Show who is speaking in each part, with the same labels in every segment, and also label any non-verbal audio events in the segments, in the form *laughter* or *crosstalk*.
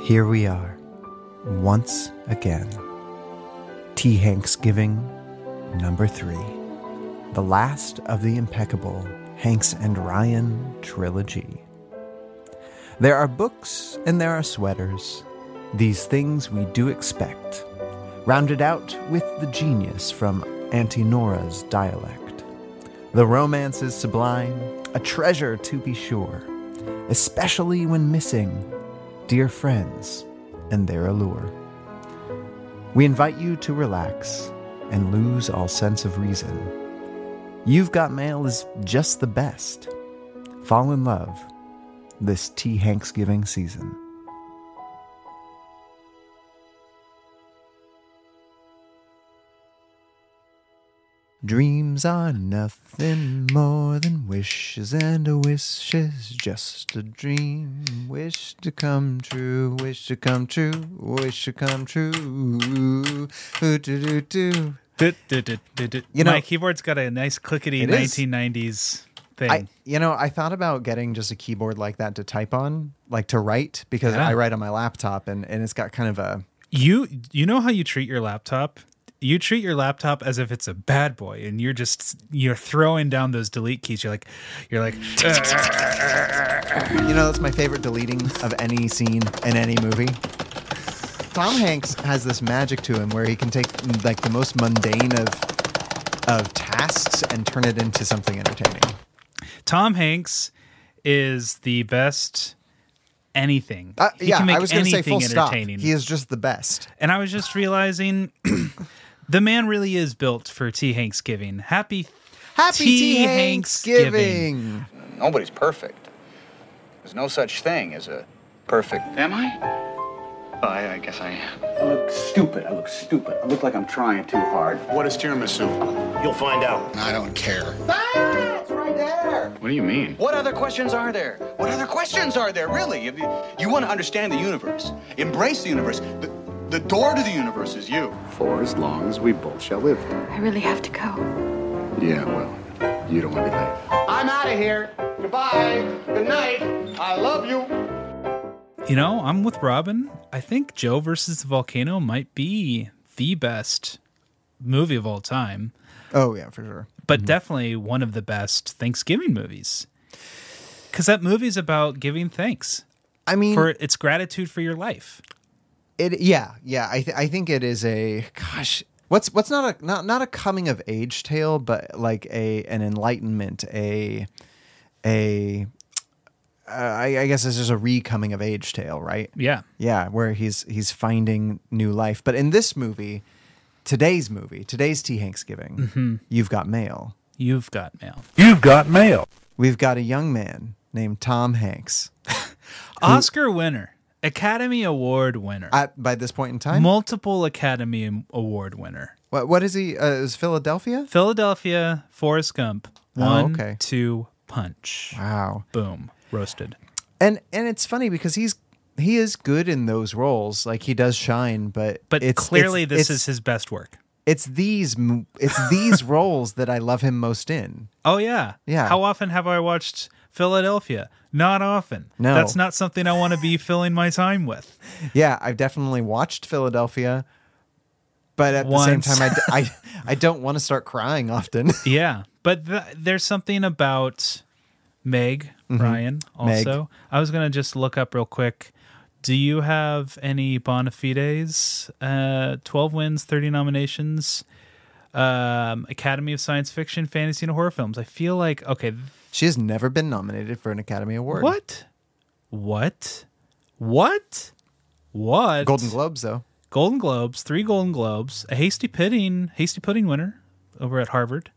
Speaker 1: Here we are, once again. T. Hanksgiving, number three, the last of the impeccable Hanks and Ryan trilogy. There are books and there are sweaters, these things we do expect, rounded out with the genius from Auntie Nora's dialect. The romance is sublime, a treasure to be sure, especially when missing dear friends and their allure. We invite you to relax and lose all sense of reason. You've Got Mail is just the best. Fall in love this T. Hanksgiving season. Dreams are nothing more than wishes, and a wish is just a dream. Wish to come true, wish to come true, wish to come true. Ooh, do, do, do.
Speaker 2: Du- du- du- du- du.
Speaker 1: You know-
Speaker 2: my keyboard's got a nice clickety
Speaker 1: It is.
Speaker 2: 1990s thing.
Speaker 1: I, you know, I thought about getting just a keyboard like that to type on, like to write, because
Speaker 2: Yeah.
Speaker 1: I write on my laptop and, and it's got kind of a.
Speaker 2: you you know how you treat your laptop? You treat your laptop as if it's a bad boy, and you're just you're throwing down those delete keys. You're like,
Speaker 1: *sniffs*
Speaker 2: you're like, "Uh,
Speaker 1: You know, that's my favorite deleting of any scene in any movie. Tom Hanks has this magic to him where he can take like the most mundane of of tasks and turn it into something entertaining.
Speaker 2: Tom Hanks is the best anything.
Speaker 1: Uh,
Speaker 2: he
Speaker 1: yeah,
Speaker 2: can make
Speaker 1: I was going to say
Speaker 2: anything
Speaker 1: full stop.
Speaker 2: entertaining.
Speaker 1: He is just the best.
Speaker 2: And I was just realizing *clears throat* the man really is built for T. Hanks giving. Happy
Speaker 1: Happy
Speaker 2: T.
Speaker 1: T.
Speaker 2: Hanks
Speaker 1: Hanksgiving.
Speaker 3: Nobody's perfect. There's no such thing as a perfect.
Speaker 4: Am I? Oh, I, I guess I am.
Speaker 3: I look stupid. I look stupid. I look like I'm trying too hard.
Speaker 5: What is tiramisu? You'll find out.
Speaker 6: I don't care.
Speaker 3: Ah, it's right there.
Speaker 4: What do you mean?
Speaker 3: What other questions are there? What other questions are there, really? If you, you want to understand the universe, embrace the universe. The, the door to the universe is you.
Speaker 5: For as long as we both shall live.
Speaker 7: I really have to go.
Speaker 5: Yeah, well, you don't want to be late.
Speaker 3: I'm out of here. Goodbye. Good night. I love you.
Speaker 2: You know, I'm with Robin. I think Joe versus the Volcano might be the best movie of all time,
Speaker 1: Oh yeah, for sure.
Speaker 2: but definitely one of the best Thanksgiving movies. Because that movie's about giving thanks
Speaker 1: I mean,
Speaker 2: for its gratitude for your life.
Speaker 1: It yeah yeah I th- I think it is a gosh what's what's not a not not a coming of age tale but like a an enlightenment a a uh, I, I guess this is a re coming of age tale right
Speaker 2: Yeah.
Speaker 1: yeah where he's he's finding new life but in this movie today's movie today's T Hanksgiving you've got mail
Speaker 2: You've got mail.
Speaker 1: we've got a young man named Tom Hanks
Speaker 2: Oscar winner, Academy Award winner,
Speaker 1: at by this point in time
Speaker 2: multiple Academy Award winner.
Speaker 1: what what is he uh, is Philadelphia
Speaker 2: Philadelphia, Forrest Gump, one,
Speaker 1: Oh, okay.
Speaker 2: two, punch.
Speaker 1: wow
Speaker 2: Boom. Roasted.
Speaker 1: and and it's funny because he's he is good in those roles like he does shine but
Speaker 2: But
Speaker 1: it's,
Speaker 2: clearly,
Speaker 1: it's-
Speaker 2: this
Speaker 1: it's-
Speaker 2: is his best work.
Speaker 1: it's these m- it's these roles that i love him most in
Speaker 2: Oh yeah,
Speaker 1: Yeah.
Speaker 2: How often have I watched Philadelphia? Not often.
Speaker 1: No.
Speaker 2: that's not something I want to be *laughs* filling my time with.
Speaker 1: yeah i've definitely watched philadelphia but at the
Speaker 2: Once.
Speaker 1: same time i d- I- I don't want to start crying often *laughs*
Speaker 2: Yeah, but th- there's something about Meg Ryan
Speaker 1: Mm-hmm. Meg.
Speaker 2: also. I was gonna just look up real quick. Do you have any bona fides? Uh, Twelve wins, thirty nominations. Um, Academy of Science Fiction, Fantasy, and Horror Films. I feel like okay,
Speaker 1: she has never been nominated for an academy award
Speaker 2: what, what, what, what?
Speaker 1: golden globes though
Speaker 2: Golden Globes, three Golden Globes, a hasty pudding, hasty pudding winner over at Harvard,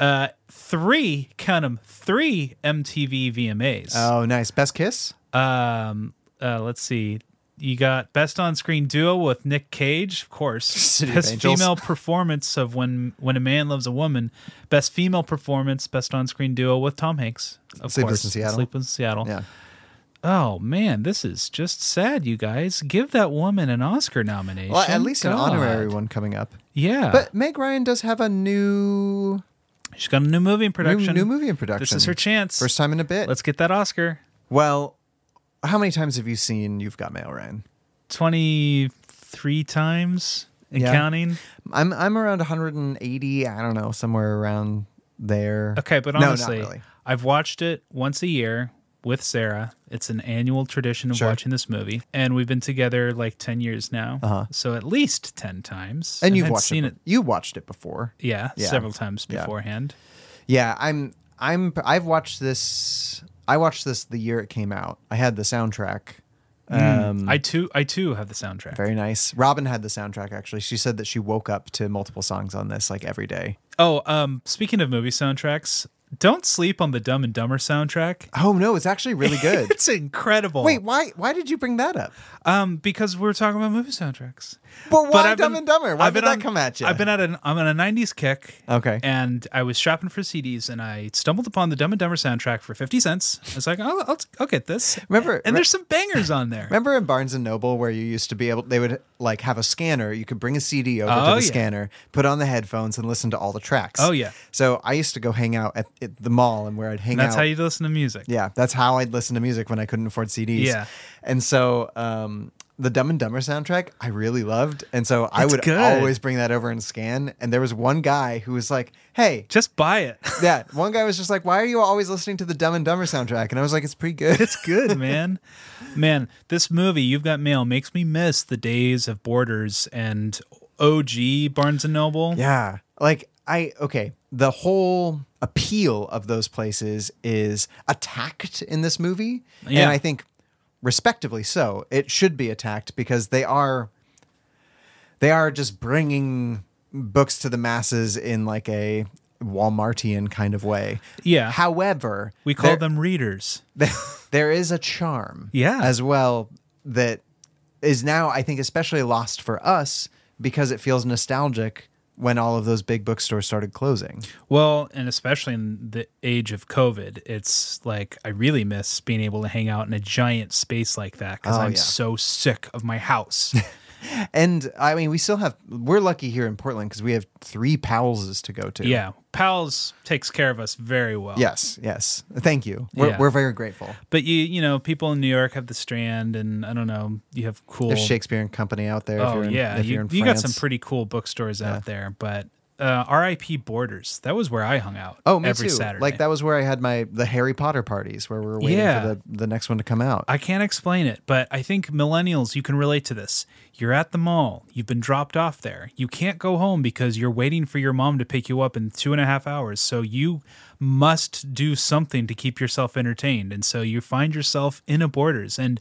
Speaker 2: uh, three count 'em, three MTV VMAs.
Speaker 1: oh nice best kiss
Speaker 2: Um, uh, let's see, you got best on screen duo with Nick Cage, of course.
Speaker 1: *laughs* City of
Speaker 2: best
Speaker 1: Angels.
Speaker 2: female performance of when when a man loves a woman. Best female performance, best on screen duo with Tom Hanks, of
Speaker 1: Sleepless
Speaker 2: course.
Speaker 1: in Seattle.
Speaker 2: Sleepless in Seattle.
Speaker 1: yeah
Speaker 2: Oh man, this is just sad, you guys. Give that woman an Oscar nomination.
Speaker 1: well at least an
Speaker 2: God.
Speaker 1: honorary one coming up
Speaker 2: Yeah.
Speaker 1: but meg ryan does have a new
Speaker 2: She's got a new movie in
Speaker 1: new,
Speaker 2: production.
Speaker 1: new movie in production
Speaker 2: This is her chance.
Speaker 1: first time in a bit
Speaker 2: Let's get that Oscar.
Speaker 1: Well, how many times have you seen You've Got Mail, Ryan?
Speaker 2: 23 times and
Speaker 1: Yeah.
Speaker 2: counting.
Speaker 1: I'm I'm around 180. I don't know, somewhere around there.
Speaker 2: Okay, but
Speaker 1: No, not
Speaker 2: honestly,
Speaker 1: really.
Speaker 2: I've watched it once a year with Sarah. It's an annual tradition of
Speaker 1: Sure.
Speaker 2: watching this movie, and we've been together like ten years now, uh-huh. so at least ten times.
Speaker 1: And you've
Speaker 2: I'd
Speaker 1: watched
Speaker 2: seen
Speaker 1: it.
Speaker 2: it,
Speaker 1: be- You watched it before.
Speaker 2: yeah,
Speaker 1: Yeah.
Speaker 2: several times
Speaker 1: Yeah.
Speaker 2: beforehand.
Speaker 1: Yeah, I'm I'm I've watched this I watched this the year it came out. I had the soundtrack. Um
Speaker 2: I too, I too have the soundtrack.
Speaker 1: very nice. Robin had the soundtrack actually. She said that she woke up to multiple songs on this like every day.
Speaker 2: oh, um, speaking of movie soundtracks, don't sleep on the Dumb and Dumber soundtrack.
Speaker 1: Oh no, *laughs* it's actually really
Speaker 2: *laughs*
Speaker 1: good.
Speaker 2: It's incredible.
Speaker 1: Wait, why why did you bring that up?
Speaker 2: um, because we're talking about movie soundtracks.
Speaker 1: But why
Speaker 2: I've
Speaker 1: Dumb
Speaker 2: been-
Speaker 1: and Dumber? Why
Speaker 2: I've
Speaker 1: did
Speaker 2: been
Speaker 1: that
Speaker 2: on-
Speaker 1: come at you?
Speaker 2: I've been at an I'm on a '90s kick.
Speaker 1: Okay.
Speaker 2: And I was shopping for CDs, and I stumbled upon the Dumb and Dumber soundtrack for fifty cents. I was like, I'll, I'll, I'll get this.
Speaker 1: Remember-
Speaker 2: And there's some bangers on there.
Speaker 1: Remember in Barnes and Noble where you used to be able they would like have a scanner, you could bring a CD over
Speaker 2: Oh,
Speaker 1: to the
Speaker 2: yeah.
Speaker 1: scanner, put on the headphones and listen to all the tracks.
Speaker 2: Oh, yeah.
Speaker 1: So I used to go hang out at, at the mall and where I'd hang
Speaker 2: And that's
Speaker 1: out.
Speaker 2: how you listen to music.
Speaker 1: Yeah, that's how I'd listen to music when I couldn't afford CDs.
Speaker 2: Yeah.
Speaker 1: And so um, the Dumb and Dumber soundtrack I really loved. And so I
Speaker 2: That's
Speaker 1: would
Speaker 2: good.
Speaker 1: always bring that over and scan. And there was one guy who was like, hey,
Speaker 2: Just buy it.
Speaker 1: yeah, one guy was just like, why are you always listening to the Dumb and Dumber soundtrack? And I was like, it's pretty good.
Speaker 2: It's good, *laughs* man. Man, this movie You've Got Mail makes me miss the days of Borders and OG Barnes and Noble.
Speaker 1: Yeah. Like I okay, the whole appeal of those places is attacked in this movie.
Speaker 2: Yeah.
Speaker 1: And I think respectively so. It should be attacked because they are they are just bringing books to the masses in like a Walmartian kind of way.
Speaker 2: Yeah.
Speaker 1: However,
Speaker 2: We call
Speaker 1: there-
Speaker 2: them readers.
Speaker 1: *laughs* there is a charm
Speaker 2: Yeah.
Speaker 1: as well that is now i think especially lost for us because it feels nostalgic when all of those big bookstores started closing
Speaker 2: Well, and especially in the age of COVID, it's like I really miss being able to hang out in a giant space like that because
Speaker 1: Oh,
Speaker 2: I'm
Speaker 1: yeah.
Speaker 2: so sick of my
Speaker 1: *laughs*
Speaker 2: house.
Speaker 1: and i mean we still have we're lucky here in portland because we have three powellses to go to
Speaker 2: yeah, Pals takes care of us very well.
Speaker 1: yes yes thank you we're,
Speaker 2: Yeah.
Speaker 1: we're very grateful
Speaker 2: but you you know people in New York have the Strand, and I don't know you have cool.
Speaker 1: there's shakespeare and company out there if
Speaker 2: oh
Speaker 1: you're in,
Speaker 2: yeah,
Speaker 1: if
Speaker 2: you,
Speaker 1: you're in
Speaker 2: you got some
Speaker 1: France.
Speaker 2: pretty cool bookstores out there, but. Uh, R.I.P. Borders. That was where I hung out.
Speaker 1: Oh, me
Speaker 2: every
Speaker 1: too.
Speaker 2: Saturday.
Speaker 1: Like that was where I had my the Harry Potter parties where we were waiting
Speaker 2: Yeah.
Speaker 1: for the, the next one to come out.
Speaker 2: I can't explain it, but I think millennials, you can relate to this. You're at the mall, you've been dropped off there. You can't go home because you're waiting for your mom to pick you up in two and a half hours. So you must do something to keep yourself entertained. And so you find yourself in a Borders. And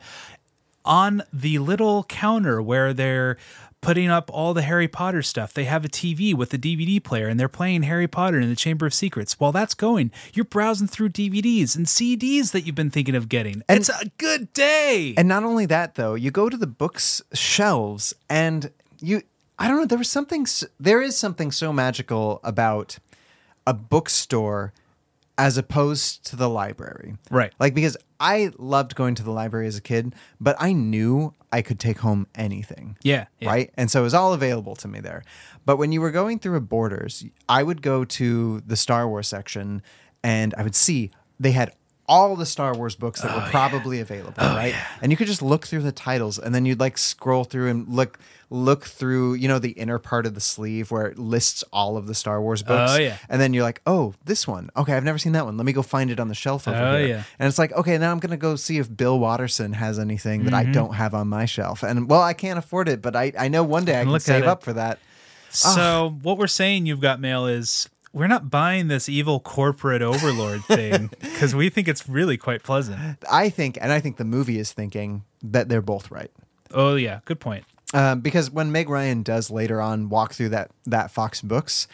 Speaker 2: on the little counter where they're putting up all the Harry Potter stuff. They have a TV with a DVD player and they're playing Harry Potter in the Chamber of Secrets. While that's going, you're browsing through DVDs and CDs that you've been thinking of getting. it's a good day.
Speaker 1: And not only that, though, you go to the books shelves and you, I don't know, there was something, s- there is something so magical about a bookstore as opposed to the library.
Speaker 2: Right.
Speaker 1: Like, because I loved going to the library as a kid, but I knew I could take home anything.
Speaker 2: yeah, yeah.
Speaker 1: Right. And so it was all available to me there. But when you were going through a Borders, I would go to the Star Wars section and I would see they had all the Star Wars books
Speaker 2: Oh,
Speaker 1: that were probably available, right? And you could just look through the titles and then you'd like scroll through and look look through, you know, the inner part of the sleeve where it lists all of the Star Wars books.
Speaker 2: Oh, yeah.
Speaker 1: And then you're like, "Oh, this one. Okay, I've never seen that one. Let me go find it on the shelf over
Speaker 2: Oh,
Speaker 1: here."
Speaker 2: yeah.
Speaker 1: And it's like, okay, now I'm going to go see if Bill Watterson has anything that
Speaker 2: Mm-hmm.
Speaker 1: I don't have on my shelf. And well, I can't afford it, but I, I know one
Speaker 2: *laughs*
Speaker 1: day I can
Speaker 2: look at
Speaker 1: save
Speaker 2: it.
Speaker 1: up for that.
Speaker 2: So what we're saying you've got mail is we're not buying this evil
Speaker 1: *laughs*
Speaker 2: corporate overlord thing because we think it's really quite pleasant.
Speaker 1: I think, and I think the movie is thinking that they're both right.
Speaker 2: Oh yeah, good point.
Speaker 1: Um, because when Meg Ryan does later on walk through that, that Fox Books,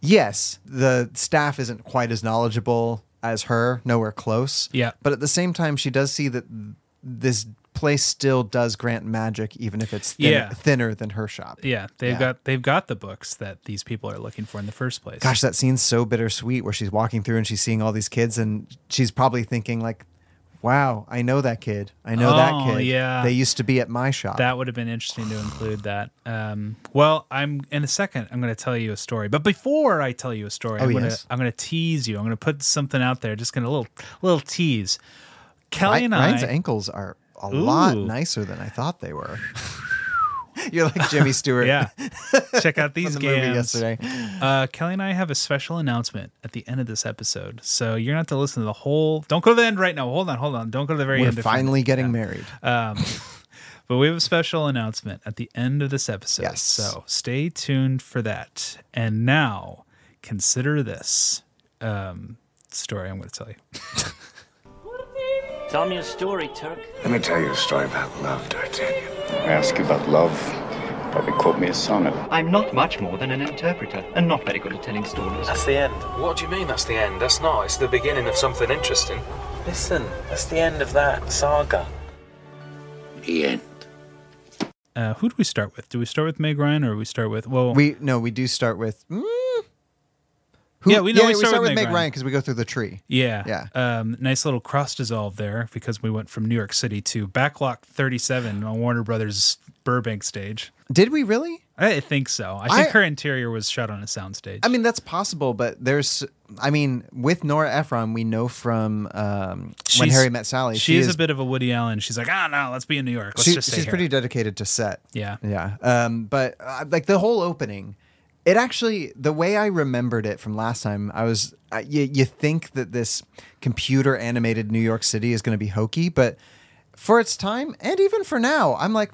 Speaker 1: yes, the staff isn't quite as knowledgeable as her, nowhere close.
Speaker 2: Yeah.
Speaker 1: But at the same time, she does see that this place still does grant magic, even if it's thinner,
Speaker 2: Yeah.
Speaker 1: thinner than her shop.
Speaker 2: Yeah, they've
Speaker 1: Yeah.
Speaker 2: got they've got the books that these people are looking for in the first place.
Speaker 1: gosh that scene's so bittersweet where she's walking through and she's seeing all these kids and she's probably thinking like wow i know that kid i know that
Speaker 2: Oh,
Speaker 1: kid
Speaker 2: yeah.
Speaker 1: they used to be at my shop
Speaker 2: That would have been interesting to include that. Um, well, I'm in a second. I'm going to tell you a story, but before I tell you a story, I'm going to
Speaker 1: Oh, yes.
Speaker 2: I'm going to tease you. I'm going to put something out there. Just going to little little tease. Kelly
Speaker 1: Ry-
Speaker 2: and I.
Speaker 1: ryan's ankles are a lot
Speaker 2: Ooh.
Speaker 1: nicer than I thought they were. *laughs* You're like Jimmy Stewart. *laughs*
Speaker 2: Yeah. Check out
Speaker 1: from
Speaker 2: these
Speaker 1: the movie
Speaker 2: games.
Speaker 1: yesterday.
Speaker 2: Uh, Kelly and I have a special announcement at the end of this episode. So you're going to have to listen to the whole. Don't go to the end right now. Hold on, hold on. Don't go to the very
Speaker 1: We're
Speaker 2: end. if you're-
Speaker 1: finally getting married.
Speaker 2: Uh, But we have a special announcement at the end of this episode.
Speaker 1: Yes.
Speaker 2: So stay tuned for that. And now consider this um, story I'm going to tell you.
Speaker 8: Tell me a story, Turk.
Speaker 3: Let me tell you a story about love, D'Artagnan. I ask you about love. Probably quote me a sonnet.
Speaker 9: I'm not much more than an interpreter and not very good at telling stories.
Speaker 10: That's the end. What do you mean that's the end? That's not. It's the beginning of something interesting. Listen, that's the end of that saga.
Speaker 2: Uh, who do we start with? Do we start with Meg Ryan or we start with. Well,
Speaker 1: We no, we do start with. Mm, who,
Speaker 2: Yeah, we know we start with
Speaker 1: with
Speaker 2: Meg
Speaker 1: Meg
Speaker 2: Ryan.
Speaker 1: Ryan because we go through the tree.
Speaker 2: yeah.
Speaker 1: Yeah.
Speaker 2: Um, nice little cross dissolve there because we went from New York City to Backlot 37 on Warner Brothers Burbank stage.
Speaker 1: Did we really?
Speaker 2: I think so. I think
Speaker 1: I-
Speaker 2: her interior was shot on a soundstage.
Speaker 1: I mean, that's possible, but there's. I mean, with Nora Ephron, we know from um, when
Speaker 2: She's-
Speaker 1: Harry Met Sally.
Speaker 2: She is a bit of a Woody Allen. She's like, ah, no, let's be in New York. Let's
Speaker 1: she-
Speaker 2: just stay
Speaker 1: she's
Speaker 2: here."
Speaker 1: pretty dedicated to set.
Speaker 2: Yeah.
Speaker 1: yeah. Um, but uh, like the whole opening, it actually the way I remembered it from last time, I was uh, you you think that this computer animated New York City is going to be hokey, but for its time and even for now, I'm like,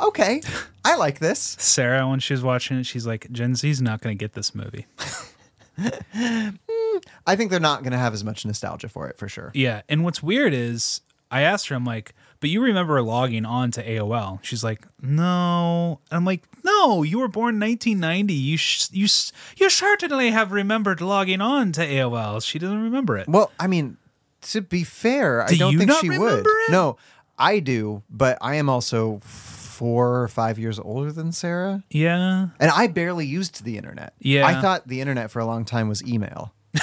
Speaker 1: okay, I like this.
Speaker 2: Sarah, when she was watching it, she's like, Gen Z's not going to get this movie.
Speaker 1: I think they're not going to have as much nostalgia for it for sure.
Speaker 2: Yeah. And what's weird is I asked her, I'm like, but you remember logging on to AOL. She's like, no. I'm like, no, you were born 1990. You, sh- you, s- you certainly have remembered logging on to AOL. She doesn't remember it.
Speaker 1: Well, I mean, to be fair,
Speaker 2: Do
Speaker 1: I don't
Speaker 2: you
Speaker 1: think
Speaker 2: not
Speaker 1: she would.
Speaker 2: remember it?
Speaker 1: No, I do, but I am also four or five years older than Sarah.
Speaker 2: Yeah.
Speaker 1: And I barely used the internet.
Speaker 2: Yeah.
Speaker 1: I thought the internet for a long time was email. *laughs*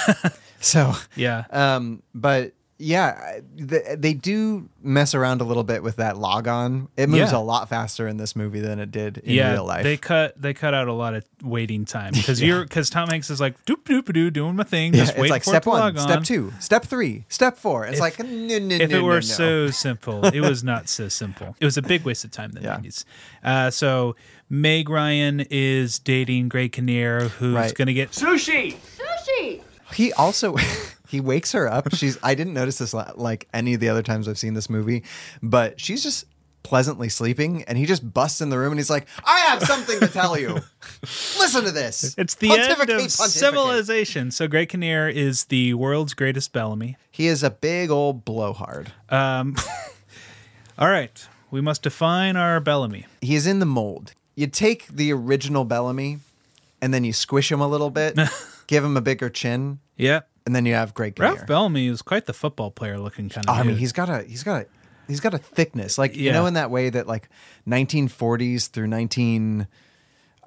Speaker 1: so,
Speaker 2: Yeah.
Speaker 1: um, but yeah, I- th- they do mess around a little bit with that log on. It moves
Speaker 2: Yeah.
Speaker 1: a lot faster in this movie than it did in
Speaker 2: yeah,
Speaker 1: real life.
Speaker 2: They cut they cut out a lot of waiting time
Speaker 1: *laughs*
Speaker 2: because you're because Tom Hanks is like doop doop doo doing my thing.
Speaker 1: yeah,
Speaker 2: just
Speaker 1: it's
Speaker 2: waiting
Speaker 1: like
Speaker 2: for
Speaker 1: step
Speaker 2: it to
Speaker 1: one,
Speaker 2: log on.
Speaker 1: step two, step three, step four. It's like, no, no,
Speaker 2: if
Speaker 1: no,
Speaker 2: it were
Speaker 1: no, no.
Speaker 2: so simple, it was not so simple. It was a big waste of time in the
Speaker 1: Yeah.
Speaker 2: 90s. Uh, so Meg Ryan is dating Gray Kinnear, who's
Speaker 1: Right.
Speaker 2: going to get.
Speaker 7: Sushi!
Speaker 1: He also *laughs* he wakes her up. She's I didn't notice this la- like any of the other times I've seen this movie, but she's just pleasantly sleeping and he just busts in the room and he's like, "I have something to tell you. Listen to this.
Speaker 2: It's the
Speaker 1: Pontificate,
Speaker 2: end of
Speaker 1: pontificate."
Speaker 2: civilization. So Gray Kinnear is the world's greatest Bellamy. Um,
Speaker 1: He is a big old blowhard.
Speaker 2: *laughs* All right, we must define our Bellamy.
Speaker 1: He is in the mold. You take the original Bellamy and then you squish him a little bit,
Speaker 2: *laughs*
Speaker 1: give him a bigger chin,
Speaker 2: Yeah.
Speaker 1: and then you have Greg Kinnear.
Speaker 2: Ralph Bellamy is quite the football player looking kind of.
Speaker 1: I mean, he's got a he's got a he's got a thickness, like you
Speaker 2: Yeah.
Speaker 1: know, in that way that like 1940s through 19,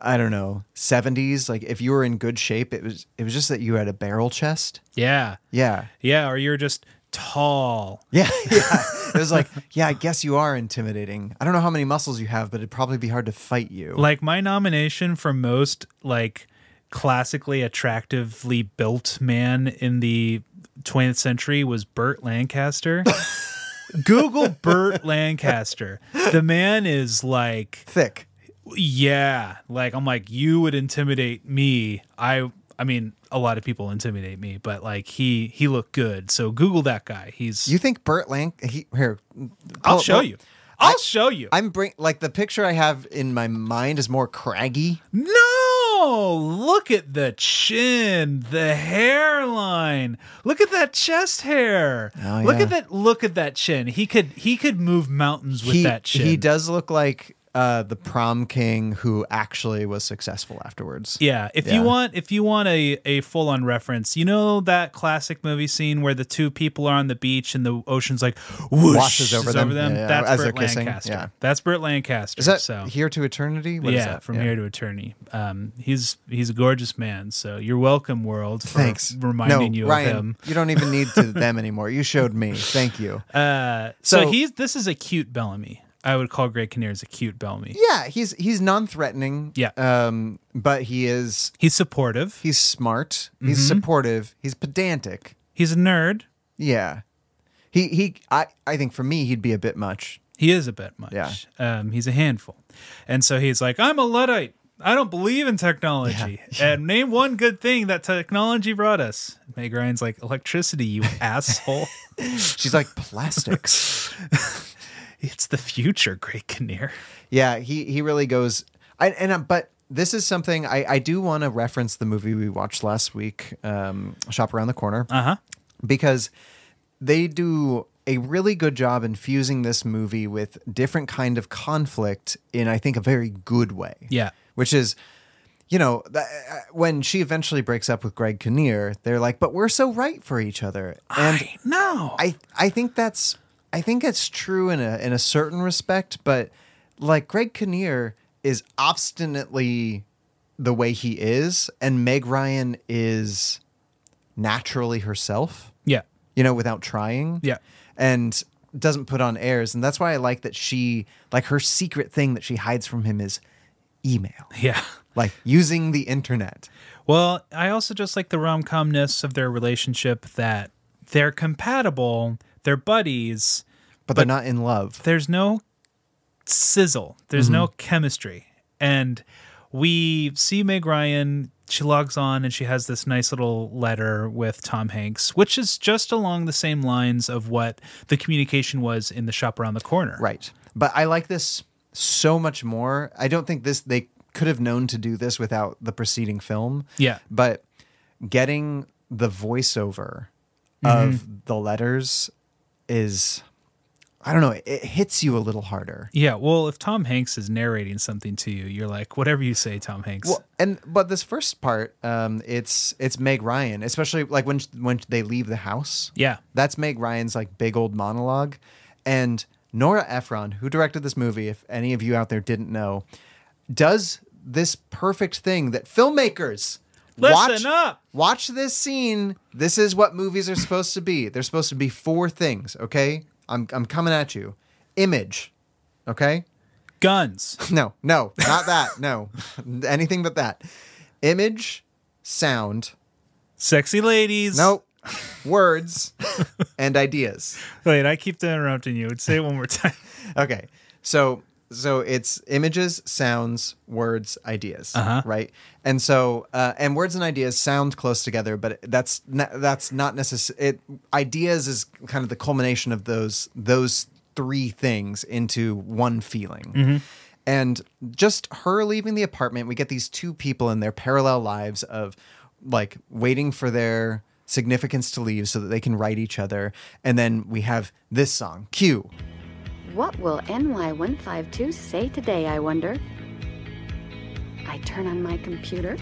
Speaker 1: I don't know, 70s. Like if you were in good shape, it was it was just that you had a barrel chest.
Speaker 2: Yeah. *laughs*
Speaker 1: Yeah,
Speaker 2: Yeah. Or you're just tall.
Speaker 1: yeah, yeah. it was like, yeah, I guess you are intimidating. I don't know how many muscles you have, but it'd probably be hard to fight you.
Speaker 2: like my nomination for most like classically attractively built man in the 20th century was Burt Lancaster. *laughs* Google Burt Lancaster. The man is like
Speaker 1: Thick.
Speaker 2: yeah, like I'm like you would intimidate me. I I mean a lot of people intimidate me, but like he he looked good. So Google that guy. He's
Speaker 1: You think Burt Lank? He, here,
Speaker 2: I'll
Speaker 1: pull-
Speaker 2: show
Speaker 1: pull-
Speaker 2: you. I'll show you.
Speaker 1: I'm bring like the picture I have in my mind is more craggy.
Speaker 2: No, look at the chin, the hairline. Look at that chest hair.
Speaker 1: Oh,
Speaker 2: Look
Speaker 1: yeah.
Speaker 2: at that. Look at that chin. He could he could move mountains with
Speaker 1: he,
Speaker 2: that chin.
Speaker 1: he does look like uh, the prom king who actually was successful afterwards.
Speaker 2: Yeah, if
Speaker 1: Yeah.
Speaker 2: you want, if you want a, a full on reference, you know that classic movie scene where the two people are on the beach and the ocean's like whoosh,
Speaker 1: Washes over them. Yeah, yeah,
Speaker 2: That's
Speaker 1: as they're
Speaker 2: Burt
Speaker 1: kissing.
Speaker 2: Lancaster.
Speaker 1: Yeah.
Speaker 2: That's Burt Lancaster.
Speaker 1: Is that
Speaker 2: so
Speaker 1: here to eternity? What is
Speaker 2: yeah,
Speaker 1: that?
Speaker 2: from here to attorney. Um, he's he's a gorgeous man. So you're welcome, world. For
Speaker 1: Thanks.
Speaker 2: reminding
Speaker 1: no,
Speaker 2: you
Speaker 1: Ryan,
Speaker 2: of him.
Speaker 1: you don't even need to them anymore. You showed me. Thank you.
Speaker 2: Uh, So,
Speaker 1: So-
Speaker 2: he's this is a cute Bellamy. I would call Greg Kinnear as a cute Bellamy.
Speaker 1: yeah, he's he's non-threatening.
Speaker 2: Yeah.
Speaker 1: Um, but he is
Speaker 2: He's supportive.
Speaker 1: he's smart. He's
Speaker 2: Mm-hmm.
Speaker 1: supportive. He's pedantic.
Speaker 2: He's a nerd.
Speaker 1: Yeah. He he I I think for me he'd be a bit much.
Speaker 2: He is a bit much.
Speaker 1: Yeah.
Speaker 2: Um, he's a handful. And so he's like, I'm a Luddite. I don't believe in technology. And name one good thing that technology brought us. Meg Ryan's like,
Speaker 1: *laughs*
Speaker 2: electricity, you asshole.
Speaker 1: She's
Speaker 2: *laughs*
Speaker 1: like plastics.
Speaker 2: It's the future, Great Kinnear.
Speaker 1: Yeah, he he really goes. I, and uh, but this is something I I do want to reference the movie we watched last week, um, Shop Around the Corner,
Speaker 2: Uh huh.
Speaker 1: because they do a really good job infusing this movie with different kind of conflict in I think a very good way.
Speaker 2: Yeah.
Speaker 1: which is. You know, th- uh, when she eventually breaks up with Greg Kinnear, they're like, "But we're so right for each other," and
Speaker 2: I know.
Speaker 1: I I think that's I think it's true in a in a certain respect, but like Greg Kinnear is obstinately the way he is, and Meg Ryan is naturally herself,
Speaker 2: yeah.
Speaker 1: you know, without trying.
Speaker 2: Yeah.
Speaker 1: And doesn't put on airs. And that's why I like that she like her secret thing that she hides from him is email.
Speaker 2: Yeah.
Speaker 1: Like using the internet.
Speaker 2: Well, I also just like the rom comness of their relationship that they're compatible, they're buddies.
Speaker 1: But, they're not in love.
Speaker 2: There's no sizzle, there's no
Speaker 1: Mm-hmm.
Speaker 2: chemistry. And we see Meg Ryan, she logs on and she has this nice little letter with Tom Hanks, which is just along the same lines of what the communication was in the shop around the corner.
Speaker 1: Right. But I like this so much more. I don't think this they could have known to do this without the preceding film.
Speaker 2: Yeah.
Speaker 1: But getting the voiceover of the letters is I don't know, it hits you a little harder.
Speaker 2: Yeah, well, if Tom Hanks is narrating something to you, you're like, whatever you say, Tom Hanks.
Speaker 1: Well, and but this first part, um, it's it's Meg Ryan, especially like when when they leave the house.
Speaker 2: yeah,
Speaker 1: That's Meg Ryan's like big old monologue. And Nora Ephron, who directed this movie, if any of you out there didn't know, does this perfect thing that filmmakers watch
Speaker 2: Listen up!
Speaker 1: Watch this scene. This is what movies are supposed to be. They're supposed to be four things, okay? I'm I'm coming at you. Image. Okay? *laughs*
Speaker 2: guns.
Speaker 1: No, no, not that. No. *laughs* Anything but that. Image, sound,
Speaker 2: Sexy ladies.
Speaker 1: nope, words, and ideas.
Speaker 2: Wait, I keep interrupting you. Say it one
Speaker 1: *laughs*
Speaker 2: more time.
Speaker 1: Okay. So so it's images, sounds, words, ideas, right? And so uh, and words and ideas sound close together, but that's not, that's not necessary. It ideas is kind of the culmination of those those three things into one feeling. And just her leaving the apartment, we get these two people in their parallel lives of like waiting for their significance to leave so that they can write each other. And then we have this song, Q,
Speaker 7: What will NY152 say today, I wonder? I turn on my computer.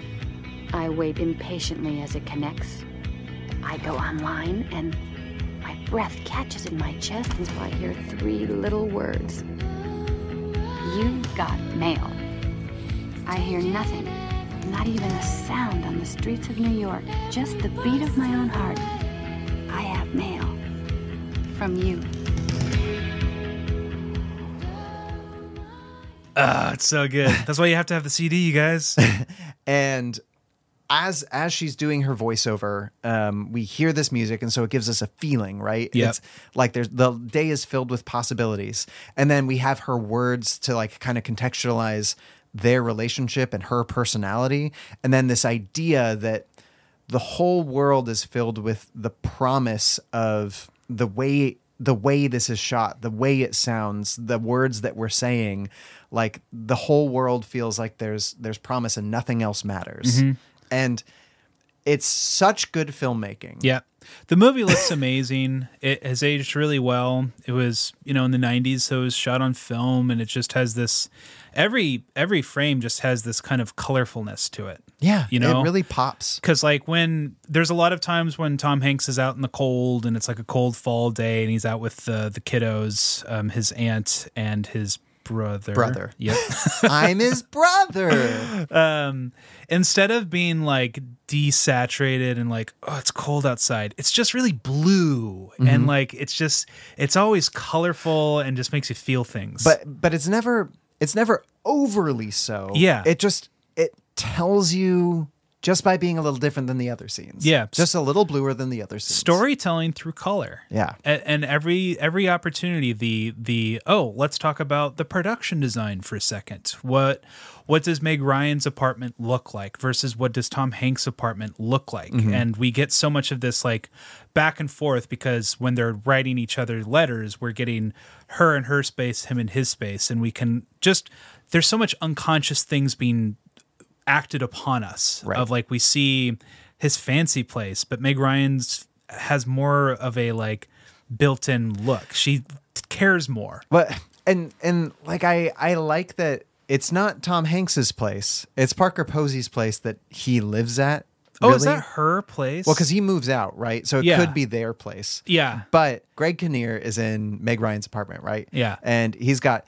Speaker 7: I wait impatiently as it connects. I go online and my breath catches in my chest until I hear three little words. You got mail. I hear nothing, not even a sound on the streets of New York, just the beat of my own heart. I have mail from you.
Speaker 1: Ah,
Speaker 2: Oh, it's so good. *laughs* That's why you have to have the CD,
Speaker 1: *laughs*
Speaker 2: you guys.
Speaker 1: and as as she's doing her voiceover um we hear this music and so it gives us a feeling right
Speaker 2: Yep.
Speaker 1: it's like there's the day is filled with possibilities and then we have her words to like kind of contextualize their relationship and her personality and then this idea that the whole world is filled with the promise of the way the way this is shot, the way it sounds, the words that we're saying, like the whole world feels like there's there's promise and nothing else matters.
Speaker 2: Mm-hmm.
Speaker 1: And it's such good filmmaking.
Speaker 2: Yeah. The movie looks amazing. It has aged really well. It was, you know, in the 90s, so it was shot on film and it just has this every every frame just has this kind of colorfulness to it.
Speaker 1: Yeah.
Speaker 2: You know?
Speaker 1: it really pops.
Speaker 2: Because like when there's a lot of times when Tom Hanks is out in the cold and it's like a cold fall day and he's out with the the kiddos, um, his aunt and his brother.
Speaker 1: Brother.
Speaker 2: Yep.
Speaker 1: I'm his brother.
Speaker 2: Instead of being like desaturated and like oh it's cold outside, it's just really blue and like it's just it's always colorful and just makes you feel things.
Speaker 1: But but it's never it's never overly so.
Speaker 2: Yeah.
Speaker 1: It just it tells you just by being a little different than the other scenes.
Speaker 2: Yeah.
Speaker 1: Just a little bluer than the other scenes.
Speaker 2: storytelling through color.
Speaker 1: Yeah.
Speaker 2: A- and every every opportunity, the the oh, let's talk about the production design for a second. What what does Meg Ryan's apartment look like versus what does Tom Hanks' apartment look like? And we get so much of this like back and forth because when they're writing each other letters, we're getting her and her space, him and his space, and we can just there's so much unconscious things being acted upon us
Speaker 1: Right.
Speaker 2: of like we see his fancy place but meg ryan's has more of a like built-in look she t- cares more
Speaker 1: But and and like I I like that it's not Tom Hanks's place. It's Parker Posey's place that he lives at.
Speaker 2: oh is
Speaker 1: really.
Speaker 2: that her place
Speaker 1: Well, because he moves out, right? So it
Speaker 2: Yeah.
Speaker 1: could be their place.
Speaker 2: yeah
Speaker 1: But Greg Kinnear is in Meg Ryan's apartment, right?
Speaker 2: Yeah.
Speaker 1: And he's got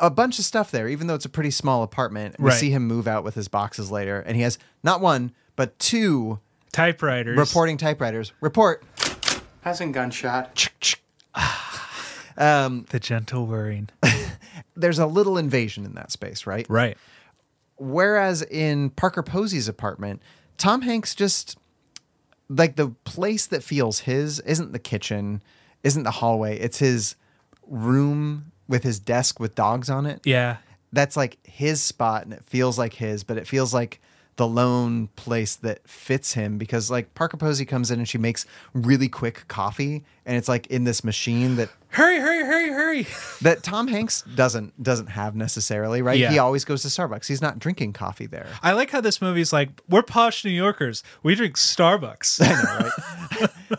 Speaker 1: a bunch of stuff there, even though it's a pretty small apartment. We
Speaker 2: Right.
Speaker 1: see him move out with his boxes later, and he has not one, but two
Speaker 2: typewriters
Speaker 1: reporting typewriters. Report.
Speaker 11: Hasn't gunshot.
Speaker 2: the gentle whirring
Speaker 1: There's a little invasion in that space, right?
Speaker 2: right
Speaker 1: Whereas in Parker Posey's apartment, Tom Hanks just like the place that feels his isn't the kitchen, isn't the hallway. It's his room with his desk with dogs on it.
Speaker 2: yeah
Speaker 1: That's like his spot and it feels like his, but it feels like the lone place that fits him because like Parker Posey comes in and she makes really quick coffee and it's like in this machine that
Speaker 2: hurry hurry hurry hurry
Speaker 1: that Tom Hanks doesn't doesn't have necessarily, right?
Speaker 2: Yeah.
Speaker 1: He always goes to Starbucks. He's not drinking coffee there.
Speaker 2: i like how this movie's like we're posh new yorkers we drink starbucks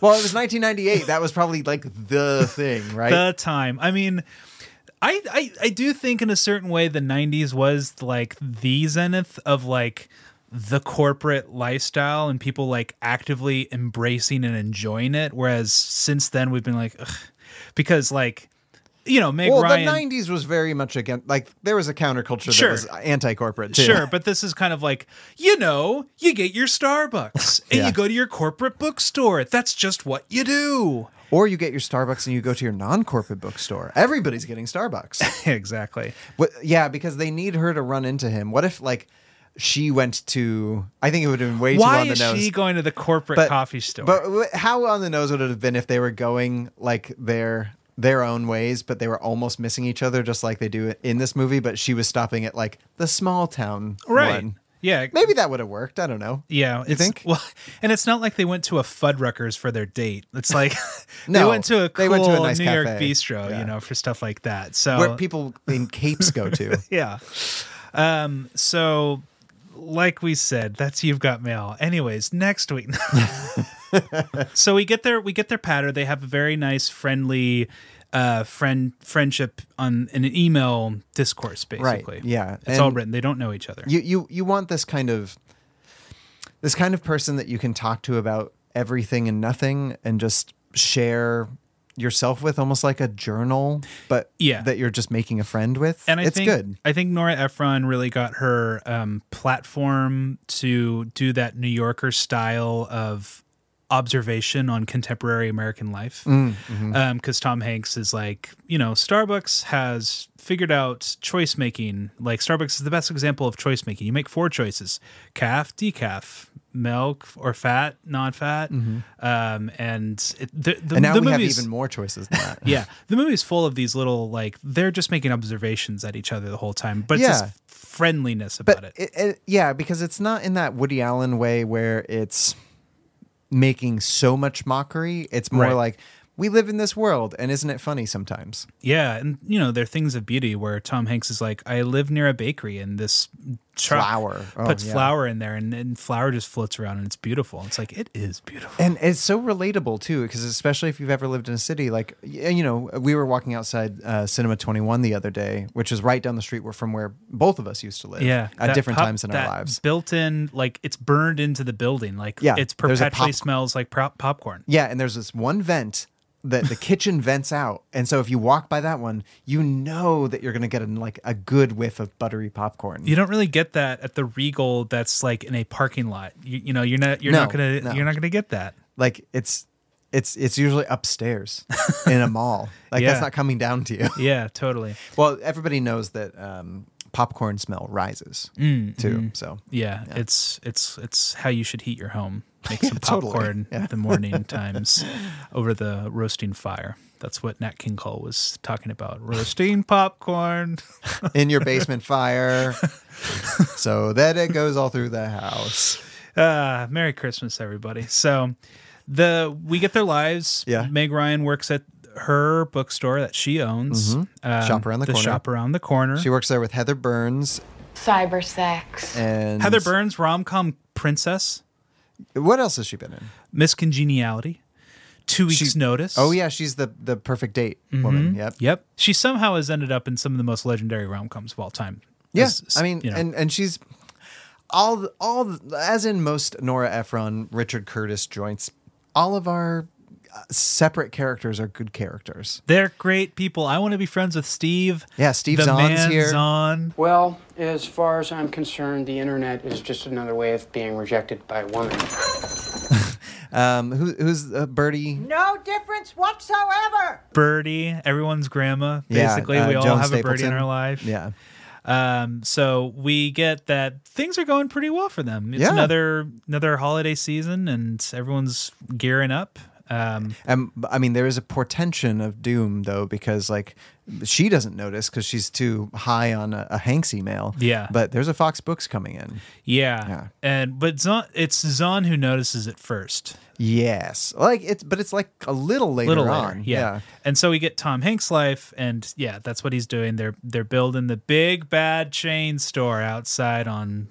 Speaker 1: Well, it was 1998. That was probably like the
Speaker 2: *laughs*
Speaker 1: thing, right?
Speaker 2: the time i mean I, I i do think in a certain way the 90s was like the zenith of like the corporate lifestyle and people like actively embracing and enjoying it whereas since then we've been like Ugh. because like you know meg
Speaker 1: well,
Speaker 2: ryan
Speaker 1: the 90s was very much against, like, there was a counterculture
Speaker 2: Sure.
Speaker 1: that was anti corporate, too.
Speaker 2: Sure, but this is kind of like, you know, you get your *laughs* Starbucks and
Speaker 1: Yeah.
Speaker 2: you go to your corporate bookstore. That's just what you do.
Speaker 1: Or you get your Starbucks and you go to your non corporate bookstore. Everybody's getting Starbucks.
Speaker 2: *laughs* *laughs* exactly.
Speaker 1: what, yeah, because they need her to run into him. What if, like, she went to, I think it would have been way too
Speaker 2: Why
Speaker 1: on the
Speaker 2: is
Speaker 1: nose.
Speaker 2: she going to the corporate coffee store?
Speaker 1: But w- how on the nose would it have been if they were going like their their own ways, but they were almost missing each other, just like they do in this movie? But she was stopping at like the small town
Speaker 2: right.
Speaker 1: one.
Speaker 2: Yeah.
Speaker 1: Maybe that would have worked. I don't know.
Speaker 2: Yeah,
Speaker 1: you
Speaker 2: it's-
Speaker 1: think?
Speaker 2: *laughs* Well, and it's not like they went to a Fuddruckers for their date. It's like *laughs* they
Speaker 1: No,
Speaker 2: went to a cool
Speaker 1: they went to a nice
Speaker 2: New York
Speaker 1: cafe.
Speaker 2: bistro,
Speaker 1: Yeah.
Speaker 2: you know, for stuff like that. So
Speaker 1: Where people in capes go
Speaker 2: *laughs*
Speaker 1: to.
Speaker 2: yeah. Um. So, like we said, that's you've got mail. Anyways, next week. *laughs* so we get their we get their patter. They have a very nice, friendly, uh, friend friendship on in an email discourse. Basically,
Speaker 1: yeah.
Speaker 2: It's all
Speaker 1: And-
Speaker 2: written. They don't know each other.
Speaker 1: you you you want this kind of this kind of person that you can talk to about everything and nothing and just share yourself with almost like a journal but
Speaker 2: Yeah.
Speaker 1: that you're just making a friend with
Speaker 2: and I
Speaker 1: it's
Speaker 2: think
Speaker 1: good
Speaker 2: I think Nora Ephron really got her um, platform to do that New Yorker style of observation on contemporary American life.
Speaker 1: Mm,
Speaker 2: Because
Speaker 1: mm-hmm.
Speaker 2: Tom Hanks is like, you know, Starbucks has figured out choice making. Like Starbucks is the best example of choice making. You make four choices: calf, decaf. Milk or fat, non-fat, um, and it, the, the,
Speaker 1: Mm-hmm. and now
Speaker 2: the
Speaker 1: we have
Speaker 2: movie's-
Speaker 1: even more choices than *laughs* that
Speaker 2: *laughs* yeah the movie's full of these little like they're just making observations at each other the whole time but it's
Speaker 1: Yeah.
Speaker 2: this friendliness about
Speaker 1: but
Speaker 2: it
Speaker 1: it, it, yeah because it's not in that woody allen way where it's making so much mockery it's more
Speaker 2: Right.
Speaker 1: like we live in this world and isn't it funny sometimes
Speaker 2: yeah and you know there are things of beauty where tom hanks is like i live near a bakery and this truck
Speaker 1: Flour. Oh,
Speaker 2: puts
Speaker 1: yeah.
Speaker 2: flour in there and, and flour just floats around and it's beautiful it's like it is beautiful
Speaker 1: And it's so relatable too, because especially if you've ever lived in a city, like y- you know, we were walking outside uh, Cinema Twenty One the other day, which is right down the street where from where both of us used to live.
Speaker 2: yeah
Speaker 1: at
Speaker 2: that
Speaker 1: different
Speaker 2: pop-
Speaker 1: times in
Speaker 2: that
Speaker 1: our lives.
Speaker 2: built in like it's burned into the building like
Speaker 1: Yeah,
Speaker 2: it's
Speaker 1: there's a
Speaker 2: perpetually
Speaker 1: pop-
Speaker 2: smells like prop- popcorn
Speaker 1: Yeah, and there's this one vent that
Speaker 2: *laughs*
Speaker 1: the kitchen vents out, and so if you walk by that one, you know that you're gonna get an, like a good whiff of buttery popcorn.
Speaker 2: you don't really get that at the Regal. That's like in a parking lot. You, you know, you're not you're
Speaker 1: No,
Speaker 2: not gonna
Speaker 1: no.
Speaker 2: you're not gonna get that.
Speaker 1: Like it's it's it's usually
Speaker 2: *laughs*
Speaker 1: upstairs in a mall. Like
Speaker 2: Yeah.
Speaker 1: that's not coming down to you.
Speaker 2: Yeah, totally.
Speaker 1: Well, everybody knows that um, popcorn smell rises
Speaker 2: Mm,
Speaker 1: too.
Speaker 2: mm.
Speaker 1: So
Speaker 2: Yeah,
Speaker 1: Yeah.
Speaker 2: it's it's it's how you should heat your home. Make some
Speaker 1: totally.
Speaker 2: popcorn
Speaker 1: *laughs* Yeah.
Speaker 2: at the morning times over the roasting fire. That's what Nat King Cole was talking about. Roasting popcorn. *laughs*
Speaker 1: in your basement fire, so that it goes all through the house.
Speaker 2: Uh, Merry Christmas, everybody. So the we get their lives.
Speaker 1: Yeah.
Speaker 2: Meg Ryan works at her bookstore that she owns. Um,
Speaker 1: Mm-hmm. Shop around the corner.
Speaker 2: shop around the corner.
Speaker 1: She works there with Heather Burns
Speaker 7: Cyber sex.
Speaker 1: and
Speaker 2: Heather Burns, rom com princess,
Speaker 1: What else has she been in?
Speaker 2: Miss Congeniality, Two Weeks
Speaker 1: She-
Speaker 2: Notice.
Speaker 1: Oh yeah, she's the the perfect date
Speaker 2: Mm-hmm.
Speaker 1: woman. Yep.
Speaker 2: Yep. She somehow has ended up in some of the most legendary rom coms of all time.
Speaker 1: Yes,
Speaker 2: As-
Speaker 1: I mean,
Speaker 2: you know.
Speaker 1: and and she's all the- all the- as in most Nora Ephron, Richard Curtis joints. All of our uh, separate characters are good characters.
Speaker 2: they're great people. I want to be friends with Steve.
Speaker 1: Yeah, Steve
Speaker 2: the
Speaker 1: Zahn's
Speaker 2: man
Speaker 1: here.
Speaker 2: Zahn.
Speaker 12: Well, as far as I'm concerned, the internet is just another way of being rejected by women.
Speaker 1: Um, who, who's uh, Birdie?
Speaker 13: No difference whatsoever.
Speaker 2: Birdie, everyone's grandma.
Speaker 1: Yeah,
Speaker 2: Basically,
Speaker 1: uh,
Speaker 2: we all
Speaker 1: Joan
Speaker 2: have a birdie in
Speaker 1: Stapleton.
Speaker 2: our life.
Speaker 1: Yeah,
Speaker 2: Um, so we get that things are going pretty well for them. It's
Speaker 1: Yeah.
Speaker 2: another another holiday season, and everyone's gearing up. Um,
Speaker 1: um, b- I mean, there is a portention of doom though, because like she doesn't notice because she's too high on a, a Hanks email.
Speaker 2: Yeah.
Speaker 1: but there's a Fox Books coming in.
Speaker 2: yeah.
Speaker 1: Yeah.
Speaker 2: and but Zahn, it's Zahn who notices it first.
Speaker 1: Yes, like it's but it's like a little later
Speaker 2: little
Speaker 1: on.
Speaker 2: later, yeah. And so we get Tom Hanks' life, and yeah, that's what he's doing. They're they're building the big bad chain store outside on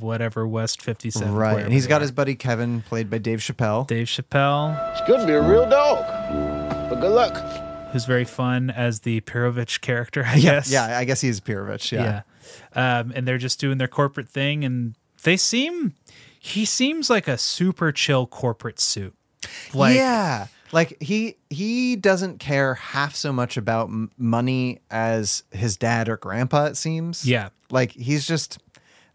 Speaker 2: whatever West Fifty Seven.
Speaker 1: Right, and he's got his buddy Kevin, played by Dave Chappelle.
Speaker 2: Dave Chappelle,
Speaker 3: It's good to be a real dog, but good luck.
Speaker 2: who's very fun as the Pirovich character, *laughs* I
Speaker 1: yeah,
Speaker 2: guess.
Speaker 1: yeah, I guess he's Pirovich. Yeah.
Speaker 2: yeah. Um, and they're just doing their corporate thing, and they seem he seems like a super chill corporate suit. Like,
Speaker 1: yeah like he he doesn't care half so much about m- money as his dad or grandpa it seems
Speaker 2: Yeah.
Speaker 1: like he's just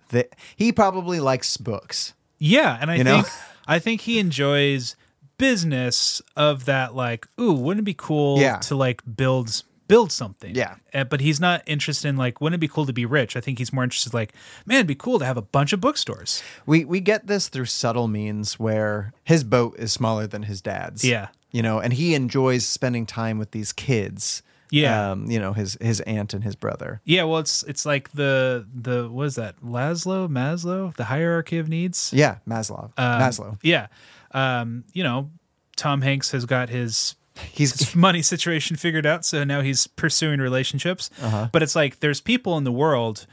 Speaker 1: the, he probably likes books
Speaker 2: Yeah, and I
Speaker 1: You know?
Speaker 2: think I think he enjoys business of that like, ooh, wouldn't it be cool
Speaker 1: Yeah.
Speaker 2: to like build build something?
Speaker 1: Yeah.
Speaker 2: Uh, but he's not interested in like, wouldn't it be cool to be rich? I think he's more interested like, man, it'd be cool to have a bunch of bookstores.
Speaker 1: we we get this through subtle means where his boat is smaller than his dad's
Speaker 2: Yeah.
Speaker 1: you know and he enjoys spending time with these kids
Speaker 2: Yeah.
Speaker 1: um, you know his his aunt and his brother
Speaker 2: Yeah, well, it's it's like the the what is that Laszlo Maslow, the hierarchy of needs.
Speaker 1: yeah maslow
Speaker 2: Um,
Speaker 1: maslow
Speaker 2: Yeah, um, you know, Tom Hanks has got his
Speaker 1: He's-
Speaker 2: his money situation figured out, so now he's pursuing relationships.
Speaker 1: Uh-huh.
Speaker 2: But it's like there's people in the world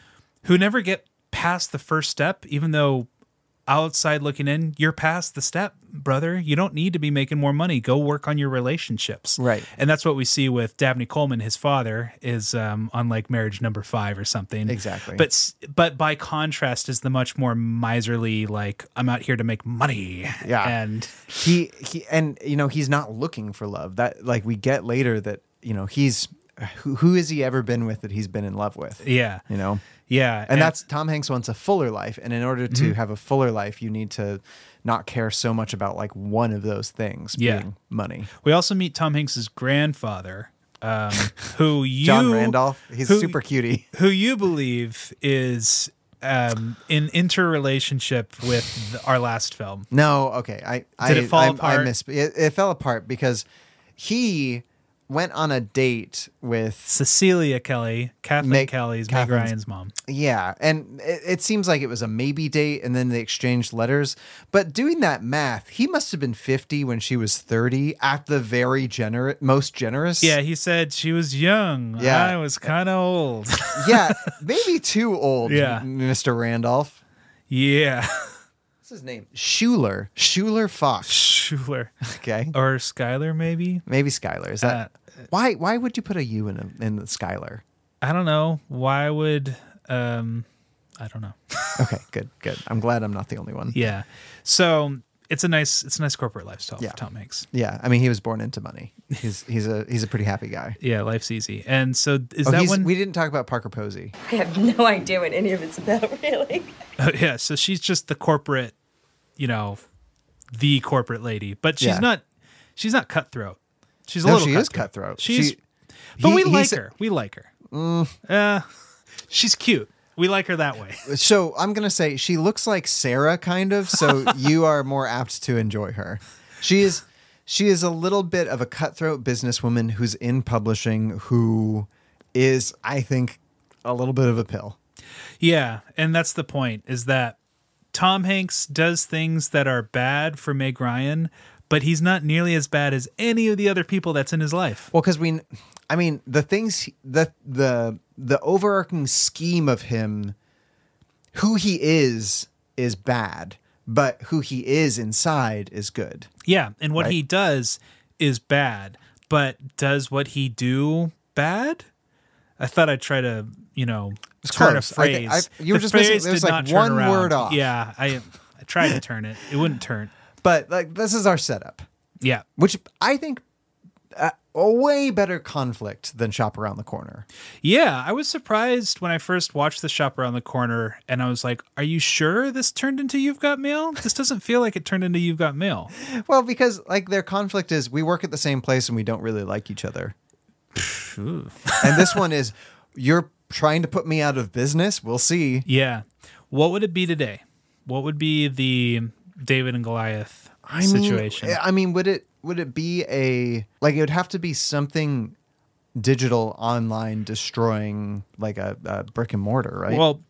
Speaker 2: who never get past the first step, even though outside looking in, you're past the step, brother. You don't need to be making more money. Go work on your relationships.
Speaker 1: Right.
Speaker 2: And that's what we see with Dabney Coleman. His father is um, on like marriage number five or something.
Speaker 1: Exactly.
Speaker 2: But s- but by contrast, is the much more miserly like I'm out here to make money.
Speaker 1: Yeah.
Speaker 2: And
Speaker 1: he he and you know he's not looking for love that like we get later that you know he's who, who has he ever been with that he's been in love with
Speaker 2: yeah,
Speaker 1: you know
Speaker 2: yeah,
Speaker 1: and, that's tom hanks wants a fuller life and in order
Speaker 2: Mm-hmm.
Speaker 1: to have a fuller life you need to not care so much about like one of those things
Speaker 2: Yeah.
Speaker 1: being money
Speaker 2: we also meet Tom Hanks's grandfather,
Speaker 1: *laughs*
Speaker 2: um, who you
Speaker 1: john randolph he's
Speaker 2: who-
Speaker 1: super cutie
Speaker 2: who you believe is um, in interrelationship with the- our last film.
Speaker 1: No, okay. I I,
Speaker 2: Did it fall
Speaker 1: I, I
Speaker 2: apart?
Speaker 1: miss it, it fell apart because he went on a date with
Speaker 2: Cecilia Kelly, Kathleen
Speaker 1: Meg-
Speaker 2: Kelly's Meg
Speaker 1: Kathleen's-
Speaker 2: Ryan's mom.
Speaker 1: Yeah, and it, it seems like it was a maybe date, and then they exchanged letters. But doing that math, he must have been fifty when she was thirty, at the very generous, most generous.
Speaker 2: Yeah, he said she was young.
Speaker 1: Yeah.
Speaker 2: I was kind of
Speaker 1: *laughs*
Speaker 2: old.
Speaker 1: *laughs* yeah, maybe too old.
Speaker 2: Yeah.
Speaker 1: Mister Randolph.
Speaker 2: yeah,
Speaker 1: What's his name? Schuler. Schuler Fox.
Speaker 2: Schuler
Speaker 1: Okay,
Speaker 2: or Skyler, maybe.
Speaker 1: maybe Skyler. Is that
Speaker 2: uh,
Speaker 1: why? Why would you put a U in a, in the Skyler?
Speaker 2: I don't know. Why would? Um, I don't know.
Speaker 1: Okay, good, good. I'm glad I'm not the only one.
Speaker 2: Yeah. So it's a nice, it's a nice corporate lifestyle
Speaker 1: Yeah.
Speaker 2: for Tom Hanks.
Speaker 1: Yeah, I mean, he was born into money. He's he's a he's a pretty happy guy.
Speaker 2: Yeah, life's easy. And so is
Speaker 1: oh,
Speaker 2: that
Speaker 1: he's-
Speaker 2: one?
Speaker 1: we didn't talk about Parker Posey.
Speaker 14: I have no *laughs* idea what any of it's about, *laughs* really.
Speaker 2: *laughs* Oh, yeah. So she's just the corporate, you know, the corporate lady, but she's
Speaker 1: Yeah.
Speaker 2: not. She's not cutthroat. She's a
Speaker 1: No,
Speaker 2: little.
Speaker 1: she is
Speaker 2: cutthroat.
Speaker 1: cutthroat.
Speaker 2: She's.
Speaker 1: She- he-
Speaker 2: but
Speaker 1: Mm.
Speaker 2: we
Speaker 1: he
Speaker 2: like
Speaker 1: sa-
Speaker 2: her. We like her. Uh, She's cute. We like her that way. *laughs*
Speaker 1: So I'm gonna say she looks like Sarah, kind of. *laughs* So you are more apt to enjoy her. She is she is a little bit of a cutthroat businesswoman who's in publishing, who is, I think, a little bit of a pill.
Speaker 2: Yeah, and that's the point is that Tom Hanks does things that are bad for Meg Ryan, but he's not nearly as bad as any of the other people that's in his life.
Speaker 1: Well, because we, I mean, the things he- the the the overarching scheme of him, who he is, is bad, but who he is inside is good.
Speaker 2: Yeah, and what
Speaker 1: Right.
Speaker 2: he does is bad, but does what he do bad? I thought I'd try to, you know,
Speaker 1: It's
Speaker 2: turn
Speaker 1: close.
Speaker 2: a
Speaker 1: I thi-
Speaker 2: phrase.
Speaker 1: I- you were
Speaker 2: The
Speaker 1: just missing-
Speaker 2: phrase
Speaker 1: there was,
Speaker 2: did
Speaker 1: like,
Speaker 2: not turn
Speaker 1: one
Speaker 2: around.
Speaker 1: word off.
Speaker 2: Yeah, I I tried to turn it. It wouldn't turn.
Speaker 1: But like this is our setup,
Speaker 2: Yeah.
Speaker 1: which I think uh, a way better conflict than Shop Around the Corner.
Speaker 2: Yeah, I was surprised when I first watched the shop around the corner and I was like, "Are you sure this turned into You've Got Mail? This doesn't feel like it turned into You've Got Mail."
Speaker 1: Well, because like their conflict is we work at the same place and we don't really like each other. and this one is you're trying to put me out of business. We'll see.
Speaker 2: Yeah. What would it be today? What would be the David and Goliath
Speaker 1: I mean,
Speaker 2: situation?
Speaker 1: I mean, would it would it be a like it would have to be something digital online destroying like a, a brick and mortar, right?
Speaker 2: Well,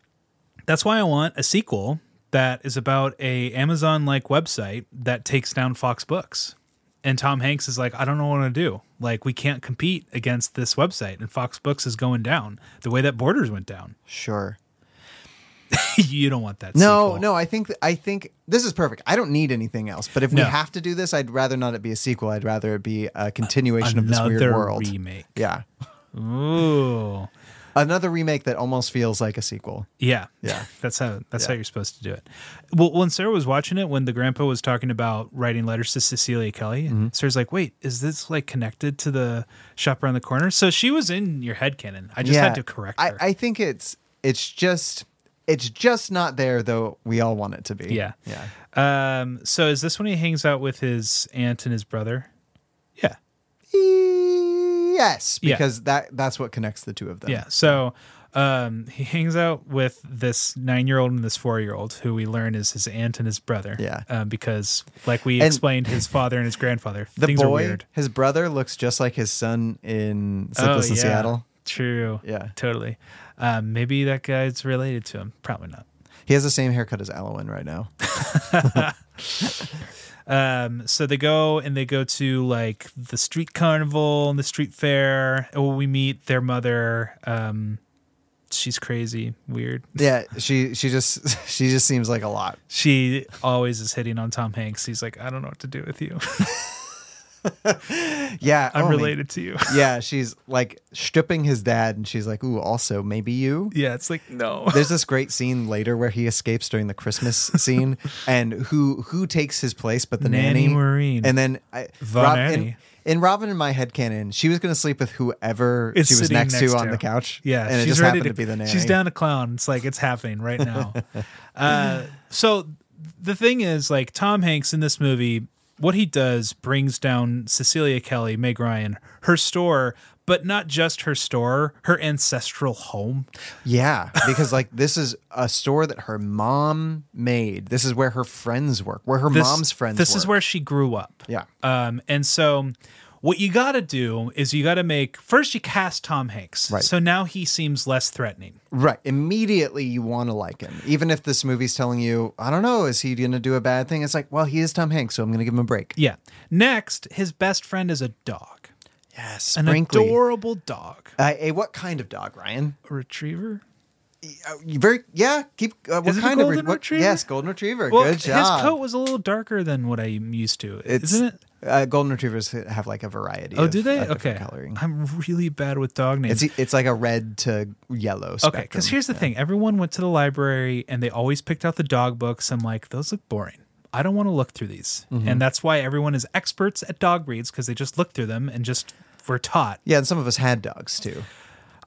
Speaker 2: that's why I want a sequel that is about a Amazon like website that takes down Fox Books. And Tom Hanks is like, I don't know what to do. Like, we can't compete against this website, and Fox Books is going down the way that Borders went down. *laughs*
Speaker 1: Sure.
Speaker 2: you don't want that.
Speaker 1: no,
Speaker 2: sequel.
Speaker 1: no. I think th- I think this is perfect. I don't need anything else. But if
Speaker 2: No.
Speaker 1: we have to do this, I'd rather not it be a sequel. I'd rather it be a continuation of this weird
Speaker 2: Another
Speaker 1: world
Speaker 2: remake.
Speaker 1: Yeah.
Speaker 2: Ooh.
Speaker 1: Another remake that almost feels like a sequel.
Speaker 2: Yeah,
Speaker 1: Yeah.
Speaker 2: *laughs* That's how that's how
Speaker 1: Yeah.
Speaker 2: you're supposed to do it. Well, when Sarah was watching it, when the grandpa was talking about writing letters to Cecilia Kelly,
Speaker 1: Mhm.
Speaker 2: Sarah's like, "Wait, is this like connected to the shop around the corner?" So she was in your head canon. I just
Speaker 1: Yeah.
Speaker 2: had to correct.
Speaker 1: I, I think it's it's just it's just not there though. We all want it to be.
Speaker 2: Yeah.
Speaker 1: Yeah.
Speaker 2: Um. So is this when he hangs out with his aunt and his brother?
Speaker 1: Yes,
Speaker 2: Yeah.
Speaker 1: because that that's what connects the two of them.
Speaker 2: Yeah. So um, he hangs out with this nine year old and this four year old, who we learn is his aunt and his brother.
Speaker 1: Yeah.
Speaker 2: Um, because, like we
Speaker 1: And-
Speaker 2: explained, his father and his grandfather,
Speaker 1: The
Speaker 2: things are
Speaker 1: boy,
Speaker 2: weird.
Speaker 1: his brother, looks just like his son in Sleepless in
Speaker 2: Oh, yeah.
Speaker 1: Seattle.
Speaker 2: True.
Speaker 1: Yeah.
Speaker 2: Totally. Um, maybe that guy's related to him. Probably not.
Speaker 1: He has the same haircut as Alwyn right now.
Speaker 2: Um, so they go and they go to like the street carnival and the street fair. Oh, we meet their mother. Um, she's crazy, weird.
Speaker 1: yeah, she she just *laughs* she just seems like a lot.
Speaker 2: She always is hitting on Tom Hanks. He's like, I don't know what to do with you. *laughs*
Speaker 1: Yeah,
Speaker 2: I'm
Speaker 1: oh, man.
Speaker 2: related to you. *laughs*
Speaker 1: yeah, she's like stripping his dad, and she's like, "Ooh, also maybe you."
Speaker 2: Yeah, it's like no.
Speaker 1: There's this great scene later where he escapes during the
Speaker 2: *laughs*
Speaker 1: Christmas scene, and who who takes his place but the
Speaker 2: Nanny
Speaker 1: nanny,
Speaker 2: Maureen.
Speaker 1: and then I,
Speaker 2: The
Speaker 1: in,
Speaker 2: nanny.
Speaker 1: in Robin and my head canon, she was going to sleep with whoever
Speaker 2: It's
Speaker 1: she was
Speaker 2: sitting
Speaker 1: next, to,
Speaker 2: next
Speaker 1: on the couch.
Speaker 2: Yeah,
Speaker 1: and it
Speaker 2: she's
Speaker 1: just
Speaker 2: ready
Speaker 1: happened to, be the nanny.
Speaker 2: She's down to clown. It's like it's happening
Speaker 1: *laughs*
Speaker 2: right now. uh, so the thing is, like Tom Hanks in this movie, what he does brings down Cecilia Kelly, Meg Ryan, her store, but not just her store, her ancestral home.
Speaker 1: Yeah,
Speaker 2: *laughs*
Speaker 1: because like this is a store that her mom made. This is where her friends work, where her
Speaker 2: This-
Speaker 1: mom's friends.
Speaker 2: This
Speaker 1: work.
Speaker 2: is where she grew up.
Speaker 1: Yeah.
Speaker 2: Um, and so what you got to do is you got to make first you cast Tom Hanks.
Speaker 1: Right.
Speaker 2: So now he seems less threatening.
Speaker 1: Right. Immediately you want to like him. Even if this movie's telling you, I don't know, is he going to do a bad thing? It's like, well, he is Tom Hanks, so I'm going to give him a break.
Speaker 2: Yeah. Next, his best friend is a dog.
Speaker 1: Yes.
Speaker 2: An
Speaker 1: Sprinkly.
Speaker 2: adorable dog.
Speaker 1: Uh, a what kind of dog, Ryan?
Speaker 2: A retriever?
Speaker 1: You very yeah, keep uh, what
Speaker 2: Is it a
Speaker 1: kind of
Speaker 2: golden
Speaker 1: what,
Speaker 2: retriever?
Speaker 1: Yes, golden retriever.
Speaker 2: Well,
Speaker 1: Good job.
Speaker 2: his coat was a little darker than what I'm used to,
Speaker 1: It's-
Speaker 2: isn't it?
Speaker 1: Uh, golden retrievers have like a variety.
Speaker 2: Oh,
Speaker 1: of,
Speaker 2: do they?
Speaker 1: of
Speaker 2: Okay.
Speaker 1: different Coloring.
Speaker 2: I'm really bad with dog names.
Speaker 1: It's it's like a red to yellow.
Speaker 2: okay, because here's the thing: everyone went to the library and they always picked out the dog books. I'm like, those look boring. I don't want to look through these,
Speaker 1: Mhm.
Speaker 2: and that's why everyone is experts at dog breeds because they just look through them and just were taught.
Speaker 1: Yeah, and some of us had dogs too.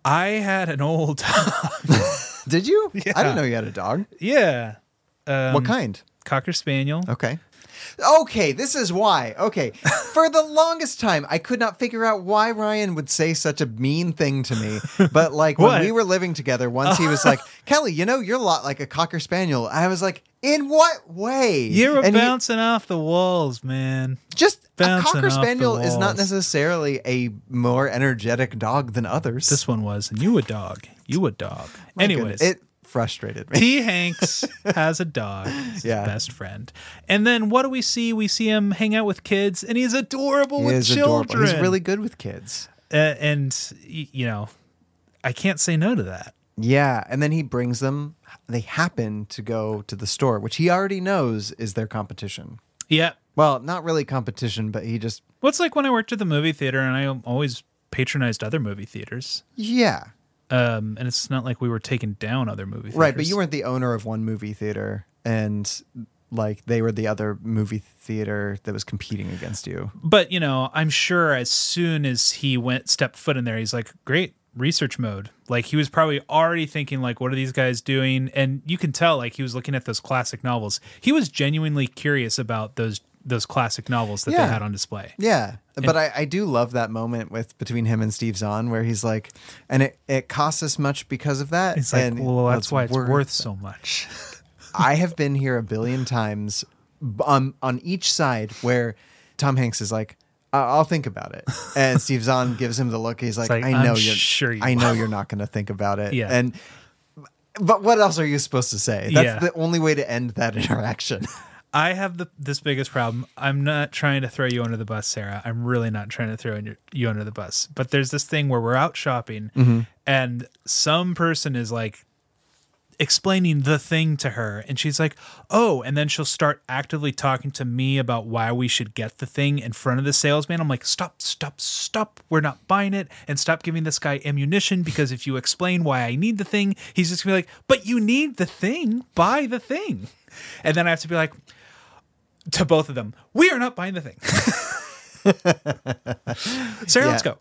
Speaker 2: I had an old *laughs* dog.
Speaker 1: Did you? I
Speaker 2: *laughs* Yeah.
Speaker 1: didn't know you had a dog.
Speaker 2: yeah. Um,
Speaker 1: what kind?
Speaker 2: Cocker Spaniel.
Speaker 1: Okay. Okay, this is why.
Speaker 2: *laughs*
Speaker 1: Okay. For the longest time, I could not figure out why Ryan would say such a mean thing to me.
Speaker 2: *laughs*
Speaker 1: But like when
Speaker 2: What?
Speaker 1: we were living together, once he
Speaker 2: *laughs*
Speaker 1: was like, Kelly, you know, you're a lot like a Cocker Spaniel. I was like, in what way?
Speaker 2: You were
Speaker 1: And he-
Speaker 2: bouncing off the walls, man.
Speaker 1: Just a
Speaker 2: bouncing
Speaker 1: Cocker
Speaker 2: off the
Speaker 1: Spaniel is not
Speaker 2: walls.
Speaker 1: necessarily a more energetic dog than others.
Speaker 2: This one was, and you a dog. You a dog.
Speaker 1: My
Speaker 2: Anyways,
Speaker 1: goodness, it frustrated me.
Speaker 2: T. Hanks has
Speaker 1: *laughs*
Speaker 2: a dog. He's
Speaker 1: Yeah.
Speaker 2: his best friend. And then what do we see? We see him hang out with kids, and he's adorable
Speaker 1: He
Speaker 2: with
Speaker 1: is
Speaker 2: children.
Speaker 1: adorable. He's really good with kids.
Speaker 2: Uh, and y- you know, I can't say no to that.
Speaker 1: Yeah, and then he brings them. They happen to go to the store, which he already knows is their competition.
Speaker 2: Yeah.
Speaker 1: Well, not really competition, but he just
Speaker 2: What's like when I worked at the movie theater, and I always patronized other movie theaters.
Speaker 1: yeah,
Speaker 2: Um, and it's not like we were taking down other movie theaters.
Speaker 1: right. But you weren't the owner of one movie theater, and like they were the other movie theater that was competing against you.
Speaker 2: But you know, I'm sure as soon as he went stepped foot in there, he's like, "Great research mode." Like he was probably already thinking, like, "What are these guys doing?" And you can tell, like, he was looking at those classic novels. He was genuinely curious about those those classic novels that
Speaker 1: Yeah.
Speaker 2: they had on display.
Speaker 1: Yeah.
Speaker 2: And-
Speaker 1: But I, I do love that moment with between him and Steve Zahn where he's like, and it, it costs us much because of that.
Speaker 2: He's like,
Speaker 1: and
Speaker 2: "Well, that's why it's worth,
Speaker 1: worth
Speaker 2: so
Speaker 1: *laughs*
Speaker 2: much."
Speaker 1: I have been here a billion times b- on on each side where Tom Hanks is like, I- I'll think about it, and Steve Zahn gives him the look. He's like,
Speaker 2: like,
Speaker 1: I
Speaker 2: "I'm
Speaker 1: know you're,
Speaker 2: sure you
Speaker 1: I know
Speaker 2: will."
Speaker 1: you're not going to think about it.
Speaker 2: Yeah.
Speaker 1: and but what else are you supposed to say? That's
Speaker 2: Yeah.
Speaker 1: the only way to end that interaction. *laughs*
Speaker 2: I have the this biggest problem. I'm not trying to throw you under the bus, Sarah. I'm really not trying to throw under- you under the bus. But there's this thing where we're out shopping,
Speaker 1: Mhm.
Speaker 2: and some person is like explaining the thing to her, and she's like, "Oh," and then she'll start actively talking to me about why we should get the thing in front of the salesman. I'm like, "Stop, stop, stop! We're not buying it, and stop giving this guy ammunition because if you explain why I need the thing, he's just gonna be like, "But you need the thing. Buy the thing." And then I have to be like, to both of them. We are not buying the thing. *laughs* Sarah,
Speaker 1: Yeah.
Speaker 2: let's go.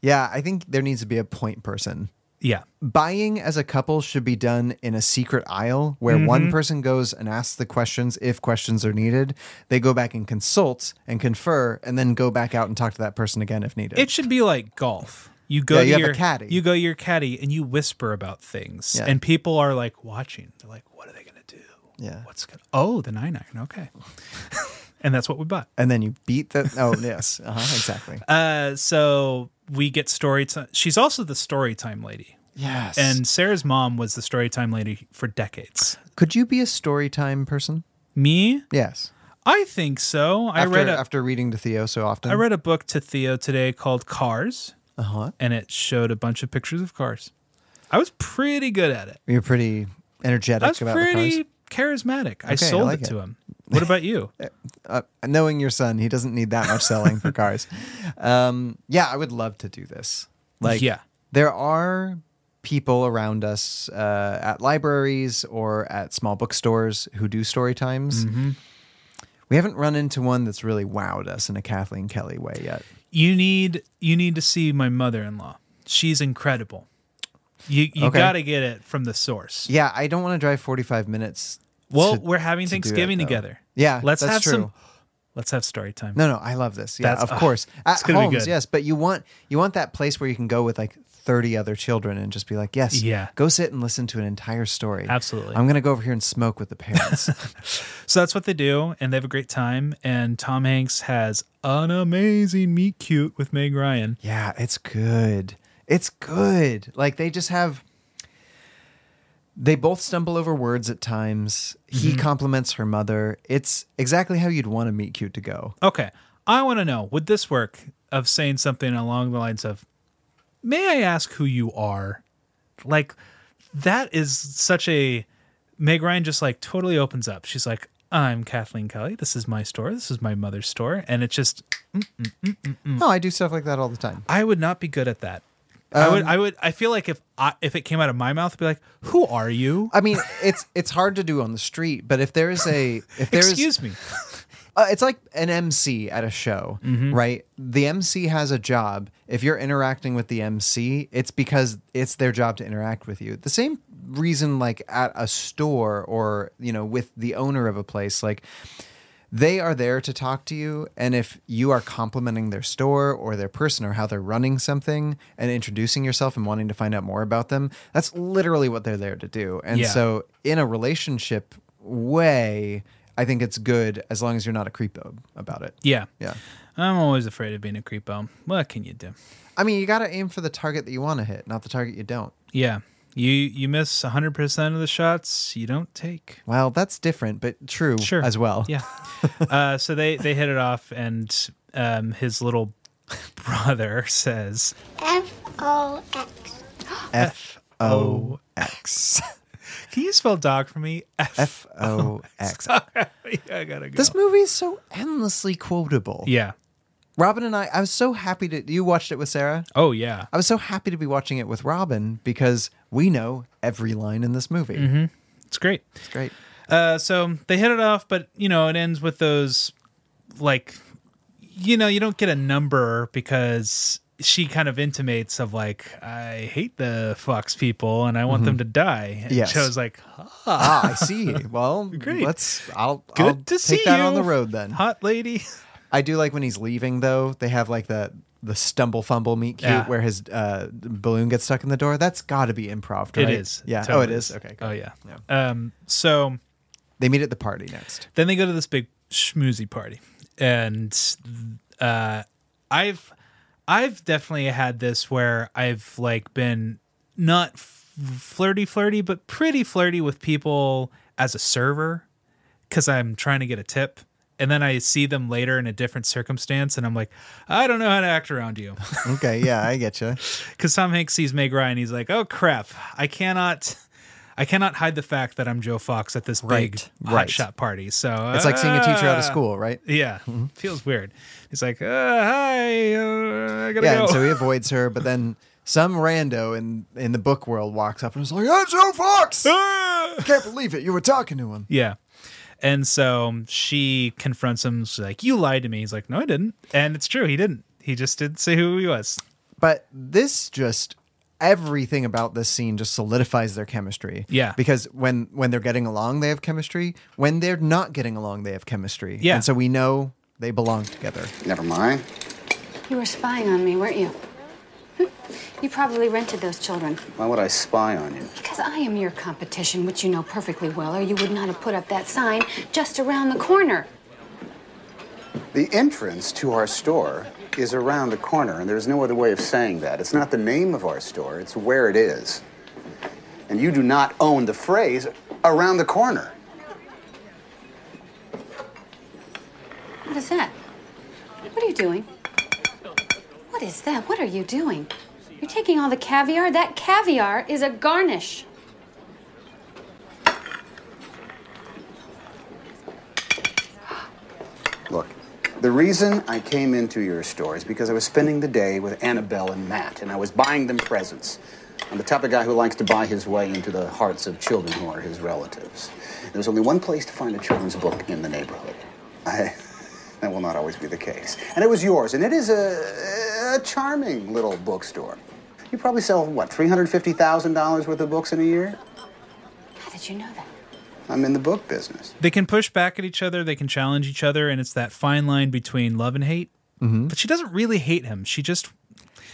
Speaker 1: yeah, I think there needs to be a point person.
Speaker 2: Yeah.
Speaker 1: buying as a couple should be done in a secret aisle where one
Speaker 2: Mhm.
Speaker 1: person goes and asks the questions if questions are needed. They go back and consult and confer and then go back out and talk to that person again if needed.
Speaker 2: It should be like golf. You go
Speaker 1: Yeah,
Speaker 2: to
Speaker 1: you have a
Speaker 2: your
Speaker 1: caddy.
Speaker 2: You go to your caddy and you whisper about things.
Speaker 1: Yeah.
Speaker 2: And people are like watching. They're like, what are they gonna do?
Speaker 1: yeah.
Speaker 2: What's gonna Oh, the nine iron, okay. *laughs* and that's what we bought.
Speaker 1: And then you beat the Oh, yes. *laughs* Uh-huh, exactly.
Speaker 2: Uh so we get story time. She's also the story time lady.
Speaker 1: Yes.
Speaker 2: And Sarah's mom was the story time lady for decades.
Speaker 1: Could you be a story time person?
Speaker 2: Me?
Speaker 1: Yes.
Speaker 2: I think so. I
Speaker 1: after,
Speaker 2: read a,
Speaker 1: after reading to Theo so often.
Speaker 2: I read a book to Theo today called Cars,
Speaker 1: Uh-huh.
Speaker 2: and it showed a bunch of pictures of cars. I was pretty good at it.
Speaker 1: You're pretty energetic
Speaker 2: I was
Speaker 1: about the
Speaker 2: pretty
Speaker 1: cars.
Speaker 2: charismatic.
Speaker 1: Okay,
Speaker 2: I
Speaker 1: I
Speaker 2: sold
Speaker 1: like
Speaker 2: it to
Speaker 1: it.
Speaker 2: him. What about you?
Speaker 1: Uh, knowing your son, he doesn't need that much selling
Speaker 2: *laughs*
Speaker 1: for cars. Um, yeah, I would love to do this. *laughs* Like,
Speaker 2: Yeah.
Speaker 1: there are people around us uh, at libraries or at small bookstores who do story times.
Speaker 2: Mm-hmm.
Speaker 1: We haven't run into one that's really wowed us in a Kathleen Kelly way yet.
Speaker 2: You need you need to see my mother-in-law. She's incredible. You you
Speaker 1: Okay.
Speaker 2: got to get it from the source.
Speaker 1: Yeah, I don't want to drive 45 minutes.
Speaker 2: Well,
Speaker 1: to-
Speaker 2: we're having
Speaker 1: to do that,
Speaker 2: Thanksgiving
Speaker 1: though.
Speaker 2: together.
Speaker 1: Yeah,
Speaker 2: let's
Speaker 1: that's
Speaker 2: have
Speaker 1: true.
Speaker 2: some. Let's have story time.
Speaker 1: No, no, I love this. Yeah,
Speaker 2: That's-
Speaker 1: of
Speaker 2: ah,
Speaker 1: course. At
Speaker 2: it's gonna be
Speaker 1: homes,
Speaker 2: good.
Speaker 1: yes, but you want you want that place where you can go with like thirty other children and just be like, yes,
Speaker 2: Yeah.
Speaker 1: go sit and listen to an entire story.
Speaker 2: Absolutely.
Speaker 1: I'm gonna go over here and smoke with the
Speaker 2: *laughs*
Speaker 1: parents.
Speaker 2: So that's what they do, and they have a great time. And Tom Hanks has an amazing meet cute with Meg Ryan.
Speaker 1: yeah, it's good. It's good. Like they just have. They both stumble over words at times. He compliments her mother. It's exactly how you'd want to meet cute to go.
Speaker 2: Okay. I want to know would this work of saying something along the lines of, May I ask who you are? Like, that is such a. Meg Ryan just like totally opens up. She's like, I'm Kathleen Kelly. This is my store. This is my mother's store. And it's just,
Speaker 1: No, Oh, I do stuff like that all the time.
Speaker 2: I would not be good at that. I would, I would, I feel like if I, if it came out of my mouth, I'd be like, who are you?
Speaker 1: I mean, it's it's hard to do on the street, but if there is a if there is
Speaker 2: Excuse me.
Speaker 1: Uh, it's like an MC at a show, right? The MC has a job. If you're interacting with the MC, it's because it's their job to interact with you. The same reason like at a store or you know with the owner of a place like they are there to talk to you and if you are complimenting their store or their person or how they're running something and introducing yourself and wanting to find out more about them that's literally what they're there to do and
Speaker 2: Yeah.
Speaker 1: so in a relationship way i think it's good as long as you're not a creepo about it
Speaker 2: Yeah.
Speaker 1: yeah
Speaker 2: I'm always afraid of being a creepo. What can you do?
Speaker 1: i mean you got to aim for the target that you want to hit not the target you don't
Speaker 2: Yeah. You you miss 100% of the shots you don't take.
Speaker 1: well that's different but true as well *laughs*
Speaker 2: Yeah. uh, so they they hit it off, and um, his little *laughs* brother says,
Speaker 15: F O X.
Speaker 1: F O X.
Speaker 2: "Oh, *laughs* Can you spell dog for me? *laughs* F
Speaker 1: O X.
Speaker 2: Oh, I gotta go.
Speaker 1: This movie is so endlessly quotable.
Speaker 2: Yeah.
Speaker 1: Robin and I, I was so happy to. You watched it with Sarah?
Speaker 2: Oh, yeah.
Speaker 1: I was so happy to be watching it with Robin because we know every line in this movie.
Speaker 2: Mhm. It's great.
Speaker 1: It's
Speaker 2: *laughs*
Speaker 1: great.
Speaker 2: Uh, so they hit it off, but you know it ends with those like you know you don't get a number because she kind of intimates of like I hate the Fox people and I want them
Speaker 1: Mhm.
Speaker 2: to die. And
Speaker 1: Yes.
Speaker 2: Joe's like,
Speaker 1: Ah, I
Speaker 2: *laughs*
Speaker 1: see. Well,
Speaker 2: Great.
Speaker 1: let's. I'll.
Speaker 2: Good
Speaker 1: I'll
Speaker 2: to
Speaker 1: take
Speaker 2: see
Speaker 1: that on the
Speaker 2: you,
Speaker 1: road then.
Speaker 2: Hot lady.
Speaker 1: I do like when he's leaving though. They have like the the stumble fumble meet cute
Speaker 2: Yeah.
Speaker 1: where his uh, balloon gets stuck in the door. That's got to be improv. Right?
Speaker 2: It is.
Speaker 1: Yeah.
Speaker 2: Totally
Speaker 1: oh, it is. Okay.
Speaker 2: Oh yeah. Um. So
Speaker 1: they meet at the party
Speaker 2: *laughs*
Speaker 1: next.
Speaker 2: Then they go to this big schmoozy party, and uh, I've I've definitely had this where I've like been not f- flirty flirty, but pretty flirty with people as a server because I'm trying to get a tip. And then I see them later in a different circumstance, and I'm like, I don't know how to act
Speaker 1: *laughs*
Speaker 2: around you.
Speaker 1: okay, yeah, I get you.
Speaker 2: Because Tom Hanks sees Meg Ryan, he's like, "Oh crap, I cannot, I cannot hide the fact that I'm Joe Fox at this big
Speaker 1: Right, right.
Speaker 2: hotshot party." So
Speaker 1: It's like seeing a teacher out
Speaker 2: ah.
Speaker 1: of school, right?
Speaker 2: Yeah,
Speaker 1: Mm-hmm.
Speaker 2: feels weird. He's like, uh, "Hi, uh, I gotta
Speaker 1: yeah,
Speaker 2: go."
Speaker 1: and
Speaker 2: *laughs*
Speaker 1: so he avoids her, but then some rando in in the book world walks up and is like, "That's Joe
Speaker 2: *laughs*
Speaker 1: Fox! I can't believe it. You were talking to him."
Speaker 2: Ah! yeah, and so she confronts him. She's like, "You lied to me." He's like, "No, I didn't," and it's true, he didn't. He just didn't say who he was.
Speaker 1: But this just everything about this scene just solidifies their chemistry.
Speaker 2: Yeah.
Speaker 1: because when when they're getting along, they have chemistry. When they're not getting along, they have chemistry.
Speaker 2: Yeah.
Speaker 1: and so we know they belong together.
Speaker 3: Never mind.
Speaker 7: You were spying on me, weren't you? Hmm? You probably rented those children.
Speaker 3: Why would I spy on you?
Speaker 7: Because I am your competition, which you know perfectly well, or you would not have put up that sign just around the corner.
Speaker 3: The entrance to our store is around the corner, and there's no other way of saying that. It's not the name of our store, it's where it is. And you do not own the phrase around the corner.
Speaker 7: What is that? What are you doing? What is that? What are you doing? You're taking all the caviar? That caviar is a garnish.
Speaker 3: Look, the reason I came into your store is because I was spending the day with Annabelle and Matt, and I was buying them presents. I'm the type of guy who likes to buy his way into the hearts of children who are his relatives. There's only one place to find a children's book in the neighborhood. I, *laughs* that will not always be the case. And it was yours, and it is a, a charming little bookstore. You probably sell, what, $350,000 worth of books in a year?
Speaker 7: How did you know that?
Speaker 3: I'm in the book business.
Speaker 2: They can push back at each other. They can challenge each other, and it's that fine line between love and hate.
Speaker 1: Mm-hmm.
Speaker 2: But she doesn't really hate him. She just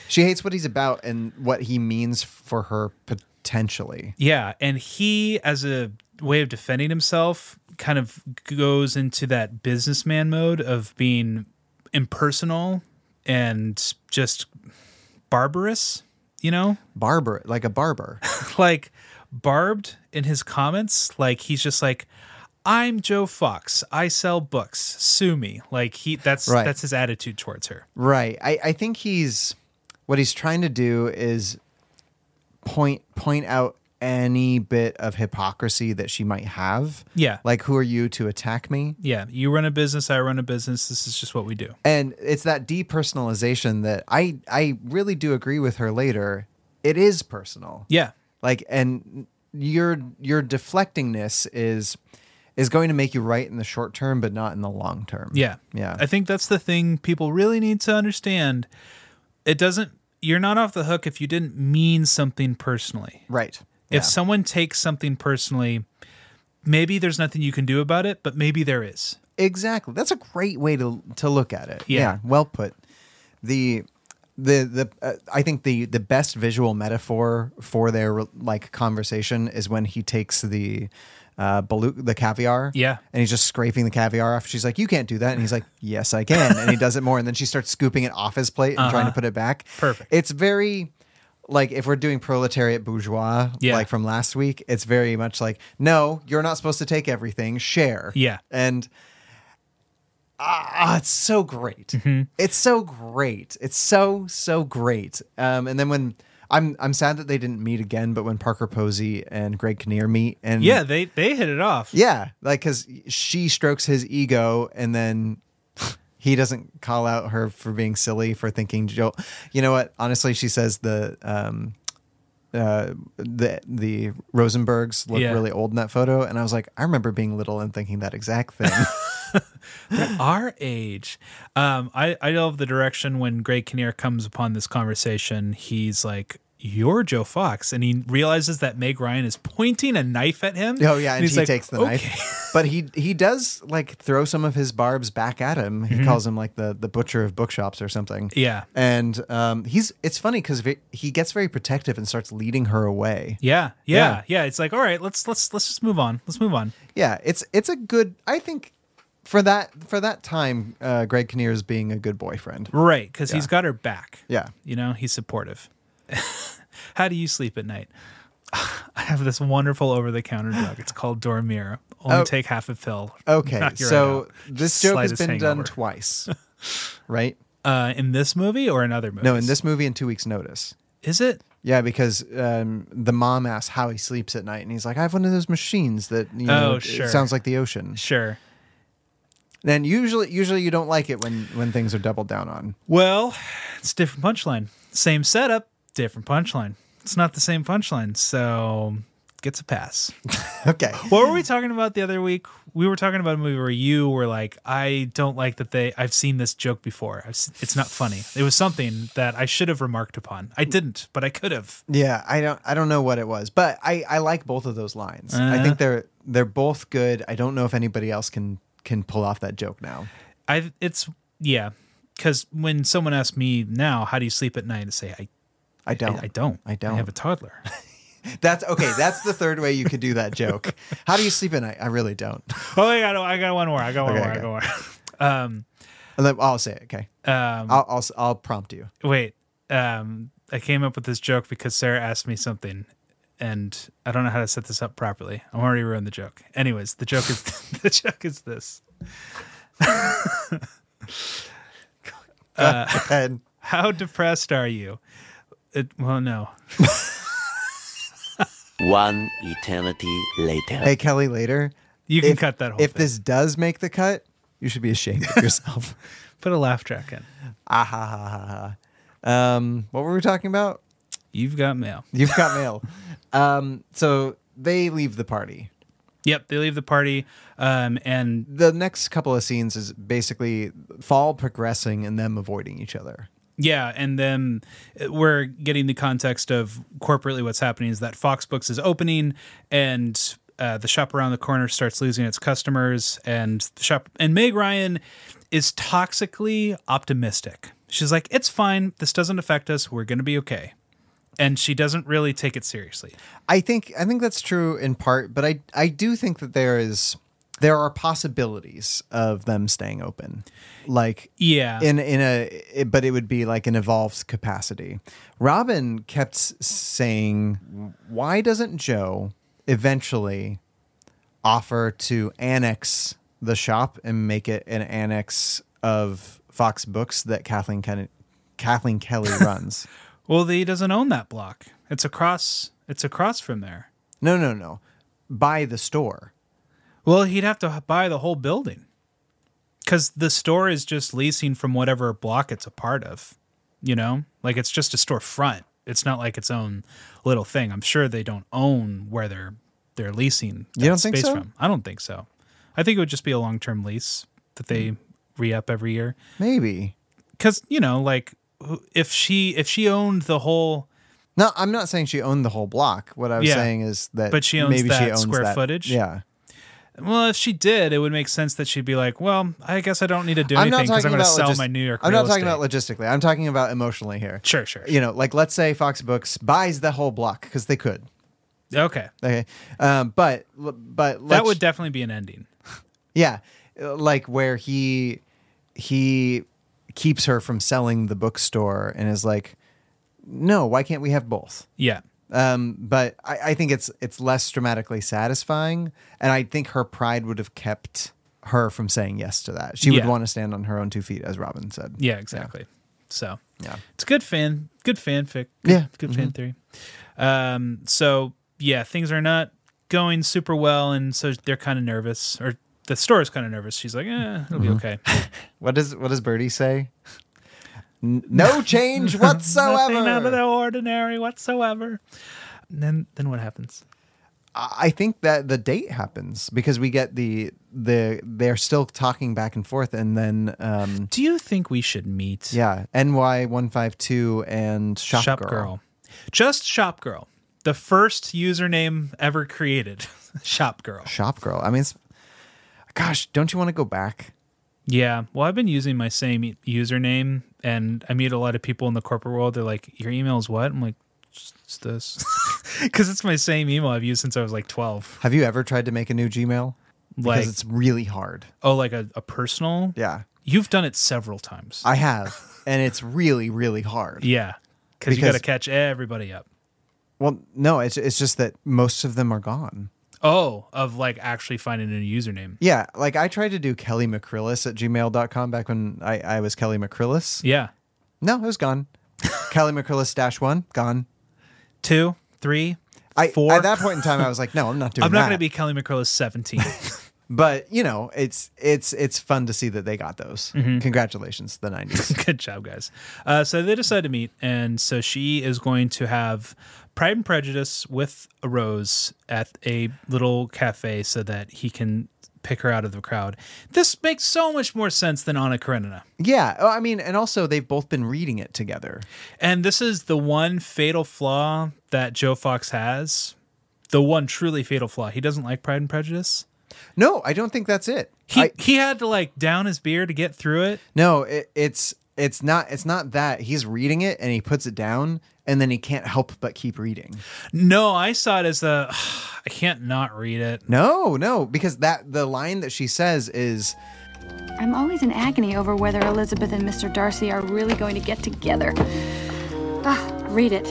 Speaker 1: She hates what he's about and what he means for her potentially.
Speaker 2: Yeah, and he, as a way of defending himself, kind of goes into that businessman mode of being impersonal and just barbarous, you know? *laughs*
Speaker 1: Barber, like a barber.
Speaker 2: like barbed in his comments. Like he's just like, I'm Joe Fox. I sell books. Sue me. Like he that's
Speaker 1: Right.
Speaker 2: that's his attitude towards her.
Speaker 1: Right. I, I think he's what he's trying to do is point point out any bit of hypocrisy that she might have.
Speaker 2: Yeah.
Speaker 1: Like who are you to attack me?
Speaker 2: Yeah. You run a business, I run a business. This is just what we do.
Speaker 1: And it's that depersonalization that I I really do agree with her later. It is personal.
Speaker 2: Yeah.
Speaker 1: Like and your your deflectingness is is going to make you right in the short term but not in the long term.
Speaker 2: Yeah.
Speaker 1: Yeah.
Speaker 2: I think that's the thing people really need to understand. It doesn't you're not off the hook if you didn't mean something personally.
Speaker 1: Right.
Speaker 2: If someone takes something personally, maybe there's nothing you can do about it, but maybe there is.
Speaker 1: Exactly. That's a great way to to look at it.
Speaker 2: Yeah.
Speaker 1: well put. The the the uh, I think the the best visual metaphor for their like conversation is when he takes the uh balu- the caviar.
Speaker 2: Yeah.
Speaker 1: And he's just scraping the caviar off. She's like, "You can't do that." And he's like, "Yes, I can." and he does it more and then she starts scooping it off his plate and trying
Speaker 2: Uh-huh.
Speaker 1: to put it back.
Speaker 2: Perfect.
Speaker 1: It's very like if we're doing proletariat bourgeois
Speaker 2: Yeah.
Speaker 1: like from last week, it's very much like, "No, you're not supposed to take everything. Share."
Speaker 2: Yeah.
Speaker 1: And ah, it's so great.
Speaker 2: Mm-hmm.
Speaker 1: It's so great. It's so so great. Um, and then when I'm I'm sad that they didn't meet again, but when Parker Posey and Greg Kinnear meet, and
Speaker 2: yeah, they they hit it off.
Speaker 1: Mm. yeah, like because she strokes his ego, and then he doesn't call out her for being silly for thinking Joel. You know what? Honestly, she says the um, uh, the the Rosenbergs look
Speaker 2: Yeah.
Speaker 1: really old in that photo, and I was like, I remember being little and thinking that exact thing.
Speaker 2: our age. Um, I, I love the direction when Greg Kinnear comes upon this conversation. He's like, You're Joe Fox. And he realizes that Meg Ryan is pointing a knife at him.
Speaker 1: Oh yeah, and,
Speaker 2: he's
Speaker 1: he
Speaker 2: like,
Speaker 1: takes the
Speaker 2: "Okay." *laughs*
Speaker 1: knife. But he he does like throw some of his barbs back at him. He
Speaker 2: Mhm.
Speaker 1: calls him like the the butcher of bookshops or something.
Speaker 2: Yeah.
Speaker 1: and um, he's it's funny because he gets very protective and starts leading her away.
Speaker 2: Yeah, yeah,
Speaker 1: Yeah.
Speaker 2: yeah. It's like, all right, let's let's let's just move on. Let's move on.
Speaker 1: Yeah, it's it's a good. I think for that for that time, uh, Greg Kinnear is being a good
Speaker 2: *laughs*
Speaker 1: boyfriend.
Speaker 2: Right, because he's
Speaker 1: Yeah.
Speaker 2: got her back.
Speaker 1: Yeah.
Speaker 2: You know, he's supportive. *laughs* How do you sleep at night? *sighs* I have this wonderful over the counter drug. It's called Dormir. Only
Speaker 1: Oh.
Speaker 2: take half a pill.
Speaker 1: Okay,
Speaker 2: Knock your head
Speaker 1: so
Speaker 2: out.
Speaker 1: this
Speaker 2: Just
Speaker 1: joke has
Speaker 2: slightest
Speaker 1: been
Speaker 2: hangover.
Speaker 1: done
Speaker 2: *laughs*
Speaker 1: twice, right?
Speaker 2: Uh, in this movie or in other movies?
Speaker 1: No, in this movie, in two weeks' notice.
Speaker 2: Is it?
Speaker 1: Yeah, because um, the mom asks how he sleeps at night, and he's like, "I have one of those machines that you know,
Speaker 2: Oh,
Speaker 1: it
Speaker 2: sure.
Speaker 1: sounds like the ocean."
Speaker 2: Sure.
Speaker 1: Then usually, usually you don't like it when when things are doubled down on. *laughs*
Speaker 2: Well, it's a different punchline. Same setup, different punchline. It's not the same punchline, so gets a pass.
Speaker 1: okay.
Speaker 2: What
Speaker 1: *laughs*
Speaker 2: were we talking about the other week? We were talking about a movie where you were like, "I don't like that they. I've seen this joke before. I've s- It's not funny." It was something that I should have remarked upon. I didn't, but I could have.
Speaker 1: Yeah, I don't I don't know what it was, but I I like both of those lines. I
Speaker 2: Uh-huh.
Speaker 1: think they're they're both good. I don't know if anybody else can can pull off that joke now.
Speaker 2: I. It's yeah, because when someone asks me now, "How do you sleep at night?" I say, "I,
Speaker 1: I don't.
Speaker 2: I, don't. I
Speaker 1: don't.
Speaker 2: I have a toddler." *laughs*
Speaker 1: That's okay. That's the third way you could do that
Speaker 2: *laughs*
Speaker 1: joke. How do you sleep at night? I really don't. *laughs*
Speaker 2: oh, I got. I got one more. I got one
Speaker 1: Okay,
Speaker 2: more.
Speaker 1: okay.
Speaker 2: I got one. um.
Speaker 1: And then I'll say it. Okay.
Speaker 2: Um,
Speaker 1: I'll, I'll I'll prompt you.
Speaker 2: *laughs* wait um i came up with this joke because sarah asked me something and i don't know how to set this up properly i'm already ruined the joke anyways the joke is *laughs* the joke is this Uh, *laughs*
Speaker 1: ahead.
Speaker 2: how depressed are you it, well no
Speaker 6: One eternity later.
Speaker 1: Hey Kelly, later.
Speaker 2: You can
Speaker 1: if-
Speaker 2: cut that whole
Speaker 1: If
Speaker 2: thing.
Speaker 1: this does make the cut, you should be ashamed of
Speaker 2: *laughs*
Speaker 1: yourself.
Speaker 2: put a laugh track in
Speaker 1: ah ha ha ha ha. Um, what were we talking about?
Speaker 2: you've got mail
Speaker 1: You've got
Speaker 2: *laughs*
Speaker 1: mail. um, so they leave the party.
Speaker 2: yep they leave the party um and
Speaker 1: The next couple of scenes is basically fall progressing and them avoiding each other.
Speaker 2: Yeah, and then uh, we're getting the context of corporately what's happening is that Fox Books is opening, and uh, the shop around the corner starts losing its customers, and the shop and Meg Ryan is toxically optimistic. She's like, "It's fine. This doesn't affect us. We're gonna be okay," and she doesn't really take it seriously.
Speaker 1: I think I think that's true in part, but I I do think that there is there are possibilities of them staying open. Like
Speaker 2: Yeah.
Speaker 1: in in a it- but it would be like an evolved capacity. Robin kept s- saying, "Why doesn't Joe eventually offer to annex the shop and make it an annex of Fox Books that Kathleen Ken- Kathleen
Speaker 2: *laughs*
Speaker 1: Kelly runs?"
Speaker 2: Well, he doesn't own that block. It's across. It's across from there.
Speaker 1: no, no, no. By the store.
Speaker 2: Well, he'd have to h- buy the whole building because the store is just leasing from whatever block it's a part of. You know, like it's just a storefront. It's not like its own little thing. I'm sure they don't own where they're they're leasing
Speaker 1: You
Speaker 2: that
Speaker 1: don't think
Speaker 2: space
Speaker 1: so?
Speaker 2: from. I don't think so. I think it would just be a long term lease that they re up every year.
Speaker 1: Maybe.
Speaker 2: Because you know, like who- if she if she owned the whole
Speaker 1: No, I'm not saying she owned the whole block. What I was
Speaker 2: Yeah.
Speaker 1: saying is that
Speaker 2: But she owns
Speaker 1: maybe she
Speaker 2: that
Speaker 1: owns
Speaker 2: square
Speaker 1: that-
Speaker 2: footage?
Speaker 1: Yeah.
Speaker 2: Well, if she did, it would make sense that she'd be like, "Well, I guess I don't need to do
Speaker 1: I'm
Speaker 2: anything
Speaker 1: not
Speaker 2: because
Speaker 1: talking
Speaker 2: I'm going to
Speaker 1: about
Speaker 2: sell
Speaker 1: logis-
Speaker 2: my New York."
Speaker 1: I'm
Speaker 2: real
Speaker 1: not talking
Speaker 2: estate."
Speaker 1: about logistically. I'm talking about emotionally here.
Speaker 2: Sure, sure.
Speaker 1: You know, like let's say Fox Books buys the whole block because they could.
Speaker 2: Okay,
Speaker 1: Okay, um, but but
Speaker 2: that
Speaker 1: let's-
Speaker 2: would definitely be an ending.
Speaker 1: yeah, uh, like where he he keeps her from selling the bookstore and is like, no, why can't we have both?
Speaker 2: Yeah.
Speaker 1: Um, but I, I think it's it's less dramatically satisfying, and I think her pride would have kept her from saying yes to that. She would
Speaker 2: Yeah.
Speaker 1: want to stand on her own two feet, as Robin said.
Speaker 2: Yeah, exactly. So
Speaker 1: yeah,
Speaker 2: it's good fan, good fanfic. Good,
Speaker 1: Yeah.
Speaker 2: good fan
Speaker 1: Mhm.
Speaker 2: theory. Um, so yeah, things are not going super well, and so they're kind of nervous, or the store is kind of nervous. She's like, "Eh, it'll be
Speaker 1: Mhm. *laughs*
Speaker 2: okay."
Speaker 1: What does what does Birdie say? N- *laughs* No change whatsoever.
Speaker 2: Nothing out of the ordinary whatsoever. And then, then what happens?
Speaker 1: I I think that the date happens because we get the the they're still talking back and forth, and then um,
Speaker 2: do you think we should meet?
Speaker 1: Yeah, ny one five two and shop, girl.
Speaker 2: Just Shop Girl. The first username ever created. *laughs* Shop Girl.
Speaker 1: Shop girl. I mean, it's, gosh, don't you want to go back?
Speaker 2: Yeah. Well, I've been using my same e- username and I meet a lot of people in the corporate world. They're like, your email is what? I'm like, "It's- it's this. *laughs* Because it's my same email I've used since I was like 12.
Speaker 1: Have you ever tried to make a new Gmail? Because
Speaker 2: Like-
Speaker 1: it's really hard.
Speaker 2: Oh, like a, a personal?
Speaker 1: Yeah.
Speaker 2: You've done it several times.
Speaker 1: I have, and it's really really hard.
Speaker 2: yeah. Cause you got to
Speaker 1: Because-
Speaker 2: catch everybody up.
Speaker 1: Well, no, it's it's just that most of them are gone.
Speaker 2: Oh, of like actually finding a new username.
Speaker 1: Yeah, like I tried to do Kelly McCrillis at gmail.com back when I, I was Kelly McCrillis.
Speaker 2: Yeah.
Speaker 1: No, it was
Speaker 2: *laughs*
Speaker 1: gone. Kelly McCrillis dash one, gone.
Speaker 2: Two, three,
Speaker 1: I,
Speaker 2: four.
Speaker 1: At that point in time, I was like, no,
Speaker 2: *laughs*
Speaker 1: I'm not doing
Speaker 2: I'm not
Speaker 1: that.
Speaker 2: going to be Kelly McCrillis 17.
Speaker 1: But you know, it's it's it's fun to see that they got those.
Speaker 2: Mm-hmm.
Speaker 1: Congratulations, the nineties.
Speaker 2: *laughs* Good job, guys. Uh, so they decide to meet, and so she is going to have Pride and Prejudice with a rose at a little cafe, so that he can pick her out of the crowd. This makes so much more sense than Anna Karenina.
Speaker 1: yeah. Oh, I mean, and also they've both been reading it together.
Speaker 2: And this is the one fatal flaw that Joe Fox has. The one truly fatal flaw. He doesn't like Pride and Prejudice.
Speaker 1: No, I don't think that's it.
Speaker 2: He he had to like down his beer to get through it.
Speaker 1: No, it, it's it's not it's not that. He's reading it and he puts it down and then he can't help but keep reading.
Speaker 2: No, I saw it as a *sighs* I can't not read it.
Speaker 1: No, no, because that the line that she says is
Speaker 7: I'm always in agony over whether Elizabeth and Mr. Darcy are really going to get together. Ah, read it.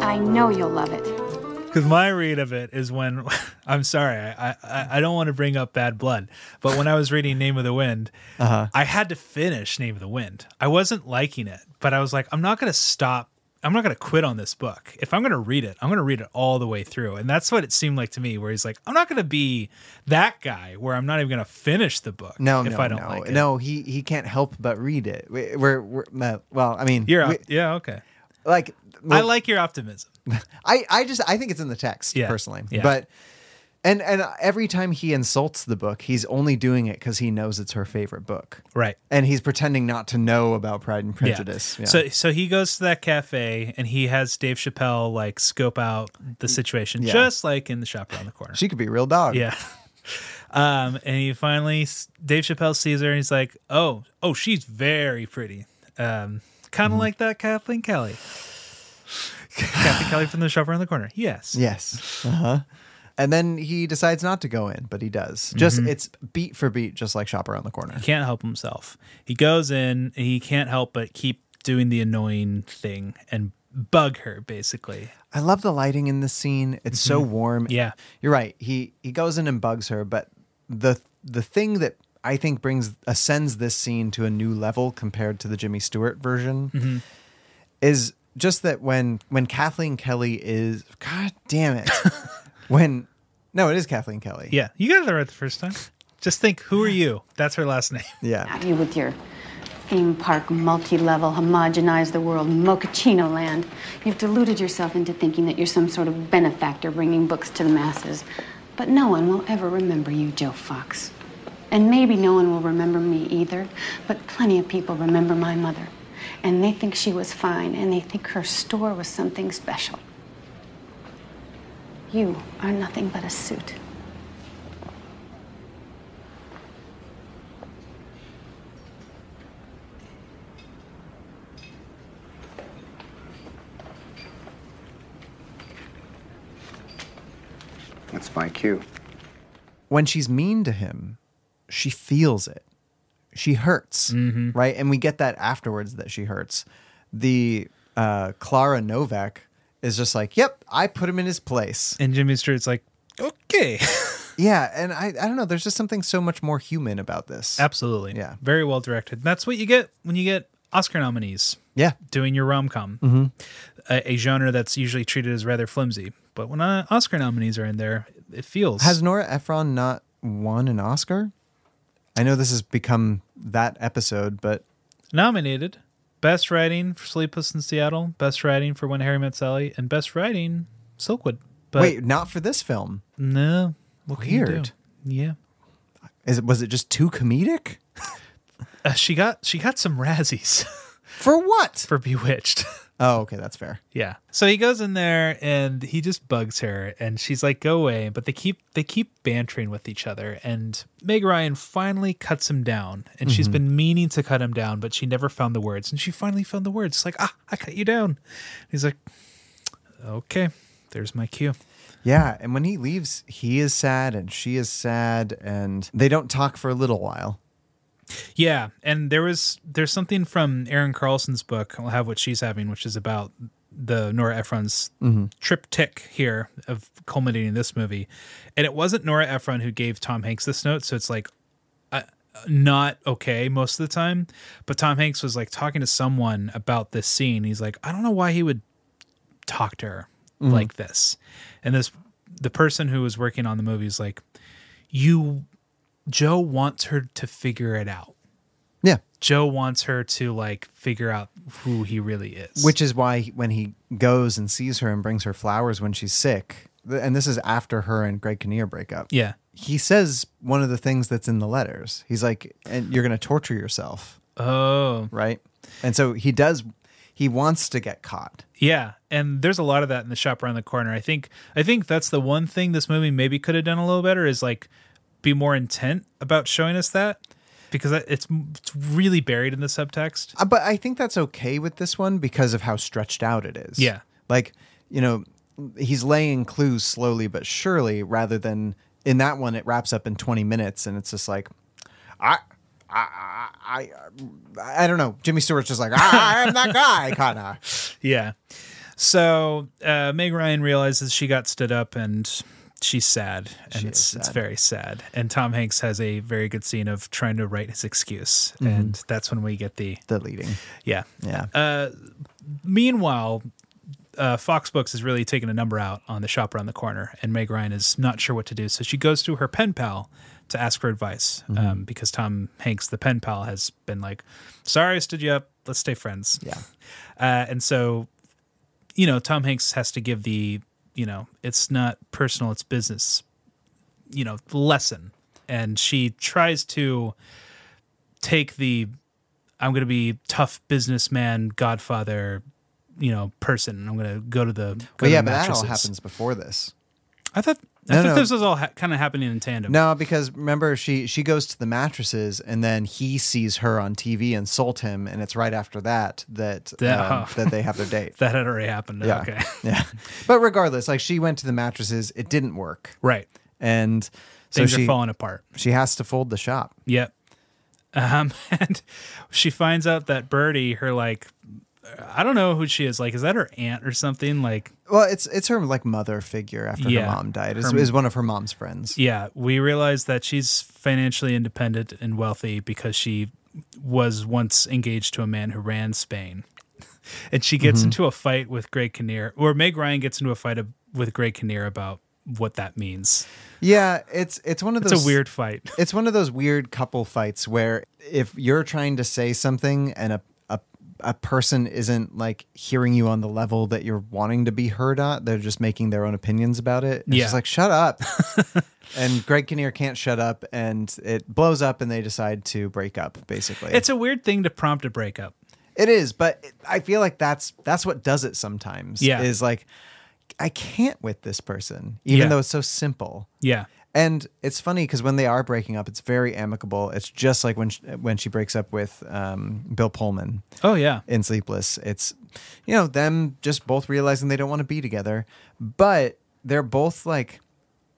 Speaker 7: I know you'll love it.
Speaker 2: Because my read of it is when *laughs* I'm sorry, I, I I don't want to bring up Bad Blood, but when I was reading Name of the Wind,
Speaker 1: Uh-huh.
Speaker 2: I had to finish Name of the Wind. I wasn't liking it, but I was like, I'm not going to stop. I'm not going to quit on this book. If I'm going to read it, I'm going to read it all the way through. And that's what it seemed like to me, where he's like, I'm not going to be that guy where I'm not even going to finish the book.
Speaker 1: no,
Speaker 2: if
Speaker 1: no,
Speaker 2: I don't
Speaker 1: no,
Speaker 2: like it.
Speaker 1: no. He he can't help but read it. We, we're we're no, well. I mean,
Speaker 2: You're
Speaker 1: we-
Speaker 2: out. yeah, okay.
Speaker 1: like
Speaker 2: I like your optimism.
Speaker 1: I, I just I think it's in the text
Speaker 2: Yeah.
Speaker 1: personally.
Speaker 2: Yeah.
Speaker 1: But and and every time he insults the book, he's only doing it because he knows it's her favorite book.
Speaker 2: Right.
Speaker 1: And he's pretending not to know about Pride and
Speaker 2: Yeah.
Speaker 1: Prejudice. Yeah.
Speaker 2: So so he goes to that cafe and he has Dave Chappelle like scope out the situation,
Speaker 1: Yeah.
Speaker 2: just like in the shop around
Speaker 1: *laughs*
Speaker 2: the corner.
Speaker 1: she could be a real dog.
Speaker 2: yeah. Um, and he finally Dave Chappelle sees her and he's like, "Oh, oh, she's very pretty." Um, kind
Speaker 1: Mm-hmm.
Speaker 2: of like that Kathleen Kelly. Kathleen Kelly from the shop around the corner. Yes.
Speaker 1: Yes. Uh-huh. And then he decides not to go in, but he does. Just
Speaker 2: Mhm.
Speaker 1: it's beat for beat, just like Shop Around the Corner.
Speaker 2: He can't help himself. He goes in and he can't help but keep doing the annoying thing and bug her basically.
Speaker 1: I love the lighting in this scene. It's so
Speaker 2: Mhm.
Speaker 1: warm.
Speaker 2: Yeah.
Speaker 1: You're right. He he goes in and bugs her, but the the thing that I think brings ascends this scene to a new level compared to the Jimmy Stewart version
Speaker 2: Mhm.
Speaker 1: is just that when when Kathleen Kelly is god damn it. when no, it is Kathleen Kelly.
Speaker 2: Yeah, you got it right the first time. Just think, who are you? That's her last name. *laughs*
Speaker 1: Yeah.
Speaker 7: Out you with your theme park, multi level, homogenize the world, mochaccino land. You've deluded yourself into thinking that you're some sort of benefactor bringing books to the masses. But no one will ever remember you, Joe Fox. And maybe no one will remember me either, but plenty of people remember my mother. and they think she was fine, and they think her store was something special. You are nothing but a suit.
Speaker 3: That's my cue.
Speaker 1: When she's mean to him, she feels it. She hurts, right? And we get that afterwards that she hurts. The uh, Clara Novak is just like, "Yep, I put him in his place."
Speaker 2: And Jimmy Stewart's like, "Okay." *laughs*
Speaker 1: yeah, and I, I don't know. There's just something so much more human about this.
Speaker 2: Absolutely.
Speaker 1: Yeah.
Speaker 2: Very well directed. And that's what you get when you get Oscar nominees.
Speaker 1: Yeah.
Speaker 2: Doing your rom com,
Speaker 1: Mhm.
Speaker 2: a, a genre that's usually treated as rather flimsy. But when uh, Oscar nominees are in there, it feels.
Speaker 1: Has Nora Ephron not won an Oscar? I know this has become that episode, but
Speaker 2: nominated Best Writing for Sleepless in Seattle, Best Writing for When Harry Met Sally, and Best Writing Silkwood. But
Speaker 1: wait, not for this film.
Speaker 2: no, what can you do?
Speaker 1: Weird.
Speaker 2: Yeah,
Speaker 1: Is it was it just too comedic?
Speaker 2: uh, she got she got some Razzies *laughs*
Speaker 1: for what?
Speaker 2: For *laughs* Bewitched.
Speaker 1: Oh, okay, that's fair.
Speaker 2: Yeah. So he goes in there and he just bugs her and she's like, go away. But they keep they keep bantering with each other and Meg Ryan finally cuts him down. And she's
Speaker 1: Mhm.
Speaker 2: been meaning to cut him down, but she never found the words. And she finally found the words. It's like, ah, I cut you down. he's like, Okay, there's my cue.
Speaker 1: Yeah, and when he leaves, he is sad and she is sad and they don't talk for a little while.
Speaker 2: Yeah, and there was there's something from Aaron Carlson's book. I'll have what she's having, which is about the Nora Ephron's
Speaker 1: Mhm.
Speaker 2: triptych here of culminating this movie. And it wasn't Nora Ephron who gave Tom Hanks this note, so it's like uh, not okay most of the time. But Tom Hanks was like talking to someone about this scene. He's like, I don't know why he would talk to her
Speaker 14: Mhm.
Speaker 2: like this. And this the person who was working on the movie is like, you Joe wants her to figure it out.
Speaker 1: Yeah.
Speaker 2: Joe wants her to like figure out who he really is.
Speaker 1: Which is why he- when he goes and sees her and brings her flowers when she's sick, th- and this is after her and Greg Kinnear break up.
Speaker 2: Yeah.
Speaker 1: He says one of the things that's in the letters. He's like, and you're going to torture yourself.
Speaker 2: Oh.
Speaker 1: Right. And so he does, he wants to get caught.
Speaker 2: Yeah, and there's a lot of that in the shop around the corner. I think I think that's the one thing this movie maybe could have done a little better is like be more intent about showing us that because that- it's it's really buried in the subtext.
Speaker 1: Uh, But I think that's okay with this one because of how stretched out it is.
Speaker 2: Yeah.
Speaker 1: Like, you know, he's laying clues slowly but surely rather than in that one, it wraps up in 20 minutes and it's just like, I. I, I I I don't know. Jimmy Stewart's just like "Ah, I am that guy, kind *laughs* of.
Speaker 2: Yeah. So uh, Meg Ryan realizes she got stood up and she's sad and it's it's very sad. And Tom Hanks has a very good scene of trying to write his excuse,
Speaker 1: Mhm.
Speaker 2: and that's when we get the
Speaker 1: The leading.
Speaker 2: yeah
Speaker 1: Yeah.
Speaker 2: Uh, meanwhile, uh, Fox Books is really taking a number out on the shop around the corner, and Meg Ryan is not sure what to do. So she goes to her pen pal to ask for advice um,
Speaker 1: Mhm.
Speaker 2: because Tom Hanks, the pen pal, has been like, Sorry, I stood you up. Let's stay friends.
Speaker 1: Yeah.
Speaker 2: Uh, and so, you know, Tom Hanks has to give the, you know, it's not personal, it's business, you know, lesson. And she tries to take the I'm going to be tough businessman, godfather, you know, person. I'm going to go to the. Go
Speaker 1: But
Speaker 2: to
Speaker 1: yeah,
Speaker 2: the
Speaker 1: but that all
Speaker 2: mattresses.
Speaker 1: happens before this.
Speaker 2: I thought I
Speaker 1: No,
Speaker 2: thought
Speaker 1: no.
Speaker 2: this was all ha- kind of happening in tandem.
Speaker 1: No, because remember she she goes to the mattresses and then he sees her on TV insult him, and it's right after that that
Speaker 2: That-
Speaker 1: um, that they
Speaker 2: *laughs*
Speaker 1: have their date.
Speaker 2: that had already happened.
Speaker 1: Yeah.
Speaker 2: Okay. *laughs*
Speaker 1: yeah. But regardless, like she went to the mattresses, it didn't work.
Speaker 2: Right.
Speaker 1: And so
Speaker 2: Things are
Speaker 1: she,
Speaker 2: falling apart.
Speaker 1: She has to fold the shop.
Speaker 2: Yep. Um, *laughs* and she finds out that Birdie, her like, I don't know who she is. Like, is that her aunt or something? Like,
Speaker 1: Well, it's it's her like mother figure after
Speaker 2: Yeah.
Speaker 1: her mom died. Is
Speaker 2: Her-
Speaker 1: is one of her mom's friends.
Speaker 2: yeah, we realize that she's financially independent and wealthy because she was once engaged to a man who ran Spain. *laughs* And she gets
Speaker 1: Mhm.
Speaker 2: into a fight with Greg Kinnear, or Meg Ryan gets into a fight ab- with Greg Kinnear about what that means.
Speaker 1: Yeah, it's it's one of
Speaker 2: It's
Speaker 1: those
Speaker 2: a weird fight. *laughs*
Speaker 1: It's one of those weird couple fights where if you're trying to say something and a a, a person isn't like hearing you on the level that you're wanting to be heard at, they're just making their own opinions about it. It's
Speaker 2: Yeah.
Speaker 1: just like shut
Speaker 2: *laughs*
Speaker 1: up. and Greg Kinnear can't shut up and it blows up and they decide to break up basically.
Speaker 2: It's a weird thing to prompt a breakup.
Speaker 1: It is, but I feel like that's that's what does it sometimes.
Speaker 2: Yeah.
Speaker 1: is like I can't with this person, even
Speaker 2: Yeah.
Speaker 1: though it's so simple.
Speaker 2: Yeah.
Speaker 1: And it's funny because when they are breaking up, it's very amicable. It's just like when she, when she breaks up with um, Bill Pullman.
Speaker 2: Oh yeah.
Speaker 1: in Sleepless, it's you know them just both realizing they don't want to be together, but they're both like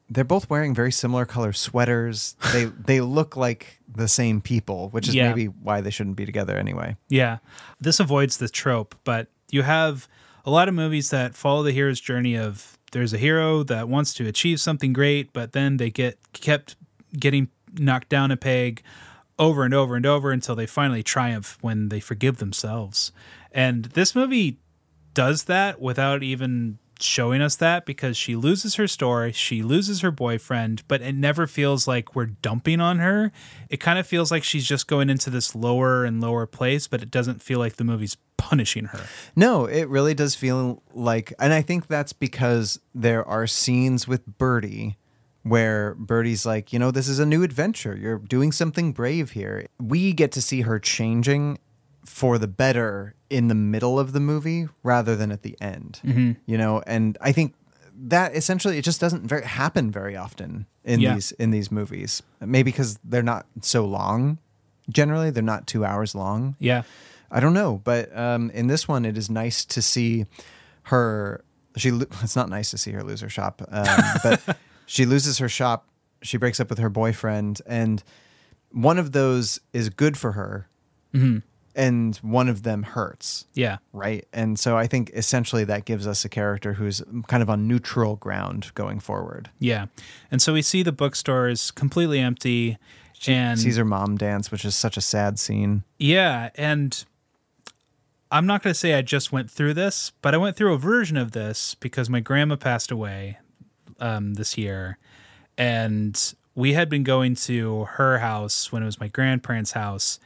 Speaker 1: they're both wearing very similar color sweaters.
Speaker 2: *laughs*
Speaker 1: They they look like the same people, which is
Speaker 2: Yeah.
Speaker 1: maybe why they shouldn't be together anyway.
Speaker 2: Yeah. This avoids the trope, but you have a lot of movies that follow the hero's journey of there's a hero that wants to achieve something great, but then they get kept getting knocked down a peg over and over and over until they finally triumph when they forgive themselves. And this movie does that without even showing us that because she loses her store, she loses her boyfriend, but it never feels like we're dumping on her. It kind of feels like she's just going into this lower and lower place, but it doesn't feel like the movie's punishing her.
Speaker 1: No, it really does feel like, and I think that's because there are scenes with Birdie where Birdie's like, you know, this is a new adventure. You're doing something brave here. We get to see her changing for the better in the middle of the movie rather than at the end,
Speaker 2: Mhm.
Speaker 1: you know, and I think that essentially it just doesn't very, happen very often in
Speaker 2: Yeah.
Speaker 1: these in these movies maybe because they're not so long generally they're not two hours long
Speaker 2: Yeah.
Speaker 1: I don't know, but um, in this one, it is nice to see her. She lo- *laughs* it's not nice to see her lose her shop, um, but she loses her shop. She breaks up with her boyfriend, and one of those is good for her,
Speaker 2: Mm-hmm.
Speaker 1: and one of them hurts.
Speaker 2: Yeah.
Speaker 1: Right. And so I think essentially that gives us a character who's kind of on neutral ground going forward.
Speaker 2: Yeah. And so we see the bookstore is completely empty and
Speaker 1: Sees her mom dance, which is such a sad scene.
Speaker 2: Yeah, and I'm not going to say I just went through this, but I went through a version of this because my grandma passed away um, this year, and we had been going to her house when it was my grandparents' house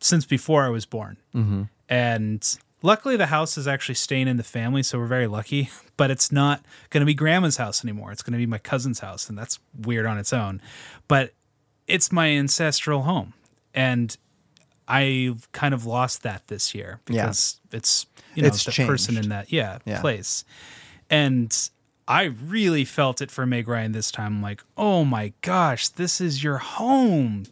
Speaker 2: since before I was born.
Speaker 1: Mm-hmm.
Speaker 2: And luckily, the house is actually staying in the family, so we're very lucky. *laughs* But it's not going to be grandma's house anymore. It's going to be my cousin's house, and that's weird on its own. But it's my ancestral home, and I've kind of lost that this year
Speaker 1: Yeah.
Speaker 2: because it's you know
Speaker 1: It's
Speaker 2: the person
Speaker 1: changed.
Speaker 2: in that yeah,
Speaker 1: Yeah.
Speaker 2: place, and. I really felt it for Meg Ryan this time. Like, oh my gosh, this is your home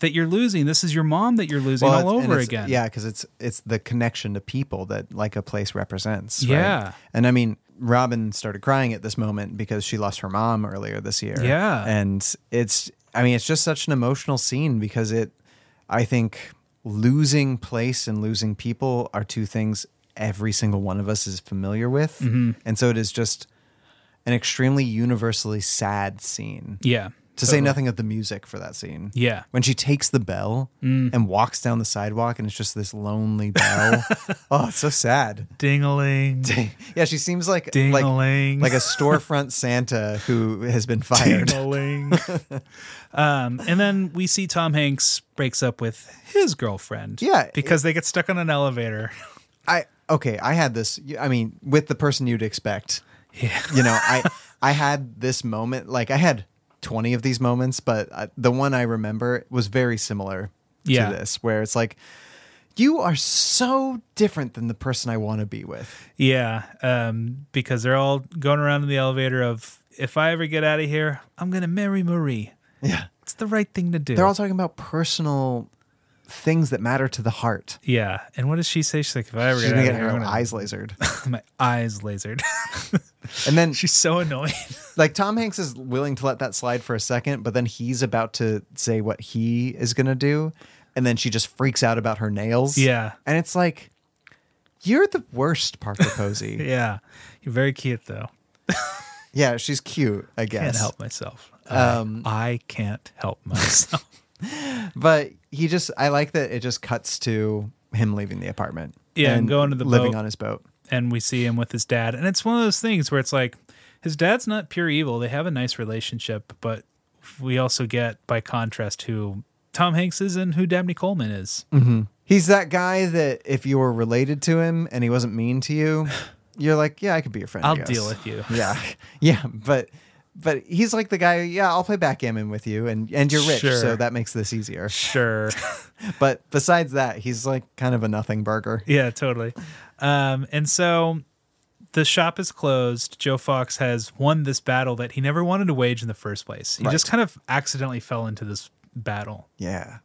Speaker 2: that you're losing. This is your mom that you're losing
Speaker 1: Well,
Speaker 2: all
Speaker 1: it's- and
Speaker 2: over
Speaker 1: it's-
Speaker 2: again.
Speaker 1: Yeah, because it's it's the connection to people that like a place represents. right?
Speaker 2: Yeah.
Speaker 1: and I mean, Robin started crying at this moment because she lost her mom earlier this year.
Speaker 2: Yeah.
Speaker 1: and it's I mean, it's just such an emotional scene because it, I think, losing place and losing people are two things every single one of us is familiar with,
Speaker 2: Mhm.
Speaker 1: and so it is just an extremely universally sad scene.
Speaker 2: Yeah.
Speaker 1: To say
Speaker 2: totally.
Speaker 1: nothing of the music for that scene.
Speaker 2: Yeah.
Speaker 1: When she takes the bell
Speaker 2: Mm.
Speaker 1: and walks down the sidewalk and it's just this lonely bell.
Speaker 2: *laughs*
Speaker 1: oh, it's so sad.
Speaker 2: Ding-a-ling.
Speaker 1: Yeah, she seems like like,
Speaker 2: Ding-a-ling.
Speaker 1: like a storefront Santa who has been fired.
Speaker 2: *laughs* Ding-a-ling. *laughs* um, and then we see Tom Hanks breaks up with his girlfriend.
Speaker 1: Yeah.
Speaker 2: Because they get stuck on an elevator. *laughs*
Speaker 1: I okay, I had this I mean, with the person you'd expect. Yeah. You know,
Speaker 2: *laughs*
Speaker 1: I I had this moment like I had 20 of these moments, but I, the one I remember was very similar
Speaker 2: Yeah.
Speaker 1: to this where it's like you are so different than the person I want to be with.
Speaker 2: Yeah. Um, because they're all going around in the elevator of if I ever get out of here, I'm gonna marry Marie.
Speaker 1: Yeah.
Speaker 2: It's the right thing to do.
Speaker 1: They're all talking about personal things that matter to the heart.
Speaker 2: yeah. And what does she say? She's like, if I ever
Speaker 1: She's
Speaker 2: get
Speaker 1: gonna
Speaker 2: out
Speaker 1: get
Speaker 2: of here,
Speaker 1: her
Speaker 2: I'm gonna-
Speaker 1: eyes lasered.
Speaker 2: *laughs* my eyes lasered. *laughs*
Speaker 1: And then
Speaker 2: she's so annoying. *laughs*
Speaker 1: like Tom Hanks is willing to let that slide for a second, but then he's about to say what he is gonna do, and then she just freaks out about her nails.
Speaker 2: Yeah.
Speaker 1: And it's like, you're the worst, Parker Posey.
Speaker 2: *laughs* yeah. You're very cute though.
Speaker 1: Yeah, she's cute, I guess.
Speaker 2: Can't help myself. Um,
Speaker 1: Um,
Speaker 2: I can't help myself.
Speaker 1: But he just I like that it just cuts to him leaving the apartment.
Speaker 2: Yeah, and going to the
Speaker 1: living
Speaker 2: boat.
Speaker 1: on his boat.
Speaker 2: and we see him with his dad. And it's one of those things where it's like his dad's not pure evil. They have a nice relationship, but we also get by contrast who Tom Hanks is and who Dabney
Speaker 1: *laughs*
Speaker 2: Coleman is.
Speaker 1: Mm-hmm. He's that guy that if you were related to him and he
Speaker 2: *sighs*
Speaker 1: wasn't mean to you, you're like, *laughs* yeah, I could be your friend. I
Speaker 2: I'll
Speaker 1: guess."
Speaker 2: deal with you.
Speaker 1: Yeah, yeah, but but he's like the guy. Yeah, I'll play backgammon with you, and and you're rich,
Speaker 2: Sure.
Speaker 1: so that makes this easier.
Speaker 2: Sure.
Speaker 1: but besides that, he's like kind of a nothing burger.
Speaker 2: *laughs* Yeah, totally. Um, and so the shop is closed. Joe Fox has won this battle that he never wanted to wage in the first place. He
Speaker 1: Right.
Speaker 2: just kind of accidentally fell into this battle.
Speaker 1: Yeah.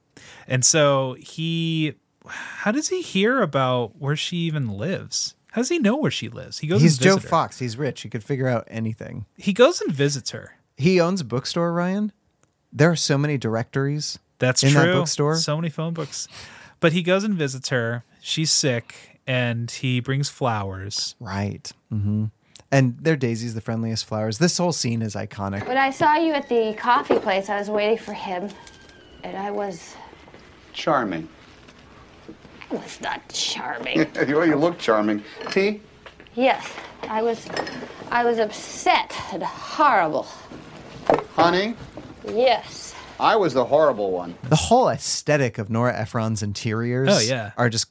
Speaker 2: And so he, how does he hear about where she even lives? How does he know where she lives? He goes.
Speaker 1: He's
Speaker 2: and
Speaker 1: Joe
Speaker 2: visits her.
Speaker 1: Fox. He's rich. He could figure out anything.
Speaker 2: He goes and visits her.
Speaker 1: He owns a bookstore, Ryan. There are so many directories.
Speaker 2: That's
Speaker 1: in
Speaker 2: true.
Speaker 1: that bookstore.
Speaker 2: So many phone books. But he goes and visits her. She's sick, and he brings flowers.
Speaker 1: Right. hmm And they're daisies, the friendliest flowers. This whole scene is iconic.
Speaker 14: When I saw you at the coffee place, I was waiting for him, and I was
Speaker 3: Charming.
Speaker 14: I was not charming.
Speaker 3: well, *laughs* you look charming. T?
Speaker 14: yes, I was I was upset and horrible.
Speaker 3: Honey?
Speaker 14: Yes.
Speaker 3: I was the horrible one.
Speaker 1: The whole aesthetic of Nora Ephron's interiors
Speaker 2: Oh, yeah.
Speaker 1: are just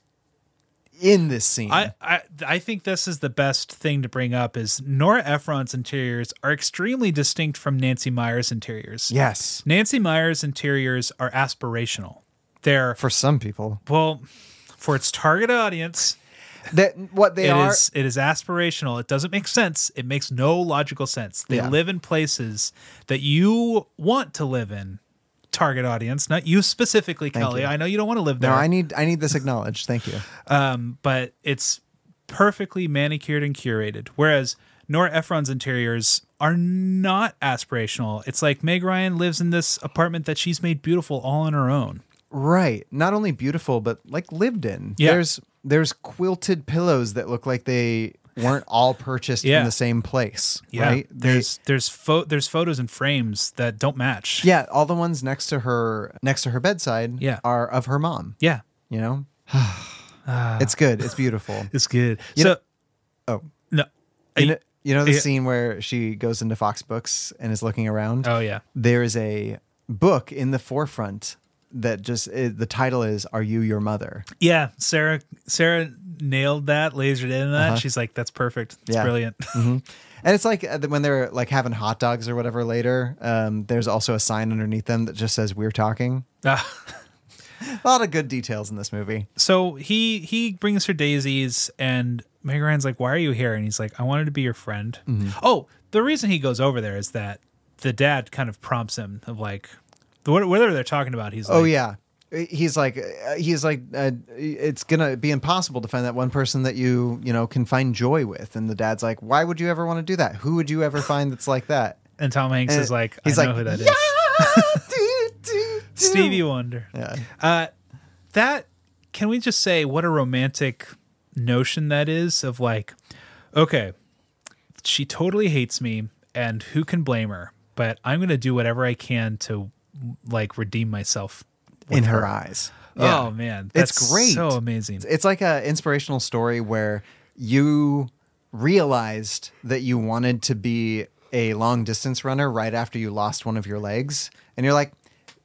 Speaker 1: in this scene.
Speaker 2: I, I I think this is the best thing to bring up is Nora Ephron's interiors are extremely distinct from Nancy Meyer's interiors.
Speaker 1: Yes.
Speaker 2: Nancy Meyer's interiors are aspirational. They're
Speaker 1: for some people.
Speaker 2: Well, for its target audience,
Speaker 1: that what they are-
Speaker 2: it is aspirational. It doesn't make sense. It makes no logical sense. They
Speaker 1: Yeah.
Speaker 2: live in places that you want to live in. Target audience, not you specifically,
Speaker 1: Thank
Speaker 2: Kelly.
Speaker 1: you.
Speaker 2: I know you don't want to live there.
Speaker 1: No, I need I need this acknowledged. Thank you.
Speaker 2: um, but it's perfectly manicured and curated. Whereas Nora Ephron's interiors are not aspirational. It's like Meg Ryan lives in this apartment that she's made beautiful all on her own.
Speaker 1: Right. Not only beautiful, but like lived in.
Speaker 2: Yeah.
Speaker 1: There's there's quilted pillows that look like they weren't all purchased
Speaker 2: Yeah.
Speaker 1: from the same place.
Speaker 2: Yeah,
Speaker 1: Right?
Speaker 2: there's there's pho- there's photos and frames that don't match.
Speaker 1: Yeah, all the ones next to her next to her bedside
Speaker 2: Yeah.
Speaker 1: are of her mom.
Speaker 2: Yeah.
Speaker 1: You
Speaker 2: *sighs*
Speaker 1: know? *sighs*
Speaker 2: Ah.
Speaker 1: it's good. It's beautiful.
Speaker 2: It's good.
Speaker 1: You
Speaker 2: so
Speaker 1: know- oh.
Speaker 2: no.
Speaker 1: You know, you know the
Speaker 2: Yeah.
Speaker 1: scene where she goes into Fox Books and is looking around?
Speaker 2: Oh, yeah.
Speaker 1: There is a book in the forefront that just it, the title is Are You Your Mother?
Speaker 2: yeah, Sarah Sarah nailed that, lasered in that.
Speaker 1: Uh-huh.
Speaker 2: She's like, that's perfect. It's
Speaker 1: Yeah. *laughs*
Speaker 2: brilliant. *laughs*
Speaker 1: Mhm. And it's like uh, when they're like having hot dogs or whatever later, um, there's also a sign underneath them that just says we're talking.
Speaker 2: Ah.
Speaker 1: a lot of good details in this movie.
Speaker 2: So he he brings her daisies, and Meg Ryan's like, "Why are you here?" And he's like, "I wanted to be your friend."
Speaker 1: Mhm.
Speaker 2: Oh, the reason he goes over there is that the dad kind of prompts him of like, wh- whatever they're talking about. He's like,
Speaker 1: oh yeah. He's like uh, he's like uh, it's going to be impossible to find that one person that you, you know, can find joy with and the dad's like, "Why would you ever want to do that? Who would you ever find that's like that?"
Speaker 2: And Tom Hanks
Speaker 1: And
Speaker 2: is like,
Speaker 1: he's
Speaker 2: "I
Speaker 1: like,
Speaker 2: know who that is."
Speaker 1: "Yeah,
Speaker 2: Stevie Wonder.
Speaker 1: *laughs* Yeah.
Speaker 2: Uh, that can we just say what a romantic notion that is of like, okay, she totally hates me, and who can blame her? But I'm gonna do whatever I can to like redeem myself with
Speaker 1: in her, eyes.
Speaker 2: Oh, man. That's
Speaker 1: it's great.
Speaker 2: so amazing.
Speaker 1: It's- It's like an inspirational story where you realized that you wanted to be a long distance runner right after you lost one of your legs, and you're like,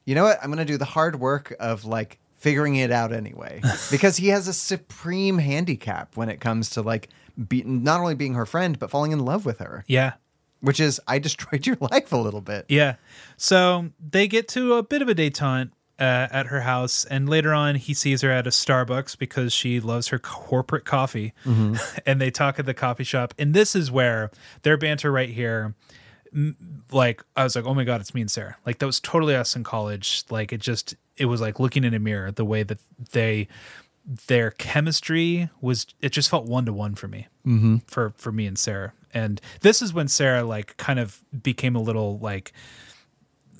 Speaker 1: you know what? I'm going to do the hard work of like figuring it out *laughs* anyway because he has a supreme handicap when it comes to like be- not only being her friend but falling in love with her.
Speaker 2: Yeah.
Speaker 1: Which is I *laughs* destroyed your life a little bit.
Speaker 2: Yeah. So they get to a bit of a detente uh, at her house, and later on, he sees her at a Starbucks because she loves her corporate coffee.
Speaker 1: Mm-hmm.
Speaker 16: Mhm.
Speaker 2: *laughs* and they talk at the coffee shop, and this is where their banter right here. m- Like I was like, oh my god, it's me and Sarah. Like that was totally us in college. Like it just, it was like looking in a mirror. The way that they, their chemistry was, it just felt one to one for me
Speaker 1: Mhm.
Speaker 2: for for me and Sarah. And this is when Sarah like kind of became a little like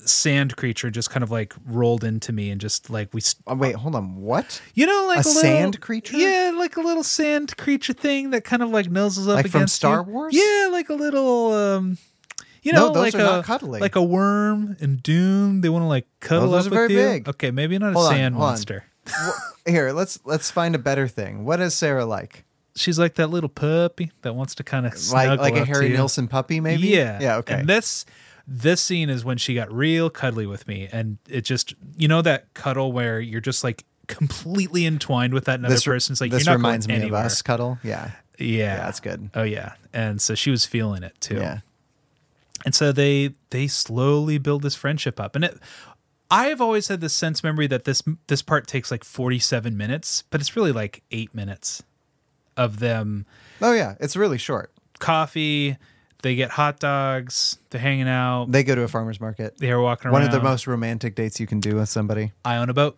Speaker 2: sand creature, just kind of like rolled into me and just like we.
Speaker 1: Oh, wait, hold on, what?
Speaker 2: You know, like
Speaker 1: A
Speaker 2: a, little-
Speaker 1: sand creature?
Speaker 2: Yeah, like a little sand creature thing that kind of like nuzzles up
Speaker 1: Like from
Speaker 2: against
Speaker 1: Star
Speaker 2: you.
Speaker 1: Wars?
Speaker 2: Yeah, like a little. um you
Speaker 1: No,
Speaker 2: know,
Speaker 1: those
Speaker 2: like
Speaker 1: are
Speaker 2: a
Speaker 1: not cuddling.
Speaker 2: like a worm in Doom, they want to like cuddle
Speaker 1: those
Speaker 2: up
Speaker 1: are very
Speaker 2: with you.
Speaker 1: big.
Speaker 2: Okay, maybe not
Speaker 1: Hold
Speaker 2: a
Speaker 1: on,
Speaker 2: sand
Speaker 1: hold on.
Speaker 2: monster.
Speaker 1: Wh- Here, let's let's find a better thing. What is Sarah like?
Speaker 2: She's like that little puppy that wants to kind of
Speaker 1: like like a Harry Nilsson puppy, maybe.
Speaker 2: Yeah.
Speaker 1: yeah, okay.
Speaker 2: And this this scene is when she got real cuddly with me, and it just you know that cuddle where you're just like completely entwined with that another
Speaker 1: this re-
Speaker 2: person. It's like
Speaker 1: this
Speaker 2: you're not
Speaker 1: reminds
Speaker 2: going
Speaker 1: me
Speaker 2: anywhere.
Speaker 1: of us cuddle. Yeah,
Speaker 2: Yeah.
Speaker 1: that's good.
Speaker 2: Oh yeah, and so she was feeling it too.
Speaker 1: Yeah.
Speaker 2: and so they they slowly build this friendship up and it i have always had this sense memory that this this part takes like 47 minutes but it's really like eight minutes of them
Speaker 1: oh yeah it's really short
Speaker 2: coffee they get hot dogs they're hanging out
Speaker 1: They go to a farmer's market.
Speaker 2: they're walking around
Speaker 1: One of the most romantic dates you can do with somebody.
Speaker 2: I own a boat.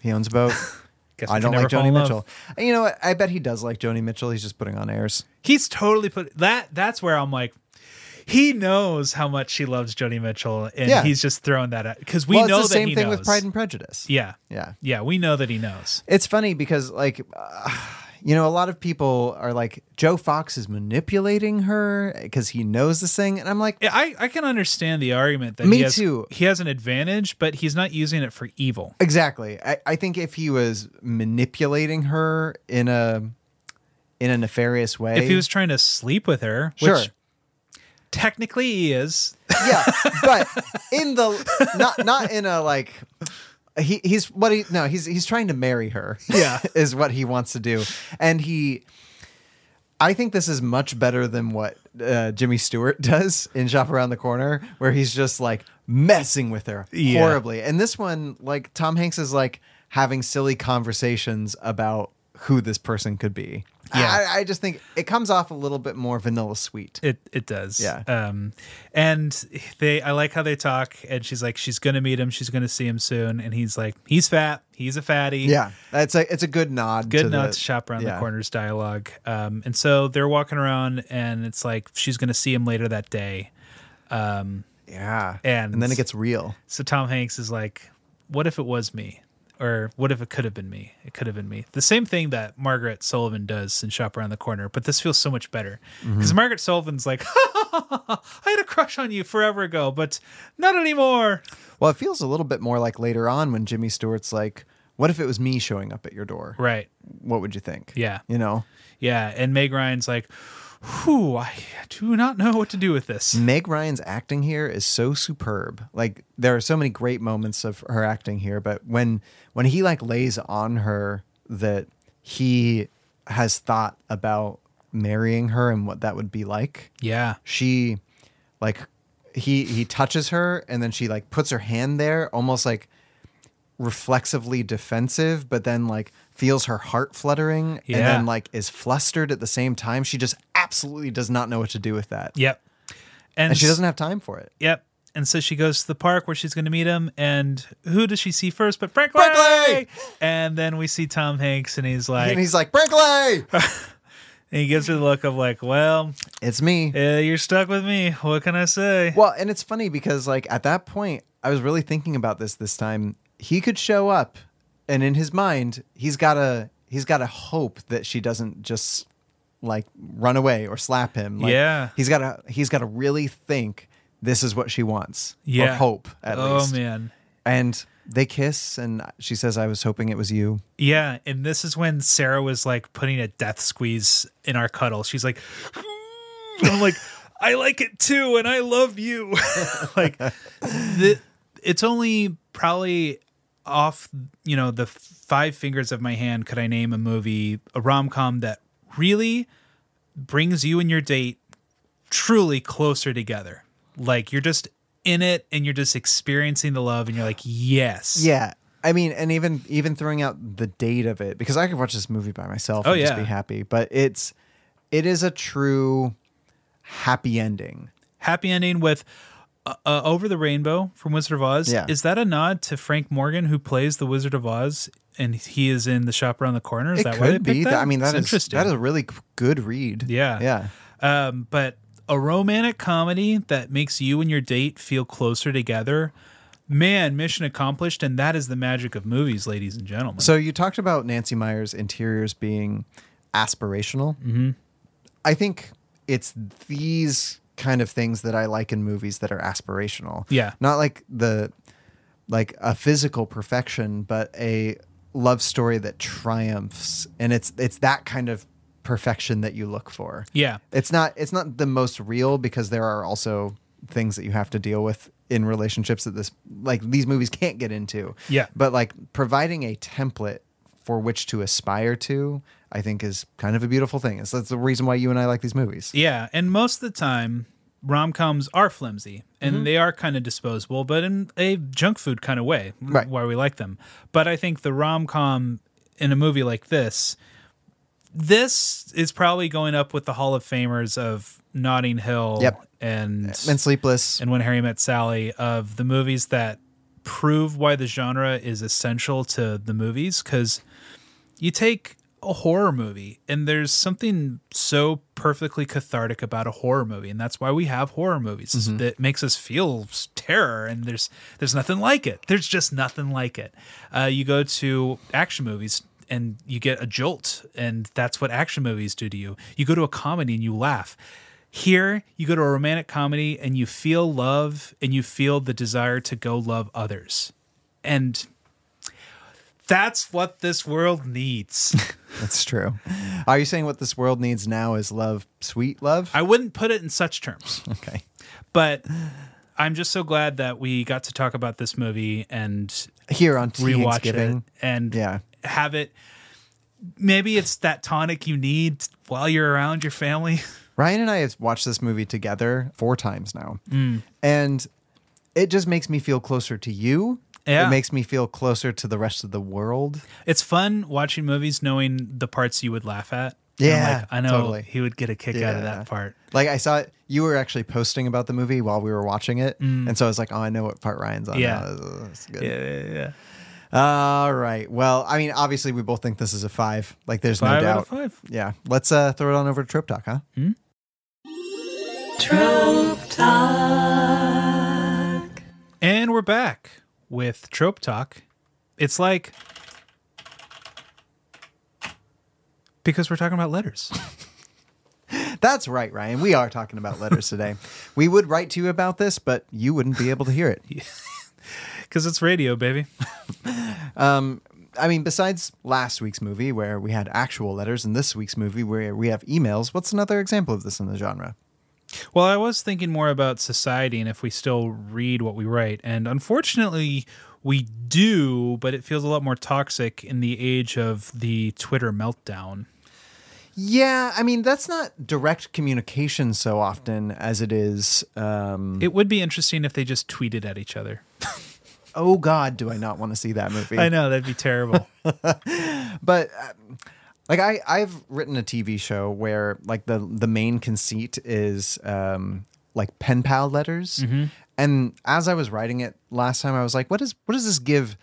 Speaker 1: He owns a boat.
Speaker 2: *laughs* Guess we
Speaker 1: I don't
Speaker 2: can never
Speaker 1: like
Speaker 2: fall
Speaker 1: Joni
Speaker 2: in love.
Speaker 1: Mitchell. And You know what? I bet he does like Joni Mitchell. He's just putting on airs.
Speaker 2: he's totally put that that's where i'm like he knows how much she loves joni mitchell and
Speaker 1: Yeah.
Speaker 2: he's just throwing that out because we
Speaker 1: well,
Speaker 2: know
Speaker 1: it's the
Speaker 2: that
Speaker 1: same
Speaker 2: he
Speaker 1: thing
Speaker 2: knows
Speaker 1: with Pride and Prejudice.
Speaker 2: yeah
Speaker 1: Yeah.
Speaker 2: yeah we know that he knows
Speaker 1: It's funny because like *sighs* uh, you know a lot of people are like Joe Fox is manipulating her because he knows this thing and I'm like
Speaker 2: Yeah, I, I can understand the argument that
Speaker 1: Me
Speaker 2: he has,
Speaker 1: too.
Speaker 2: He has an advantage, but he's not using it for evil.
Speaker 1: Exactly. I, I think if he was manipulating her in a in a nefarious way,
Speaker 2: If he was trying to sleep with her,
Speaker 1: Eh? sure,
Speaker 2: which technically he is, *laughs*
Speaker 1: but in the not not in a like he he's what he no he's he's trying to marry her.
Speaker 2: Yeah.
Speaker 1: *laughs* is what he wants to do, and he. I think this is much better than what uh, Jimmy Stewart *laughs* does in Shop Around the Corner, where he's just like messing with her
Speaker 2: Yeah.
Speaker 1: horribly. And this one, like Tom Hanks is like having silly conversations about who this person could be.
Speaker 2: Yeah.
Speaker 1: I, I just think it comes off a little bit more vanilla sweet.
Speaker 2: it it does.
Speaker 1: Yeah.
Speaker 2: Um, and they, I like how they talk, and she's like, she's gonna meet him, she's gonna see him soon, and he's like, he's fat, he's a fatty.
Speaker 1: Yeah, that's a it's a good nod.
Speaker 2: good
Speaker 1: to
Speaker 2: not
Speaker 1: the,
Speaker 2: to shop around
Speaker 1: yeah.
Speaker 2: the corners dialogue um, and so they're walking around and it's like she's going to see him later that day um,
Speaker 1: yeah
Speaker 2: and,
Speaker 1: and then it gets real.
Speaker 2: so tom hanks is like what if it was me or what if it could have been me it could have been me the same thing that margaret sullivan does in shop around the corner but this feels so much better
Speaker 1: Mm-hmm.
Speaker 2: because margaret sullivan's like *laughs* i had a crush on you forever ago but not anymore
Speaker 1: Well, it feels a little bit more like later on when Jimmy Stewart's like, "What if it was me showing up at your door?
Speaker 2: right
Speaker 1: What would you think?"
Speaker 2: yeah
Speaker 1: You know,
Speaker 2: yeah and meg ryan's like whew i do not know what to do with this
Speaker 1: Meg Ryan's acting here is so superb. Like there are so many great moments of her acting here, but when when he like lays on her that he has thought about marrying her and what that would be like,
Speaker 2: yeah
Speaker 1: she like he he touches her and then she like puts her hand there almost like reflexively defensive but then like feels her heart fluttering and
Speaker 2: Yeah.
Speaker 1: then like is flustered at the same time she just absolutely does not know what to do with that
Speaker 2: Yep.
Speaker 1: and she doesn't have time for it
Speaker 2: Yep. And so she goes to the park where she's going to meet him. And who does she see first but Frank
Speaker 1: Brinkley!
Speaker 2: And then we see Tom Hanks, and he's like,
Speaker 1: and he's like brinkley
Speaker 2: *laughs* and he gives her the look of like, well,
Speaker 1: it's me
Speaker 2: eh, you're stuck with me. What can I say?
Speaker 1: well and it's funny because like at that point i was really thinking about this this time he could show up and in his mind he's got to he's got to hope that she doesn't just like run away or slap him like,
Speaker 2: Yeah.
Speaker 1: he's got to he's got to really think this is what she wants
Speaker 2: Yeah.
Speaker 1: or hope at
Speaker 2: oh
Speaker 1: least
Speaker 2: man.
Speaker 1: and they kiss and she says i was hoping it was you
Speaker 2: Yeah. And this is when Sarah was like putting a death squeeze in our cuddle. She's like, "Hmm." I'm like, I like it too, and I love you. *laughs* like, the, it's only probably off, you know, the five fingers of my hand could I name a movie, a rom com that really brings you and your date truly closer together. Like, you're just in it and you're just experiencing the love, and you're like, yes.
Speaker 1: yeah i mean and even even throwing out the date of it because i could watch this movie by myself
Speaker 2: Oh,
Speaker 1: and just
Speaker 2: yeah.
Speaker 1: be happy but it's it is a true happy ending
Speaker 2: happy ending with uh, uh, Over the Rainbow from Wizard of Oz.
Speaker 1: Yeah.
Speaker 2: Is that a nod to Frank Morgan, who plays the Wizard of Oz, and he is in the shop around the corner? Is
Speaker 1: it
Speaker 2: that why they
Speaker 1: could
Speaker 2: picked
Speaker 1: be
Speaker 2: that?
Speaker 1: that i mean
Speaker 2: It's
Speaker 1: that is
Speaker 2: interesting.
Speaker 1: that is a really c- good read
Speaker 2: yeah,
Speaker 1: yeah
Speaker 2: Um, but a romantic comedy that makes you and your date feel closer together. Man, mission accomplished, and that is the magic of movies, ladies and gentlemen.
Speaker 1: so you talked about nancy meyer's interiors being aspirational
Speaker 2: hmm
Speaker 1: i think it's these kind of things that i like in movies that are aspirational
Speaker 2: Yeah.
Speaker 1: not like the like a physical perfection but a love story that triumphs and it's it's that kind of perfection that you look for
Speaker 2: Yeah.
Speaker 1: it's not it's not the most real because there are also things that you have to deal with in relationships that this like these movies can't get into.
Speaker 2: Yeah.
Speaker 1: But like providing a template for which to aspire to, I think is kind of a beautiful thing. It's that's the reason why you and I like these movies.
Speaker 2: Yeah, and most of the time, rom coms are flimsy and
Speaker 1: Mm-hmm.
Speaker 2: they are kind of disposable, but in a junk food kind of way,
Speaker 1: Right.
Speaker 2: why we like them. But I think the rom com in a movie like this, this is probably going up with the Hall of Famers of Notting Hill
Speaker 1: Yep.
Speaker 2: and
Speaker 1: And Sleepless.
Speaker 2: and When Harry Met Sally of the movies that prove why the genre is essential to the movies because you take a horror movie and there's something so perfectly cathartic about a horror movie and that's why we have horror movies is
Speaker 16: Mhm.
Speaker 2: that makes us feel s- terror and there's there's nothing like it there's just nothing like it uh, you go to action movies and you get a jolt and that's what action movies do to you you go to a comedy and you laugh here you go to a romantic comedy and you feel love and you feel the desire to go love others and that's what this world needs.
Speaker 1: That's true. Are you saying what this world needs now is love, sweet love?
Speaker 2: I wouldn't put it in
Speaker 1: *laughs*
Speaker 2: such terms.
Speaker 1: Okay.
Speaker 2: But I'm just so glad that we got to talk about this movie and
Speaker 1: Here on Tea
Speaker 2: rewatch it
Speaker 1: Thanksgiving.
Speaker 2: and
Speaker 1: Yeah.
Speaker 2: have it. Maybe it's that tonic you need while you're around your family. *laughs*
Speaker 1: Ryan and I have watched this movie together four times now.
Speaker 2: Mm.
Speaker 1: And it just makes me feel closer to you.
Speaker 2: Yeah.
Speaker 1: It makes me feel closer to the rest of the world.
Speaker 2: It's fun watching movies knowing the parts you would laugh at. And I'm
Speaker 1: Yeah,
Speaker 2: like, I know
Speaker 1: totally.
Speaker 2: he would get a kick out of
Speaker 1: Yeah.
Speaker 2: that part.
Speaker 1: Like I saw you were actually posting about the movie while we were watching it,
Speaker 2: Mm.
Speaker 1: and so I was like, "Oh, I know what part Ryan's on."
Speaker 2: Yeah.
Speaker 1: now. Uh, it's good.
Speaker 2: Yeah, yeah,
Speaker 1: All right. Well, I mean, obviously, we both think this is a five. Like, there's no
Speaker 2: Five
Speaker 1: doubt.
Speaker 2: out of five.
Speaker 1: Yeah. Let's uh, throw it on over to Trip Talk, huh?
Speaker 17: Trope
Speaker 2: And we're back with Trope Talk. It's like because we're talking about letters. Mm.
Speaker 1: That's right, Ryan. We are talking about letters today. We would write to you about this, but you wouldn't be able to hear it.
Speaker 2: Because it's radio, baby. *laughs*
Speaker 1: um, I mean, besides last week's movie where we had actual letters and this week's movie where we have emails, what's another example of this in the genre?
Speaker 2: Well, I was thinking more about society and if we still read what we write. And unfortunately, we do, but it feels a lot more toxic in the age of the Twitter meltdown.
Speaker 1: Yeah, I mean, that's not direct communication so often as it is. Um,
Speaker 2: It would be interesting if they just tweeted at each other.
Speaker 1: oh, God, do I not want to see that movie?
Speaker 2: I know, that'd be terrible.
Speaker 1: but um, like I I've written a TV show where like the the main conceit is um like pen pal letters.
Speaker 17: Mhm.
Speaker 1: And as I was writing it last time I was like what is what does this give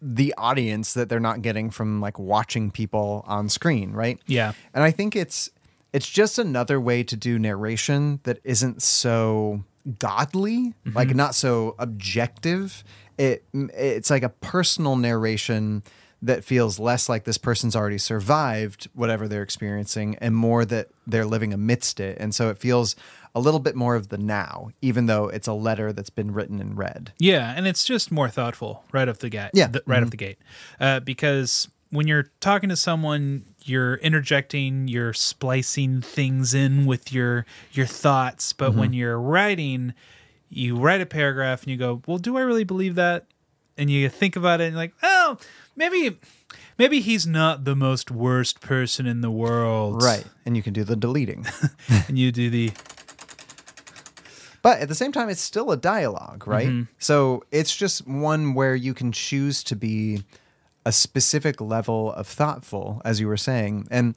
Speaker 1: the audience that they're not getting from like watching people on screen, right?
Speaker 2: yeah.
Speaker 1: And I think it's it's just another way to do narration that isn't so godly, like not so objective. It it's like a personal narration that feels less like this person's already survived whatever they're experiencing and more that they're living amidst it. And so it feels a little bit more of the now, even though it's a letter that's been written and read.
Speaker 2: Yeah, and it's just more thoughtful right off the gate.
Speaker 1: Yeah. Mm-hmm.
Speaker 2: th- right off the gate, uh, because when you're talking to someone, you're interjecting, you're splicing things in with your your thoughts. But when
Speaker 1: Mm-hmm.
Speaker 16: Mhm.
Speaker 2: you're writing, you write a paragraph and you go, "Well, do I really believe that?" And you think about it and you're like, "Oh, maybe." Maybe he's not the most worst person in the world.
Speaker 1: Right. And you can do the deleting. *laughs*
Speaker 2: and you do the
Speaker 1: But at the same time, it's still a dialogue, right?
Speaker 2: Mhm.
Speaker 1: So it's just one where you can choose to be a specific level of thoughtful, as you were saying. And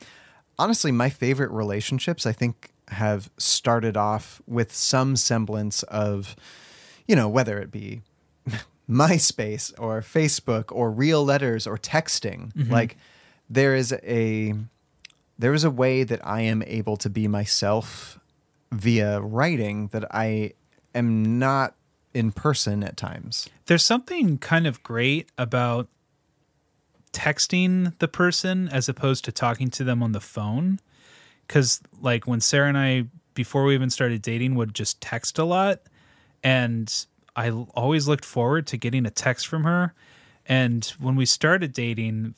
Speaker 1: honestly, my favorite relationships, I think, have started off with some semblance of, you know, whether it be *laughs* MySpace or Facebook or real letters or texting.
Speaker 17: Mhm.
Speaker 1: Like there is a there is a way that I am able to be myself via writing that I am not in person at times.
Speaker 2: there's something kind of great about texting the person as opposed to talking to them on the phone because like when sarah and i before we even started dating would just text a lot and i l- always looked forward to getting a text from her and when we started dating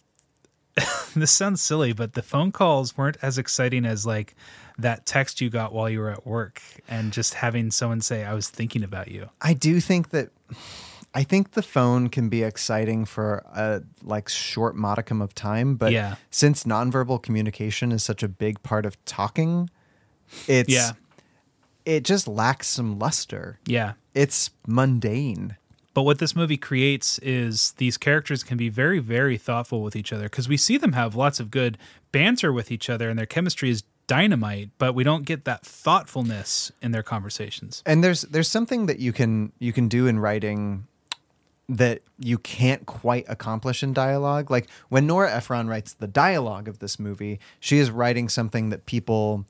Speaker 2: *laughs* this sounds silly but the phone calls weren't as exciting as like that text you got while you were at work and just having someone say i was thinking about you
Speaker 1: I do think that I think the phone can be exciting for a like short modicum of time, but
Speaker 2: Yeah.
Speaker 1: since nonverbal communication is such a big part of talking, it's
Speaker 2: Yeah.
Speaker 1: it just lacks some luster.
Speaker 2: Yeah.
Speaker 1: It's mundane.
Speaker 2: But what this movie creates is these characters can be very, very thoughtful with each other because we see them have lots of good banter with each other and their chemistry is dynamite, but we don't get that thoughtfulness in their conversations.
Speaker 1: And there's there's something that you can you can do in writing that you can't quite accomplish in dialogue. Like when Nora Ephron writes the dialogue of this movie, she is writing something that people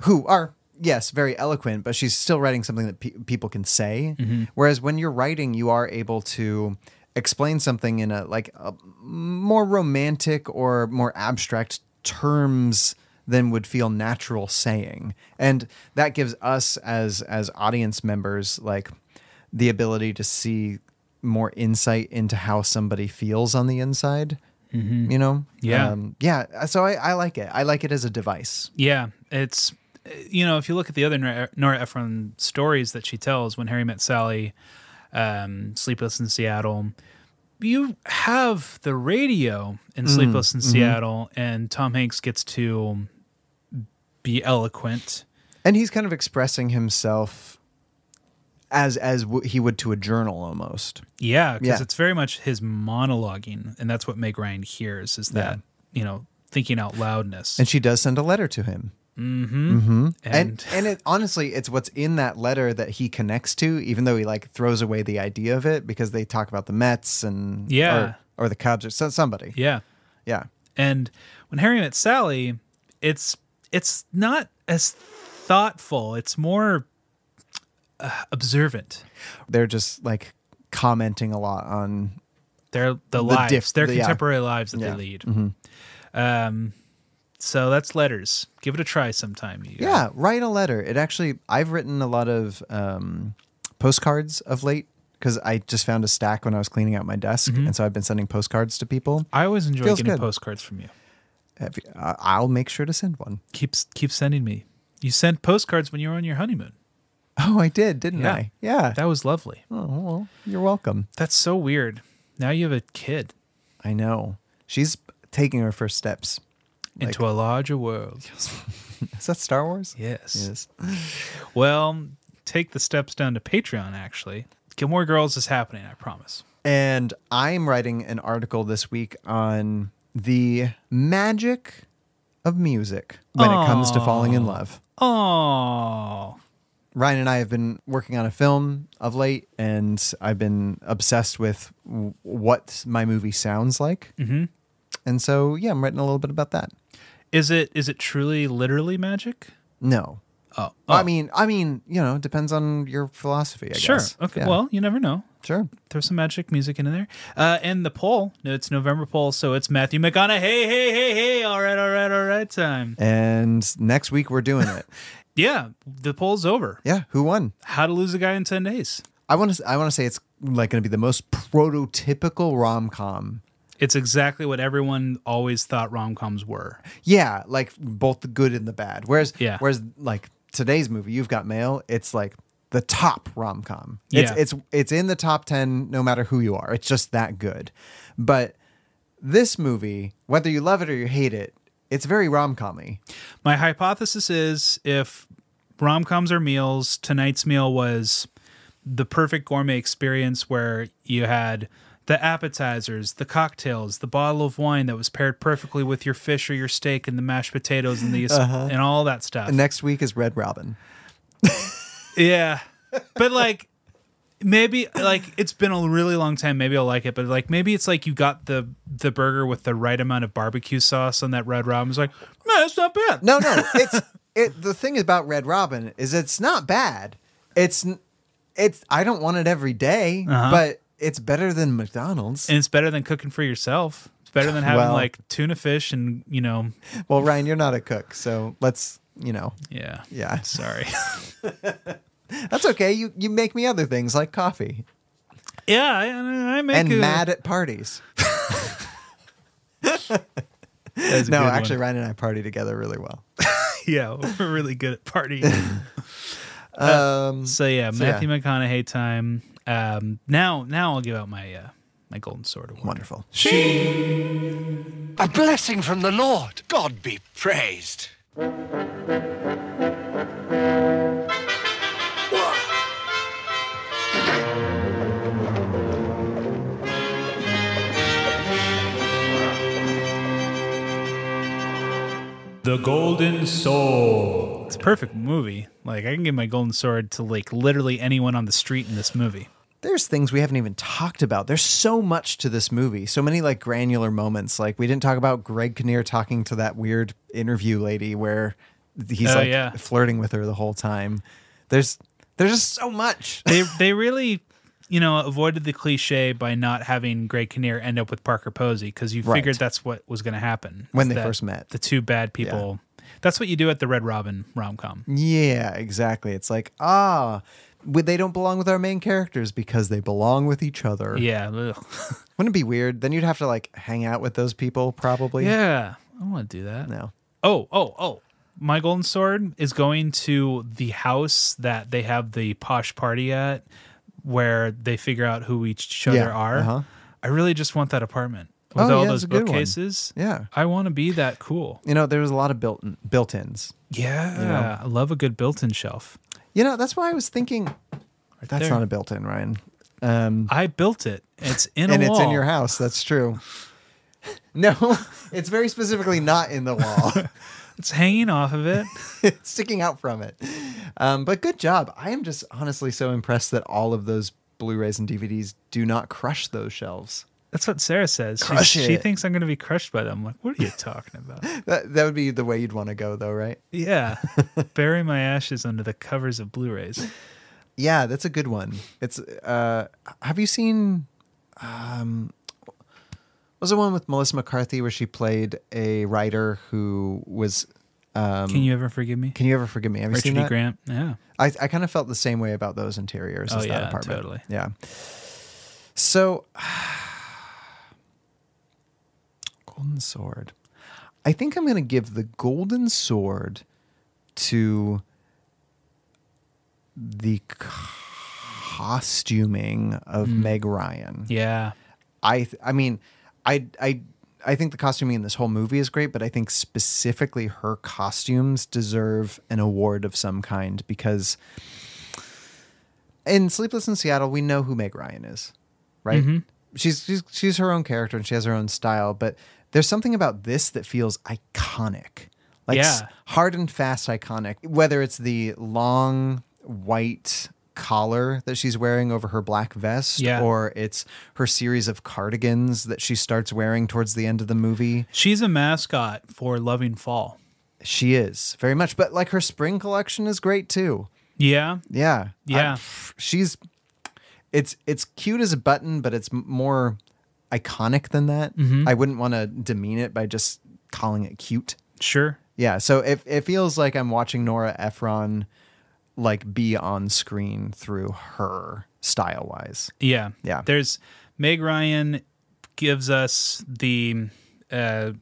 Speaker 1: who are yes, very eloquent, but she's still writing something that pe- people can say.
Speaker 2: Mhm.
Speaker 1: Whereas when you're writing, you are able to explain something in a like a more romantic or more abstract terms than would feel natural saying. And that gives us as as audience members like the ability to see more insight into how somebody feels on the inside.
Speaker 2: Mhm.
Speaker 1: You know?
Speaker 2: Yeah.
Speaker 1: Um, yeah. So I, I like it. I like it as a device.
Speaker 2: Yeah, it's you know if you look at the other Nora Nora Ephron stories that she tells, when Harry met Sally, um, Sleepless in Seattle, you have the radio in
Speaker 1: Mm,
Speaker 2: Sleepless in
Speaker 1: mhm.
Speaker 2: Seattle, and Tom Hanks gets to be eloquent.
Speaker 1: and he's kind of expressing himself as as w- he would to a journal almost
Speaker 2: Yeah, because
Speaker 1: Yeah.
Speaker 2: it's very much his monologuing, and that's what Meg Ryan hears is that you know thinking out loudness.
Speaker 1: and she does send a letter to him
Speaker 2: Mm-hmm.
Speaker 1: hmm and
Speaker 2: And-
Speaker 1: and, it, honestly it's what's in that letter that he connects to even though he like throws away the idea of it because they talk about the mets and
Speaker 2: Yeah.
Speaker 1: or, or the cubs or so, somebody
Speaker 2: Yeah.
Speaker 1: yeah
Speaker 2: And when Harry met Sally, it's it's not as thoughtful. It's more uh, observant.
Speaker 1: they're just like commenting a lot on
Speaker 2: Their the,
Speaker 1: The
Speaker 2: lives,
Speaker 1: diff-
Speaker 2: their
Speaker 1: the- yeah.
Speaker 2: contemporary lives that
Speaker 1: Yeah.
Speaker 2: they lead.
Speaker 1: Mhm.
Speaker 2: Um, so that's letters. Give it a try sometime. You
Speaker 1: Yeah, write a letter. It actually, I've written a lot of um, postcards of late because I just found a stack when I was cleaning out my desk, and so I've been sending postcards to people.
Speaker 2: I always enjoy
Speaker 1: Feels
Speaker 2: getting
Speaker 1: good.
Speaker 2: postcards from you.
Speaker 1: Have you- I- I'll make sure to send one. *laughs*
Speaker 2: Keeps keep sending me. You sent postcards when you were on your honeymoon.
Speaker 1: Oh, I did, didn't I? Yeah,
Speaker 2: *laughs* that was lovely.
Speaker 1: Oh well, you're welcome.
Speaker 2: That's so weird. Now you have a kid
Speaker 1: I know she's taking her first steps. Like-
Speaker 2: into a larger
Speaker 1: *laughs*
Speaker 2: world.
Speaker 1: Is that Star Wars?
Speaker 2: Yes.
Speaker 1: Yes.
Speaker 2: Well, take the steps down to Patreon, actually. Gilmore Girls is happening, I promise.
Speaker 1: And I'm writing an article this week on the magic of music when it comes to falling in love.
Speaker 2: Oh.
Speaker 1: Ryan and I have been working on a film of late, and I've been obsessed with w- what my movie sounds like.
Speaker 2: Mm-hmm.
Speaker 1: And so, yeah, I'm writing a little bit about that.
Speaker 2: Is it is it truly literally magic?
Speaker 1: No,
Speaker 2: Oh.
Speaker 1: I mean, I mean, you know, it depends on your philosophy. I
Speaker 2: sure.
Speaker 1: guess.
Speaker 2: Okay.
Speaker 1: Yeah.
Speaker 2: Well, you never know.
Speaker 1: Sure.
Speaker 2: Throw some magic music in there. Uh, and the poll. No, it's November poll, so it's Matthew McConaughey. Hey, hey, hey, hey. All right, all right, all right. Time.
Speaker 1: And next week we're doing it.
Speaker 2: Yeah, the poll's over.
Speaker 1: *laughs* yeah. Who won?
Speaker 2: How to lose a guy in ten days.
Speaker 1: I want to. I want to say it's like going to be the most prototypical rom com.
Speaker 2: It's exactly what everyone always thought rom coms were.
Speaker 1: Yeah, like both the good and the bad. Whereas,
Speaker 2: Yeah.
Speaker 1: whereas like today's movie, you've got mail. It's like the top rom com.
Speaker 2: Yeah.
Speaker 1: It's it's it's in the top ten, no matter who you are. It's just that good. But this movie, whether you love it or you hate it, it's very rom commy.
Speaker 2: My hypothesis is if rom coms are meals, tonight's meal was the perfect gourmet experience where you had the appetizers, the cocktails, the bottle of wine that was paired perfectly with your fish or your steak and the mashed potatoes and the
Speaker 1: Uh-huh.
Speaker 2: and all that stuff.
Speaker 1: Next week is Red Robin.
Speaker 2: Yeah. But like maybe like it's been a really long time maybe I'll like it but like maybe it's like you got the the burger with the right amount of barbecue sauce on that red robin it's like man that's not bad
Speaker 1: No, no, it's *laughs* it. The thing about Red Robin is it's not bad. It's n- it's. I don't want it every day,
Speaker 2: Uh-huh.
Speaker 1: but it's better than McDonald's.
Speaker 2: And it's better than cooking for yourself. It's better than having
Speaker 1: Well-
Speaker 2: like tuna fish and, you know,
Speaker 1: Well, Ryan, you're not a cook, so let's you know.
Speaker 2: yeah.
Speaker 1: Yeah,
Speaker 2: Sorry. *laughs*
Speaker 1: that's okay. You you make me other things like coffee
Speaker 2: yeah, I, I make
Speaker 1: and
Speaker 2: a-
Speaker 1: mad at parties.
Speaker 2: That's a
Speaker 1: no,
Speaker 2: good one.
Speaker 1: actually, Ryan and I party together really well.
Speaker 2: yeah, we're really good at party.
Speaker 1: *laughs* Um,
Speaker 2: so yeah,
Speaker 1: so yeah.
Speaker 2: Matthew McConaughey time. Um, now, now I'll give out my uh, my golden sword award.
Speaker 1: Wonderful.
Speaker 16: A blessing from the Lord. God be praised.
Speaker 2: The Golden Sword. It's a perfect movie. Like I can give my golden sword to like literally anyone on the street in this movie.
Speaker 1: There's things we haven't even talked about. There's so much to this movie, so many like granular moments. Like we didn't talk about Greg Kinnear talking to that weird interview lady where he's
Speaker 2: Oh,
Speaker 1: like
Speaker 2: yeah.
Speaker 1: flirting with her the whole time. There's there's just so much.
Speaker 2: They they really, you know, avoided the cliche by not having Greg Kinnear end up with Parker Posey because you
Speaker 1: Right.
Speaker 2: figured that's what was going to happen
Speaker 1: When
Speaker 2: is
Speaker 1: they
Speaker 2: that
Speaker 1: first met.
Speaker 2: The two bad people. That's what you do at the Red Robin rom com.
Speaker 1: Mm-hmm. Yeah, exactly. It's like ah, would they don't belong with our main characters because they belong with each other.
Speaker 2: Yeah.
Speaker 1: *laughs*
Speaker 2: ugh.
Speaker 1: Wouldn't it be weird? Then you'd have to like hang out with those people probably.
Speaker 2: Yeah. I don't want to do that.
Speaker 1: No.
Speaker 2: Oh, oh, oh. My golden sword is going to the house that they have the posh party at where they figure out who each other
Speaker 1: Yeah,
Speaker 2: are.
Speaker 1: uh-huh.
Speaker 2: I really just want that apartment with
Speaker 1: Oh,
Speaker 2: all
Speaker 1: yeah, it's
Speaker 2: those
Speaker 1: a good one.
Speaker 2: bookcases.
Speaker 1: Yeah.
Speaker 2: I want to be that cool.
Speaker 1: You know, there was a lot of built built-ins.
Speaker 2: Yeah.
Speaker 1: You know?
Speaker 2: I love a good built in shelf.
Speaker 1: You know, that's why I was thinking that's
Speaker 2: there.
Speaker 1: not a built-in, Ryan. Um,
Speaker 2: I built it. It's in a
Speaker 1: and it's in
Speaker 2: wall.
Speaker 1: your house. That's true. *laughs* No, it's very specifically not in the *laughs* wall.
Speaker 2: it's hanging off of it.
Speaker 1: it's sticking out from it. Um, but good job. I am just honestly so impressed that all of those Blu-rays and DVDs do not crush those shelves.
Speaker 2: That's what Sarah says. She-
Speaker 1: Crush
Speaker 2: She
Speaker 1: it.
Speaker 2: thinks I'm going to be crushed by them. I'm like, what are you
Speaker 1: *laughs*
Speaker 2: talking about?
Speaker 1: That that would be the way you'd want to go, though, right?
Speaker 2: yeah. Bury my ashes under the covers of Blu rays.
Speaker 1: Yeah, that's a good one. It's uh have you seen um was the one with Melissa McCarthy where she played a writer who was um
Speaker 2: Can you ever forgive me?
Speaker 1: Can you ever forgive me? Have you
Speaker 2: Richard
Speaker 1: seen
Speaker 2: E.
Speaker 1: that?
Speaker 2: Grant. Yeah.
Speaker 1: I I kind of felt the same way about those interiors
Speaker 2: Oh,
Speaker 1: as that
Speaker 2: yeah,
Speaker 1: apartment.
Speaker 2: totally.
Speaker 1: Yeah. So *sighs* Golden Sword. I think I'm going to give the Golden Sword to the costuming of
Speaker 2: Mm.
Speaker 1: Meg Ryan.
Speaker 2: Yeah.
Speaker 1: I th- I mean, I I I think the costuming in this whole movie is great, but I think specifically her costumes deserve an award of some kind because in Sleepless in Seattle, we know who Meg Ryan is, right?
Speaker 2: Mhm.
Speaker 1: She's, she's she's her own character and she has her own style, but there's something about this that feels iconic, like s-
Speaker 2: Yeah.
Speaker 1: hard and fast iconic. Whether it's the long white collar that she's wearing over her black vest,
Speaker 2: Yeah.
Speaker 1: or it's her series of cardigans that she starts wearing towards the end of the movie.
Speaker 2: She's a mascot for Loving Fall.
Speaker 1: She is very much, but like her spring collection is great too.
Speaker 2: Yeah.
Speaker 1: Yeah.
Speaker 2: Yeah.
Speaker 1: I- she's it's it's cute as a button, but it's m- more iconic than that.
Speaker 2: Mhm.
Speaker 1: I wouldn't want to demean it by just calling it cute.
Speaker 2: Sure.
Speaker 1: Yeah, so it it feels like I'm watching Nora Ephron like be on screen through her style wise.
Speaker 2: Yeah.
Speaker 1: Yeah.
Speaker 2: There's Meg Ryan gives us the uh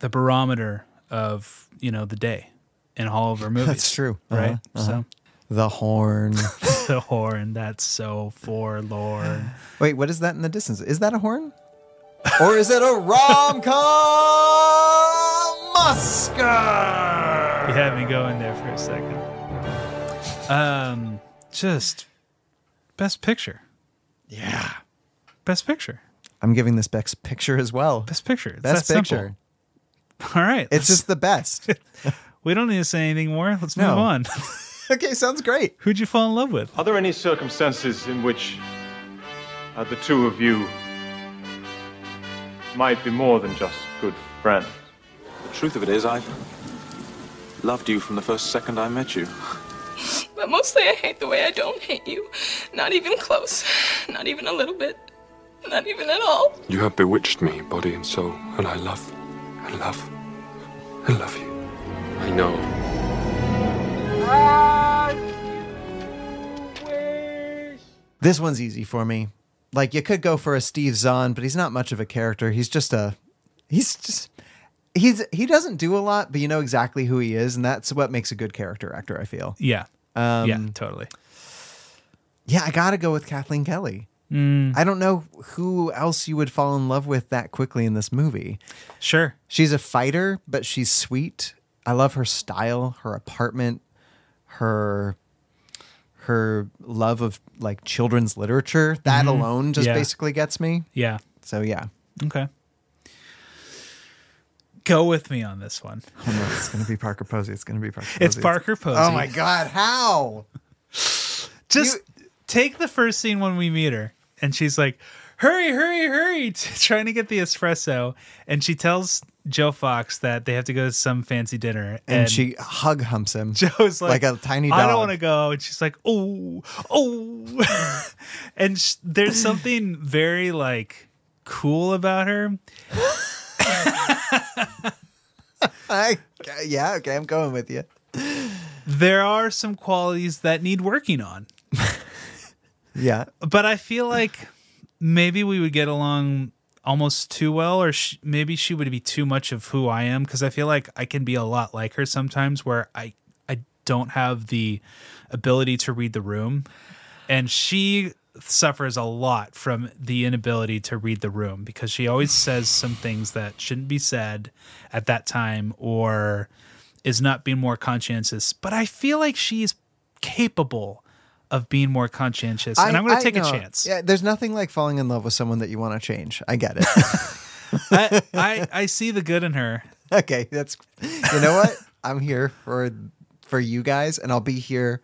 Speaker 2: the barometer of, you know, the day in all of her movies.
Speaker 1: That's true.
Speaker 2: Right?
Speaker 1: Uh-huh, uh-huh. The horn.
Speaker 2: So *laughs* the horn, that's so forlorn.
Speaker 1: *laughs* Wait, what is that in the distance? Is that a horn? Or is it a rom-com *laughs* musker?
Speaker 2: You had me going there for a second. Um just best picture.
Speaker 1: Yeah.
Speaker 2: Best picture.
Speaker 1: I'm giving this best picture as well.
Speaker 2: Best picture. It's
Speaker 1: Best
Speaker 2: that simple.
Speaker 1: picture.
Speaker 2: *laughs* All right.
Speaker 1: It's just the best.
Speaker 2: *laughs* we don't need to say anything more. Let's
Speaker 1: No. *laughs*
Speaker 2: move on. *laughs*
Speaker 1: okay, sounds great.
Speaker 2: Who'd you fall in love with?
Speaker 17: Are there any circumstances in which uh, the two of you might be more than just good friends?
Speaker 8: The truth of it is, I loved you from the first second I met you.
Speaker 18: But mostly I hate the way I don't hate you. Not even close. Not even a little bit. Not even at all.
Speaker 19: You have bewitched me, body and soul, and I love, I love, I love you. I know.
Speaker 1: This one's easy for me. Like you could go for a Steve Zahn, but he's not much of a character. He's just a he's just he's he doesn't do a lot, but you know exactly who he is, and that's what makes a good character actor, I feel.
Speaker 2: Yeah.
Speaker 1: Um,
Speaker 2: yeah, totally.
Speaker 1: Yeah, I gotta go with Kathleen Kelly. I don't know who else you would fall in love with that quickly in this movie.
Speaker 2: Sure.
Speaker 1: She's a fighter, but she's sweet. I love her style, her apartment, her her love of like children's literature. That
Speaker 2: Mhm.
Speaker 1: alone just
Speaker 2: Yeah.
Speaker 1: basically gets me.
Speaker 2: Yeah.
Speaker 1: So yeah.
Speaker 2: Okay. Go with me on this one.
Speaker 1: Oh no, it's gonna be Parker Posey. It's gonna be Parker. Posey.
Speaker 2: It's Parker Posey.
Speaker 1: Oh my god, how?
Speaker 2: Just take the first scene when we meet her, and she's like, "Hurry, hurry, hurry!" *laughs* trying to get the espresso, and she tells Joe Fox that they have to go to some fancy dinner,
Speaker 1: And,
Speaker 2: *laughs*
Speaker 1: she hug humps him.
Speaker 2: Joe's like,
Speaker 1: a tiny dog.
Speaker 2: I don't want to go. And she's like, oh, oh. *laughs* and sh- there's something very like cool about her.
Speaker 1: I, yeah, okay, I'm going with you.
Speaker 2: There are some qualities that need working on,
Speaker 1: Yeah.
Speaker 2: but I feel like maybe we would get along almost too well, or sh- maybe she would be too much of who I am because I feel like I can be a lot like her sometimes, where I I don't have the ability to read the room, and she suffers a lot from the inability to read the room because she always says some things that shouldn't be said at that time or is not being more conscientious but i feel like she's capable of being more conscientious and i'm going to take
Speaker 1: no.
Speaker 2: a chance
Speaker 1: Yeah, there's nothing like falling in love with someone that you want to change. I get it. *laughs*
Speaker 2: I, I I see the good in her.
Speaker 1: okay, that's you know what? I'm here for for you guys, and I'll be here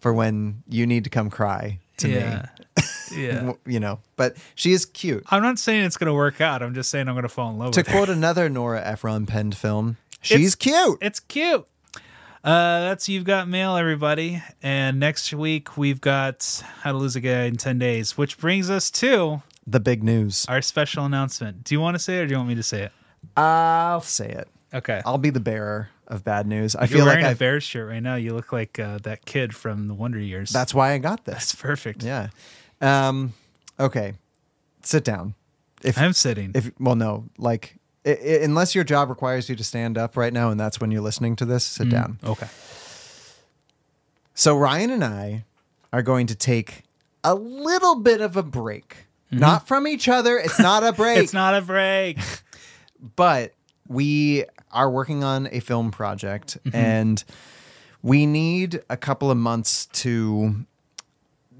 Speaker 1: for when you need to come cry to
Speaker 2: Yeah.
Speaker 1: me.
Speaker 2: Yeah.
Speaker 1: you know, but she is cute.
Speaker 2: I'm not saying it's going to work out. I'm just saying I'm going to fall in love
Speaker 1: To
Speaker 2: with her.
Speaker 1: quote another Nora Ephron penned film, she's
Speaker 2: It's-
Speaker 1: cute.
Speaker 2: It's cute. Uh, that's You've Got Mail, everybody. And next week, we've got How to Lose a Guy in 10 Days, which brings us to
Speaker 1: The big news.
Speaker 2: our special announcement. Do you want to say it or do you want me to say it?
Speaker 1: I'll say it.
Speaker 2: Okay.
Speaker 1: I'll be the bearer of bad news. I
Speaker 2: You're
Speaker 1: feel like
Speaker 2: wearing a
Speaker 1: I've,
Speaker 2: bear shirt right now. You look like uh, that kid from the Wonder Years.
Speaker 1: that's why I got this.
Speaker 2: That's perfect.
Speaker 1: Yeah. Um, okay. Sit down. If
Speaker 2: I'm sitting.
Speaker 1: if well, no, like i i unless your job requires you to stand up right now, and that's when you're listening to this, sit
Speaker 2: Mm,
Speaker 1: down.
Speaker 2: Okay.
Speaker 1: So Ryan and I are going to take a little bit of a break. Not from each other. It's not
Speaker 2: *laughs*
Speaker 1: a break.
Speaker 2: Mm-hmm. It's not a break.
Speaker 1: but we are working on a film project
Speaker 2: Mm-hmm.
Speaker 1: and we need a couple of months to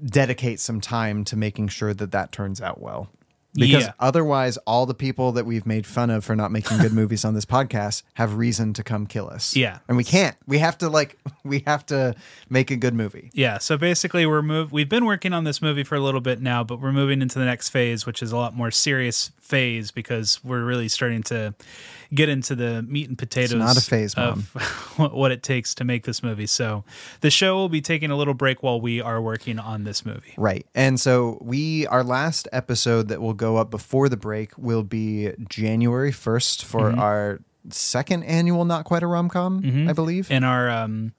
Speaker 1: dedicate some time to making sure that that turns out well because
Speaker 2: Yeah.
Speaker 1: otherwise all the people that we've made fun of for not making
Speaker 2: *laughs*
Speaker 1: good movies on this podcast have reason to come kill us
Speaker 2: Yeah.
Speaker 1: and we can't we have to like *laughs* we have to make a good movie
Speaker 2: Yeah, so basically we're move we've been working on this movie for a little bit now, but we're moving into the next phase, which is a lot more serious phase because we're really starting to get into the meat and potatoes
Speaker 1: not a phase,
Speaker 2: of *laughs* what it takes to make this movie. So the show will be taking a little break while we are working on this movie.
Speaker 1: Right. And so we our last episode that will go up before the break will be January 1st for
Speaker 2: Mhm.
Speaker 1: our second annual not quite a rom-com, I believe.
Speaker 2: Mm-hmm. And our um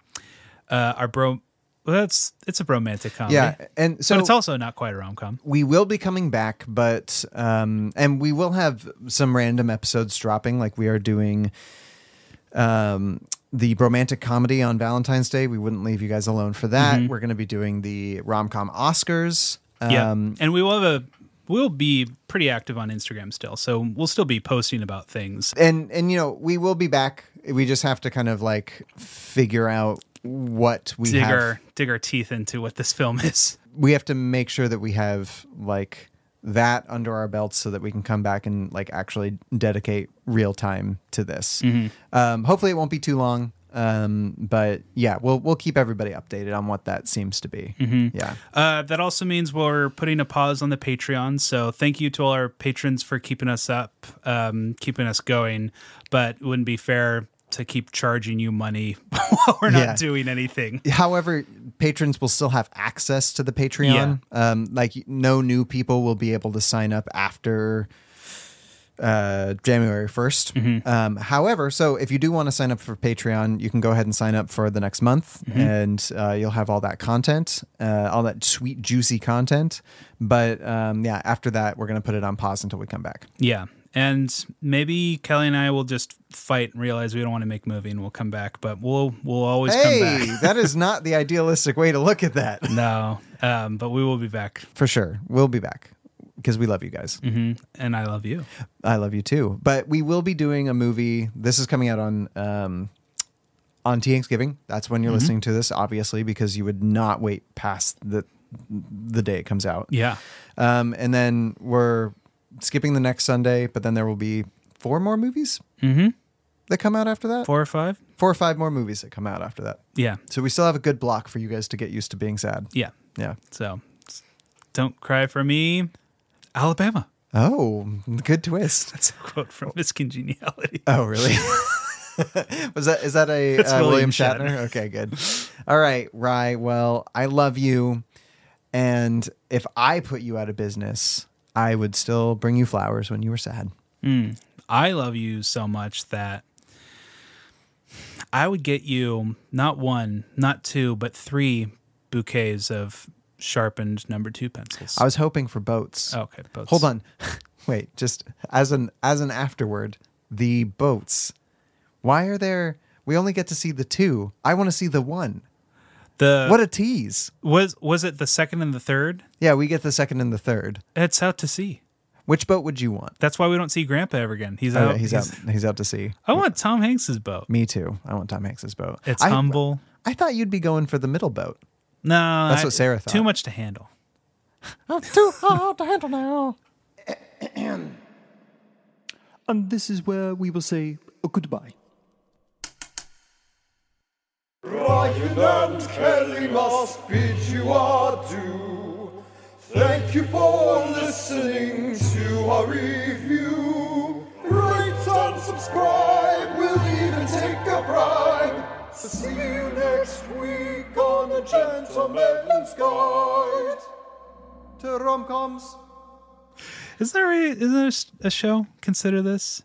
Speaker 2: uh our bro well, it's it's a bromantic comedy.
Speaker 1: Yeah, and so-
Speaker 2: but it's also not quite a rom com.
Speaker 1: we will be coming back, but um, and we will have some random episodes dropping. Like we are doing, um, the romantic comedy on Valentine's Day. We wouldn't leave you guys alone for that.
Speaker 2: Mhm.
Speaker 1: We're going to be doing the rom com Oscars.
Speaker 2: yeah,
Speaker 1: Um,
Speaker 2: and we will have a we'll be pretty active on Instagram still, so we'll still be posting about things.
Speaker 1: and and you know we will be back we just have to kind of like figure out what we
Speaker 2: dig
Speaker 1: have
Speaker 2: our dig our teeth into what this film *laughs* is.
Speaker 1: we have to make sure that we have like that under our belts so that we can come back and like actually dedicate real time to this
Speaker 2: Mhm.
Speaker 1: um, hopefully it won't be too long um, but yeah we'll we'll keep everybody updated on what that seems to be
Speaker 2: Mhm.
Speaker 1: yeah
Speaker 2: Uh, that also means we're putting a pause on the Patreon. So thank you to all our patrons for keeping us up, um, keeping us going. But it wouldn't be fair to keep charging you money *laughs* while we're not
Speaker 1: Yeah.
Speaker 2: doing anything.
Speaker 1: However, patrons will still have access to the Patreon. Um, like no new people will be able to sign up after uh, January 1st. Um, however, so if you do want to sign up for Patreon, you can go ahead and sign up for the next month and uh, you'll have all that content, uh, all that sweet, juicy content. But um, yeah, after that, we're going to put it on pause until we come back.
Speaker 2: Yeah. And maybe Kelly and I will just fight and realize we don't want to make a movie and we'll come back, but we'll we'll always come
Speaker 1: Hey,
Speaker 2: back.
Speaker 1: that is not the idealistic way to look at that.
Speaker 2: no. Um, but we will be back.
Speaker 1: *laughs* For sure. We'll be back because we love you guys.
Speaker 2: hmm And I love you.
Speaker 1: I love you too. But we will be doing a movie. This is coming out on um, on Thanksgiving. That's when you're
Speaker 2: Mhm.
Speaker 1: listening to this, obviously, because you would not wait past the the day it comes out.
Speaker 2: Yeah.
Speaker 1: Um, and then we're skipping the next Sunday, but then there will be four more movies.
Speaker 2: Mm-hmm.
Speaker 1: that come out after that?
Speaker 2: Four or five?
Speaker 1: Four or five more movies that come out after that.
Speaker 2: Yeah.
Speaker 1: So we still have a good block for you guys to get used to being sad.
Speaker 2: Yeah.
Speaker 1: Yeah.
Speaker 2: So don't cry for me, Alabama. *laughs*
Speaker 1: Oh, good twist.
Speaker 2: That's a quote from Miss Congeniality.
Speaker 1: Oh, *laughs* really? Was that is that a
Speaker 2: That's
Speaker 1: uh, William
Speaker 2: William
Speaker 1: Shatner?
Speaker 2: Shatner.
Speaker 1: Okay, good. All right, Rye. Well, I love you, and if I put you out of business, I would still bring you flowers when you were sad.
Speaker 2: Mm. I love you so much that I would get you not one, not two, but three bouquets of sharpened number two pencils. Oh,
Speaker 1: I was hoping for Oh, boats.
Speaker 2: Okay, boats.
Speaker 1: Hold on. *laughs* Wait, just as an as an afterword, the boats. Why are there we only get to see the two. I want to see the one.
Speaker 2: the
Speaker 1: what a tease.
Speaker 2: was was it the second and the third?
Speaker 1: Yeah, we get the second and the third.
Speaker 2: It's out to sea.
Speaker 1: Which boat would you want?
Speaker 2: That's why we don't see Grandpa ever again. He's
Speaker 1: Oh,
Speaker 2: out.
Speaker 1: yeah, he's, out he's out to sea.
Speaker 2: I want Tom Hanks's boat.
Speaker 1: Me too. I want Tom Hanks's boat.
Speaker 2: It's
Speaker 1: I-
Speaker 2: humble.
Speaker 1: I thought you'd be going for the middle boat.
Speaker 2: No,
Speaker 1: That's
Speaker 2: I-
Speaker 1: what Sarah thought.
Speaker 2: Too much to handle.
Speaker 1: That's too hard to handle
Speaker 2: *clears throat*
Speaker 1: now.
Speaker 20: And this is where we will say goodbye.
Speaker 21: Ryan and Kelly must bid you adieu. Thank you for listening to our review. Rate and subscribe, we'll even take a bribe. See you next week on The Gentleman's Guide to Rom-Coms.
Speaker 2: Is there a is there a s- a show? Consider this.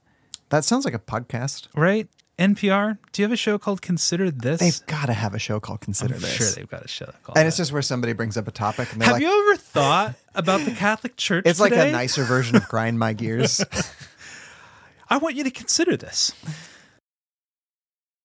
Speaker 1: That sounds like a podcast,
Speaker 2: right? NPR. Do you have a show called Consider This?
Speaker 1: They've got to have a show called Consider
Speaker 2: I'm
Speaker 1: This.
Speaker 2: sure they've got a show called.
Speaker 1: and it's just where somebody brings up a topic and they're
Speaker 2: have
Speaker 1: like,
Speaker 2: you ever thought about the Catholic Church?
Speaker 1: it's like a
Speaker 2: today? *laughs*
Speaker 1: nicer version of Grind My Gears.
Speaker 2: I want you to consider this.